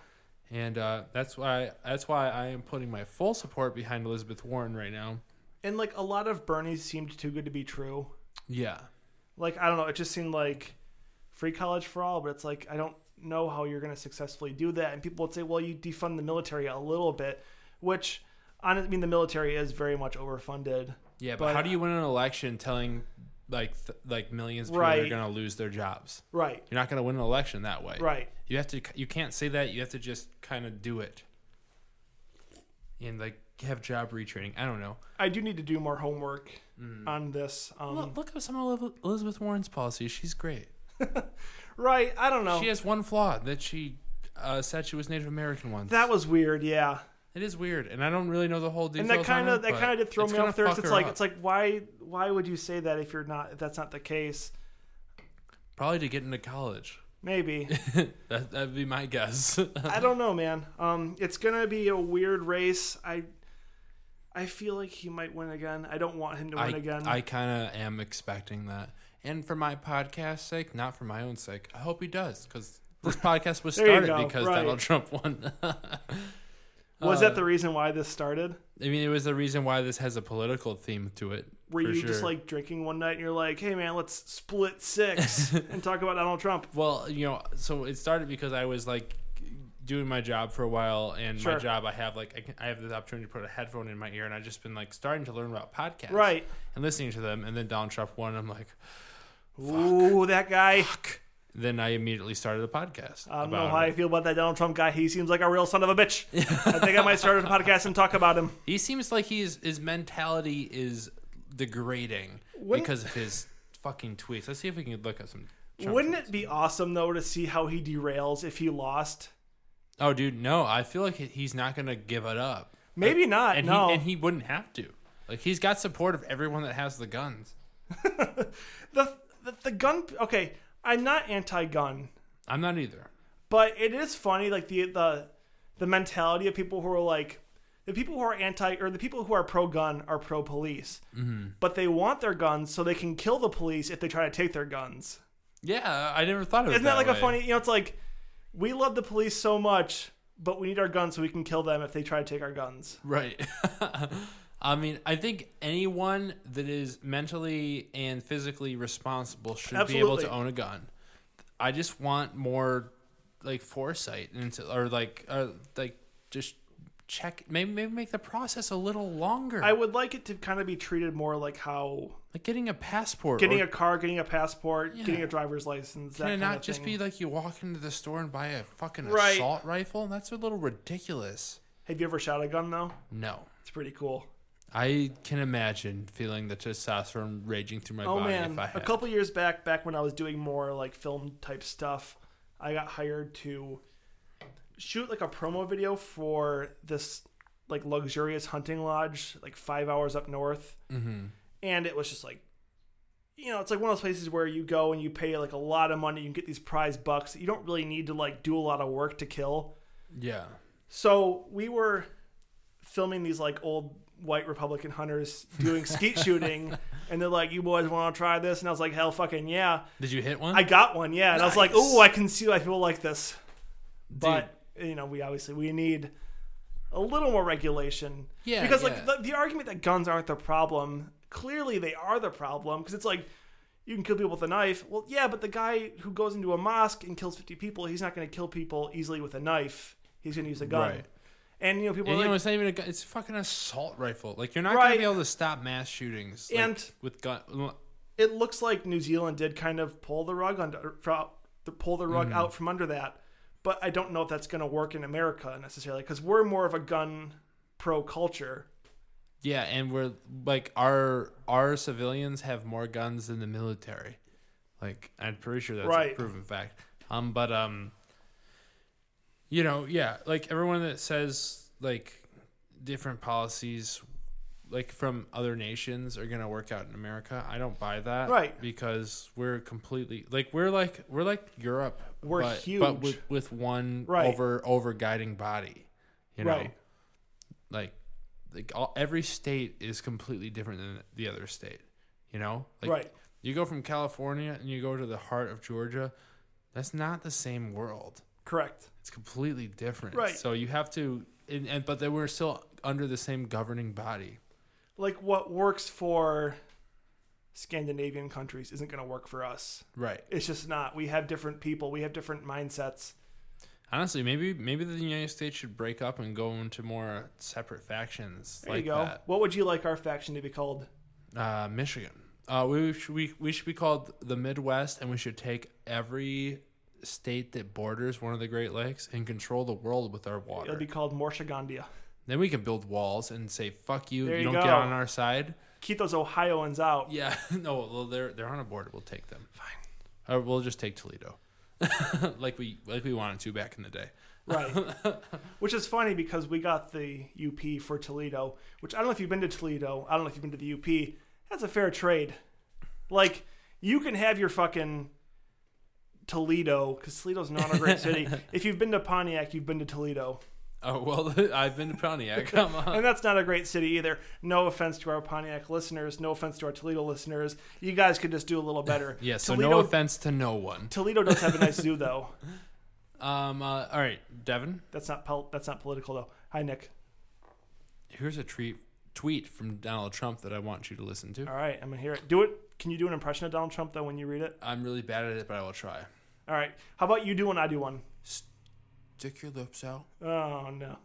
S1: And uh, that's why that's why I am putting my full support behind Elizabeth Warren right now.
S2: And like a lot of Bernie seemed too good to be true.
S1: Yeah,
S2: like I don't know, it just seemed like free college for all, but it's like I don't know how you're going to successfully do that. And people would say, well, you defund the military a little bit, which hon- I mean, the military is very much overfunded.
S1: yeah. But,
S2: But-
S1: how do you win an election telling like th- like millions of people are
S2: Right.
S1: going to lose their jobs?
S2: Right,
S1: You're not going to win an election that way.
S2: right.
S1: You have to. You can't say that. You have to just kind of do it. And like have job retraining. I don't know.
S2: I do need to do more homework
S1: Mm.
S2: on this. Um,
S1: Look, look at some of Elizabeth Warren's policies. She's great.
S2: right, I don't know.
S1: She has one flaw that she uh, said she was Native American once.
S2: that was weird, yeah.
S1: it is weird, and I don't really know the whole details.
S2: And that kind
S1: on it,
S2: of that
S1: but
S2: kind of did throw
S1: it's
S2: me
S1: gonna
S2: off there. 'cause
S1: fuck
S2: It's
S1: her
S2: like
S1: up.
S2: it's like why why would you say that if you're not if that's not the case?
S1: probably to get into college.
S2: Maybe.
S1: That that'd be my guess.
S2: I don't know, man. Um, it's gonna be a weird race. I, I feel like he might win again. I don't want him to
S1: I,
S2: win again.
S1: I kind of am expecting that, and for my podcast's sake, not for my own sake. I hope he does because this podcast was
S2: There you
S1: started
S2: go,
S1: because
S2: right.
S1: Donald Trump won.
S2: Was
S1: uh,
S2: that the reason why this started?
S1: I mean, it was the reason why this has a political theme to it.
S2: Were
S1: for
S2: you just
S1: sure.
S2: like drinking one night and you're like, "Hey, man, let's split six and talk about Donald Trump"?
S1: Well, you know, so it started because I was like doing my job for a while, and my
S2: Sure.
S1: job I have like I, can, I have this opportunity to put a headphone in my ear, and I've just been like starting to learn about podcasts,
S2: Right.
S1: and listening to them, and then Donald Trump won. I'm like,
S2: Ooh, that guy.
S1: then I immediately started a podcast.
S2: I don't know
S1: about
S2: how I
S1: it.
S2: feel about that Donald Trump guy. He seems like a real son of a bitch. I think I might start a podcast and talk about him.
S1: He seems like he's his mentality is degrading because of his fucking tweets. Let's see if we can look at some. Trump
S2: Wouldn't
S1: tweets.
S2: it be awesome though to see how he derails if he lost?
S1: Oh, dude, no! I feel like he- he's not gonna give it up.
S2: Maybe not.
S1: and
S2: no,
S1: he and he wouldn't have to. Like he's got support of everyone that has the guns.
S2: the, the the gun. Okay, I'm not anti-gun.
S1: I'm not either.
S2: but it is funny like the the the mentality of people who are like the people who are anti or the people who are pro gun are pro police
S1: Mm-hmm.
S2: but they want their guns so they can kill the police if they try to take their guns
S1: Yeah, I never thought of it.
S2: isn't that, like
S1: way.
S2: a funny you know it's like we love the police so much but we need our guns so we can kill them if they try to take our guns
S1: Right. I mean, I think anyone that is mentally and physically responsible should be able to
S2: Absolutely.
S1: own a gun. I just want more like foresight and to, or like uh, like just check maybe maybe make the process a little longer.
S2: i would like it to kind of be treated more like how
S1: like getting a passport.
S2: getting
S1: or
S2: a car getting a passport getting
S1: Yeah.
S2: a driver's license that
S1: Can it
S2: kind
S1: not
S2: of
S1: just
S2: thing.
S1: be like you walk into the store and buy a fucking
S2: Right.
S1: assault rifle? That's a little ridiculous.
S2: Have you ever shot a gun though?
S1: No.
S2: It's pretty cool.
S1: I can imagine feeling the testosterone raging through my
S2: Oh
S1: body
S2: man,
S1: if I had.
S2: a couple years back, back when I was doing more like film type stuff, I got hired to shoot like a promo video for this like luxurious hunting lodge, like five hours up north,
S1: Mhm.
S2: and it was just like, you know, it's like one of those places where you go and you pay like a lot of money, you can get these prize bucks that you don't really need to like do a lot of work to kill.
S1: Yeah.
S2: So we were filming these like old white Republican hunters doing skeet shooting, and they're like, "You boys want to try this?" And I was like, "Hell, fucking yeah!"
S1: Did you hit one?
S2: I got one, yeah. And I was like,
S1: Nice.
S2: "Ooh, I can see why people like this."
S1: Dude,
S2: But you know, we obviously we need a little more regulation,
S1: Yeah,
S2: Because like
S1: yeah.
S2: the, the argument that guns aren't the problem, clearly they are the problem, because it's like. You can kill people with a knife. Well, yeah, but the guy who goes into a mosque and kills 50 people, he's not going to kill people easily with a knife. He's going to use a gun.
S1: Right.
S2: And, you know, people
S1: And,
S2: are
S1: you
S2: like,
S1: know, it's not even a gun. It's a fucking assault rifle. Like you're not gonna
S2: Right.
S1: be able to stop mass shootings. like,
S2: And-
S1: with gun,
S2: it looks like New Zealand did kind of pull the rug under fro- pull the
S1: Mm.
S2: rug out from under that, but I don't know if that's going to work in America necessarily because we're more of a gun pro culture.
S1: yeah, and we're like our our civilians have more guns than the military. Like I'm pretty sure that's a
S2: Right.
S1: proven fact. Um, but um, you know, yeah, like everyone that says like different policies like from other nations are gonna work out in America. I don't buy that,
S2: Right.
S1: Because we're completely like we're like we're like Europe.
S2: We're
S1: but,
S2: huge.
S1: but with, with one
S2: Right.
S1: over over guiding body. You know,
S2: Right.
S1: like like all, every state is completely different than the other state. You know, like
S2: Right.
S1: you go from California and you go to the heart of Georgia. That's not the same world
S2: Correct.
S1: it's completely different.
S2: Right.
S1: So you have to, and, and but they were still under the same governing body.
S2: Like what works for Scandinavian countries isn't going to work for us.
S1: Right.
S2: It's just not. We have different people. We have different mindsets.
S1: Honestly, maybe maybe the United States should break up and go into more separate factions
S2: There
S1: like
S2: you go.
S1: that.
S2: What would you like our faction to be called?
S1: Uh, Michigan. Uh, we should we, we should be called the Midwest, and we should take every state that borders one of the Great Lakes and control the world with our water.
S2: It'll be called Morshagandia.
S1: then we can build walls and say "fuck you."
S2: There
S1: you
S2: you
S1: don't get
S2: go.
S1: on our side.
S2: Keep those Ohioans out.
S1: Yeah, no, well, they're they're on a board. We'll take them. Fine. Or we'll just take Toledo, like we like we wanted to back in the day.
S2: Right. which is funny because we got the UP for Toledo, which I don't know if you've been to Toledo. I don't know if you've been to the UP. That's a fair trade. Like, you can have your fucking Toledo, because Toledo's not a great city. if you've been to Pontiac, you've been to Toledo.
S1: Oh well, I've been to Pontiac. Come on.
S2: And that's not a great city either. No offense to our Pontiac listeners. No offense to our Toledo listeners. You guys could just do a little better.
S1: Yeah. So
S2: Toledo,
S1: no offense to no one.
S2: Toledo does have a nice zoo, though.
S1: Um. Uh, all right, Devin.
S2: That's not pol- that's not political, though. Hi, Nick.
S1: Here's a treat, tweet from Donald Trump that I want you to listen to.
S2: All right, I'm gonna hear it. Do it. Can you do an impression of Donald Trump though when you read it?
S1: I'm really bad at it, but I will try.
S2: All right. How about you do one? I do one.
S1: Stick your lips out.
S2: Oh no.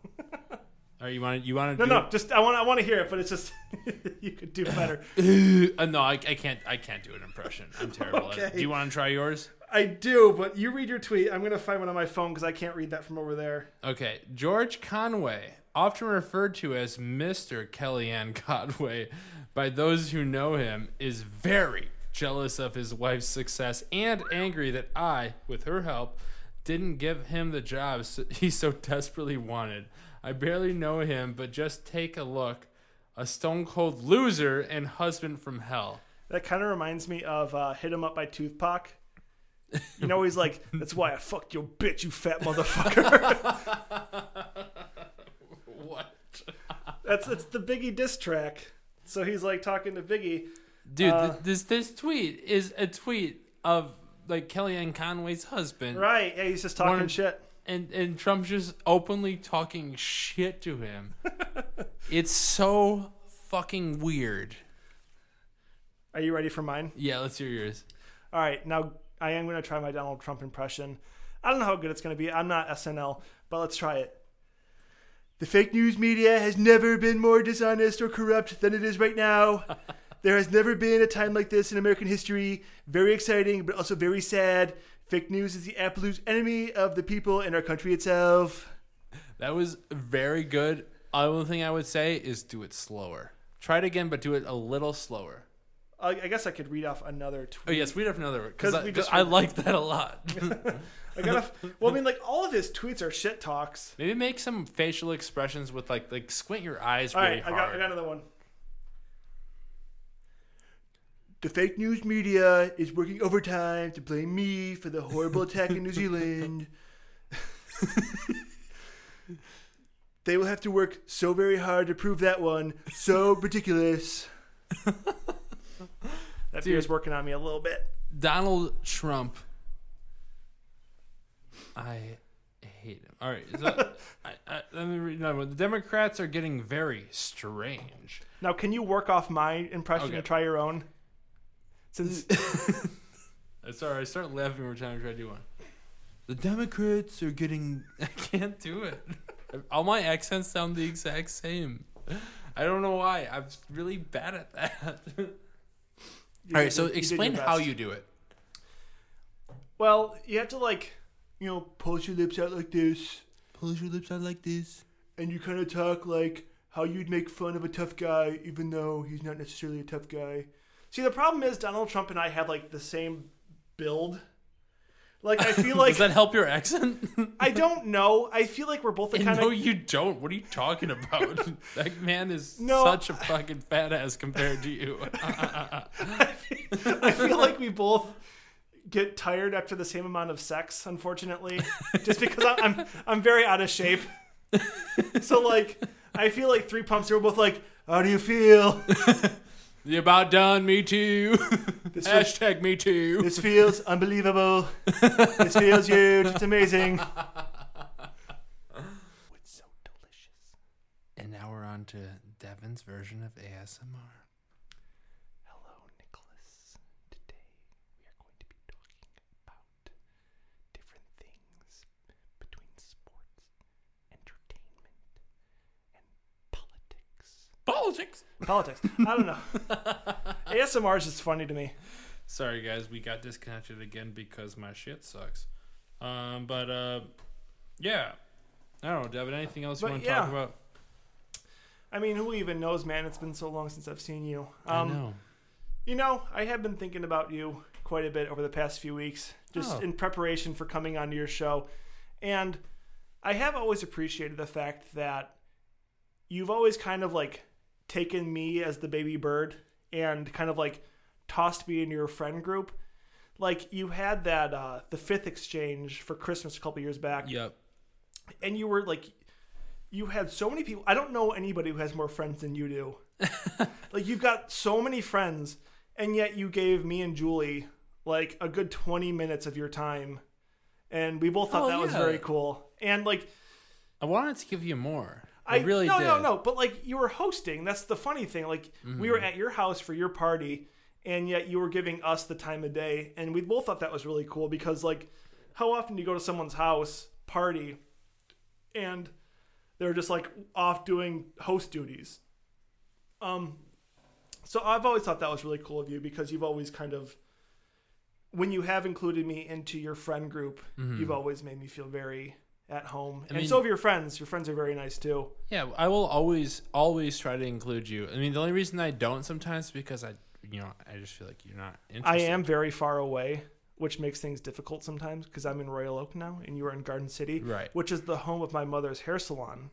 S1: All right, you want to, you want to
S2: No, no. Just I want I want to hear it, but it's just you could do better.
S1: no. Uh, no, I, I can't. I can't do an impression. I'm terrible. at it.
S2: Okay.
S1: Do you want to try yours?
S2: I do, but you read your tweet. I'm gonna find one on my phone because I can't read that from over there.
S1: Okay, George Conway, often referred to as Mr. Kellyanne Conway by those who know him, is very jealous of his wife's success and angry that I, with her help, didn't give him the job s- he so desperately wanted. I barely know him, but just take a look. A stone cold loser and husband from hell.
S2: That kind of reminds me of uh, "Hit 'Em Up" by Toothpac. You know, he's like, "That's why I fucked your bitch, you fat motherfucker."
S1: What?
S2: that's that's the Biggie diss track. So he's like talking to Biggie.
S1: Dude,
S2: Uh,
S1: th- this this tweet is a tweet of like Kellyanne Conway's husband.
S2: Right? Yeah, he's just talking
S1: One-
S2: shit.
S1: and and Trump's just openly talking shit to him. it's so fucking weird.
S2: Are you ready for mine?
S1: Yeah, let's hear yours.
S2: All right, now I am going to try my Donald Trump impression. I don't know how good it's going to be. I'm not SNL, but let's try it. The fake news media has never been more dishonest or corrupt than it is right now. there has never been a time like this in American history. Very exciting, but also very sad. Fake news is the absolute enemy of the people and our country itself.
S1: That was very good. Other thing I would say is do it slower. Try it again, but do it a little slower.
S2: I, I guess I could read off another
S1: Oh
S2: tweet.
S1: yes, we'd have another because
S2: 'Cause
S1: I,
S2: we just-
S1: I like that a lot.
S2: I gotta. f- Well, I mean, like all of his tweets are shit talks.
S1: Maybe make some facial expressions with like like squint your eyes
S2: All
S1: really
S2: right, I
S1: hard.
S2: got, I got another one. The fake news media is working overtime to blame me for the horrible attack in New Zealand. they will have to work so very hard to prove that one. So ridiculous. that
S1: beer's
S2: working on me a little bit.
S1: Donald Trump. I hate him. All right, is that, I, I, let me read another one. The Democrats are getting very strange.
S2: Now, can you work off my impression
S1: Okay.
S2: and try your own? Since
S1: I'm Uh, Sorry, I start laughing every time I try to do one. The Democrats are getting. I can't do it. All my accents sound the exact same. I don't know why. I'm really bad at that. All right, so
S2: you did your
S1: explain how
S2: best.
S1: you do it.
S2: Well, you have to like, you know, pulse your lips out like this,
S1: Pull your lips out like this.
S2: and you kind of talk like how you'd make fun of a tough guy, even though he's not necessarily a tough guy. See, the problem is Donald Trump and I have like the same build. Like, I feel like
S1: Does that help your accent?
S2: I don't know. I feel like we're both the kind
S1: no,
S2: of
S1: you don't. What are you talking about? that man is
S2: No,
S1: such a fucking fat ass compared to you.
S2: I feel like we both get tired after the same amount of sex, unfortunately, just because I'm I'm, I'm very out of shape. So like, I feel like three pumps. We're both like, how do you feel?
S1: you about done? Me too.
S2: This was-
S1: Hashtag me too.
S2: This feels unbelievable. this feels huge. It's amazing.
S1: It's so delicious. And now we're on to Devin's version of ASMR. Hello, Nicholas. Today we are going to be talking about different things between sports, entertainment, and politics. Politics!
S2: Politics. I don't know. ASMR is just funny to me.
S1: Sorry, guys, we got disconnected again because my shit sucks. Um, but uh, yeah, I don't know, Devin. Anything else
S2: But
S1: you want to
S2: yeah.
S1: talk about?
S2: I mean, who even knows, man? It's been so long since I've seen you.
S1: I
S2: Um,
S1: know.
S2: you know, I have been thinking about you quite a bit over the past few weeks, just
S1: Oh.
S2: in preparation for coming onto your show. And I have always appreciated the fact that you've always kind of like taken me as the baby bird and kind of like tossed me in your friend group. Like you had that uh the fifth exchange for Christmas a couple years back
S1: Yep.
S2: and you were like you had so many people i don't know anybody who has more friends than you do like you've got so many friends and yet you gave me and julie like a good 20 minutes of your time and we both thought
S1: Oh,
S2: that was
S1: yeah.
S2: very cool and like
S1: I wanted to give you more. I,
S2: I
S1: really
S2: no
S1: did.
S2: no no but like you were hosting that's the funny thing like we were
S1: Mm-hmm.
S2: at your house for your party and yet you were giving us the time of day and we both thought that was really cool because like how often do you go to someone's house party and they're just like off doing host duties um so i've always thought that was really cool of you because you've always kind of when you have included me into your friend group you've always made me feel very at home and
S1: Mm-hmm. mean-
S2: so have your friends your friends are very nice too
S1: Yeah, I will always, always try to include you. I mean, the only reason I don't sometimes is because I, you know, I just feel like you're not
S2: I
S1: interested.
S2: am very far away, which makes things difficult sometimes because I'm in Royal Oak now and you are in Garden City,
S1: Right.
S2: which is the home of my mother's hair salon.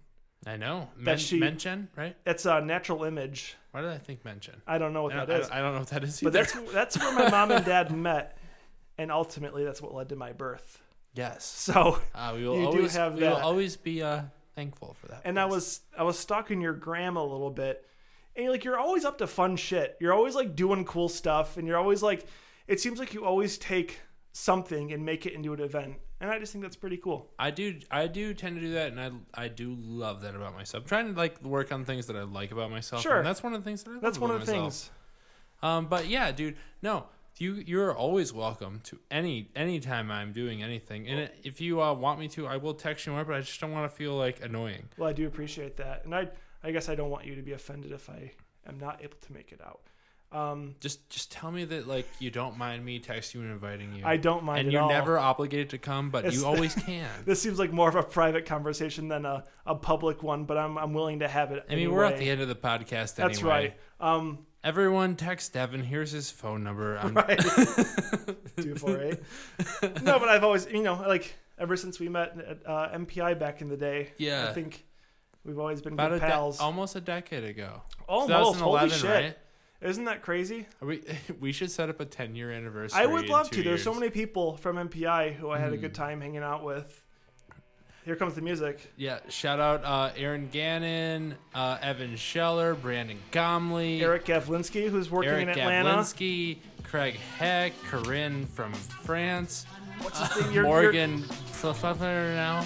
S1: I know. Men,
S2: That she-
S1: mention, right?
S2: That's a natural image.
S1: Why did I think mention?
S2: I don't know what
S1: I,
S2: that
S1: I-
S2: is,
S1: I don't know what that is either.
S2: but that's that's where my mom and dad met, and ultimately that's what led to my birth.
S1: yes.
S2: So,
S1: Uh, we will
S2: You do
S1: always
S2: have
S1: we will
S2: that.
S1: always be uh, thankful for that.
S2: and I
S1: place.
S2: was I was stalking your gram a little bit, and you're like you're always up to fun shit. You're always like doing cool stuff, and you're always like, it seems like you always take something and make it into an event, and I just think that's pretty cool.
S1: I do I do tend to do that, and I I do love that about myself. I'm trying to like work on things that I like about myself.
S2: Sure.
S1: and that's one of the things that I love
S2: That's one
S1: about
S2: of the
S1: myself.
S2: things.
S1: Um, but yeah, dude, no, you you're always welcome to any any time I'm doing anything, and if you uh, want me to, I will text you more. But I just don't want to feel like annoying.
S2: Well, I do appreciate that, and I I guess I don't want you to be offended if I am not able to make it out. Um,
S1: Just just tell me that like you don't mind me texting you and inviting you.
S2: I don't mind
S1: And
S2: at
S1: you're
S2: all.
S1: never obligated to come, but
S2: It's-
S1: you always can.
S2: This seems like more of a private conversation than a, a public one, but I'm I'm willing to have it.
S1: I mean, we're at the end of the podcast
S2: That's
S1: anyway.
S2: right. Um,
S1: Everyone text Devin. Here's his phone number. I'm,
S2: right. Two four eight. No, but I've always, you know, like ever since we met at uh, MPI back in the day.
S1: Yeah.
S2: I think we've always been
S1: About a
S2: good
S1: de-
S2: pals.
S1: almost a decade ago.
S2: Almost, holy
S1: 2011,
S2: shit!
S1: right?
S2: Isn't that crazy?
S1: Are we we should set up a 10 year anniversary.
S2: I would
S1: in
S2: love
S1: two
S2: to. There's so
S1: years. Hmm.
S2: many people from MPI who I had a good time hanging out with. Here comes the music.
S1: Yeah, shout out uh, Aaron Gannon, uh, Evan Scheller, Brandon Gomley,
S2: Eric Gavlinsky, who's working
S1: Eric
S2: in Atlanta.
S1: Gavlinsky, Craig Heck, Corinne from France,
S2: What's his thing? You're-
S1: Uh, Morgan um, Fluffer now,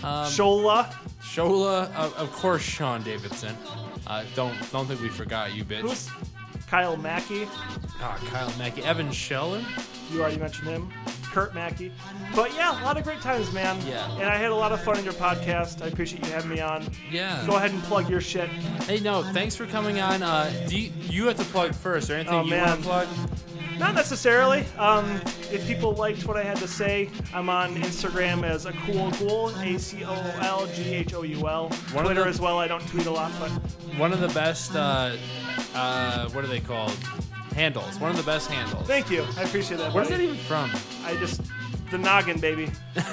S2: you're- Shola.
S1: Shola, uh, of course Sean Davidson. Uh, don't don't think we forgot you, bitch.
S2: Who's Kyle Mackey?
S1: Ah, Kyle Mackey, Evan Scheller.
S2: You already mentioned him. Kurt Mackey. But yeah, a lot of great times, man.
S1: Yeah.
S2: And I had a lot of fun in your podcast. I appreciate you having me on.
S1: Yeah.
S2: Go ahead and plug your shit.
S1: Hey, no, thanks for coming on. Uh, do you, you have to plug first, or anything
S2: Oh,
S1: you
S2: man.
S1: want to plug?
S2: Not necessarily. Um, if people liked what I had to say, I'm on Instagram as a cool ghoul, A C O O L G H O U L.
S1: One of
S2: Twitter
S1: the-
S2: as well. I don't tweet a lot, but
S1: One of the best. Uh, uh, what are they called? Handles. One of the best handles.
S2: thank you. I appreciate that.
S1: Where's that
S2: buddy.
S1: even from?
S2: I just the noggin, baby.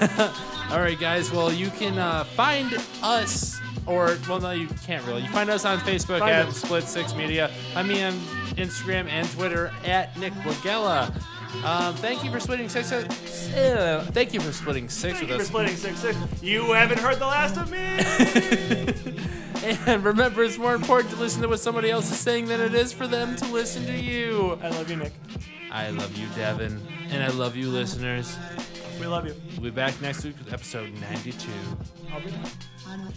S1: All right, guys. Well, you can uh, find us, or well, no, you can't really. You find us on Facebook
S2: Find
S1: at
S2: us.
S1: Split Six Media. I mean, on Instagram and Twitter at Nick Wagella. Um, thank you for splitting six. uh, thank you for splitting six
S2: Thank you
S1: with
S2: for
S1: us.
S2: splitting six six. You haven't heard the last of me.
S1: And remember, it's more important to listen to what somebody else is saying than it is for them to listen to you.
S2: I love you, Nick.
S1: I love you, Devin. And I love you, listeners.
S2: We love you.
S1: We'll be back next week with episode 92.
S2: I'll be there.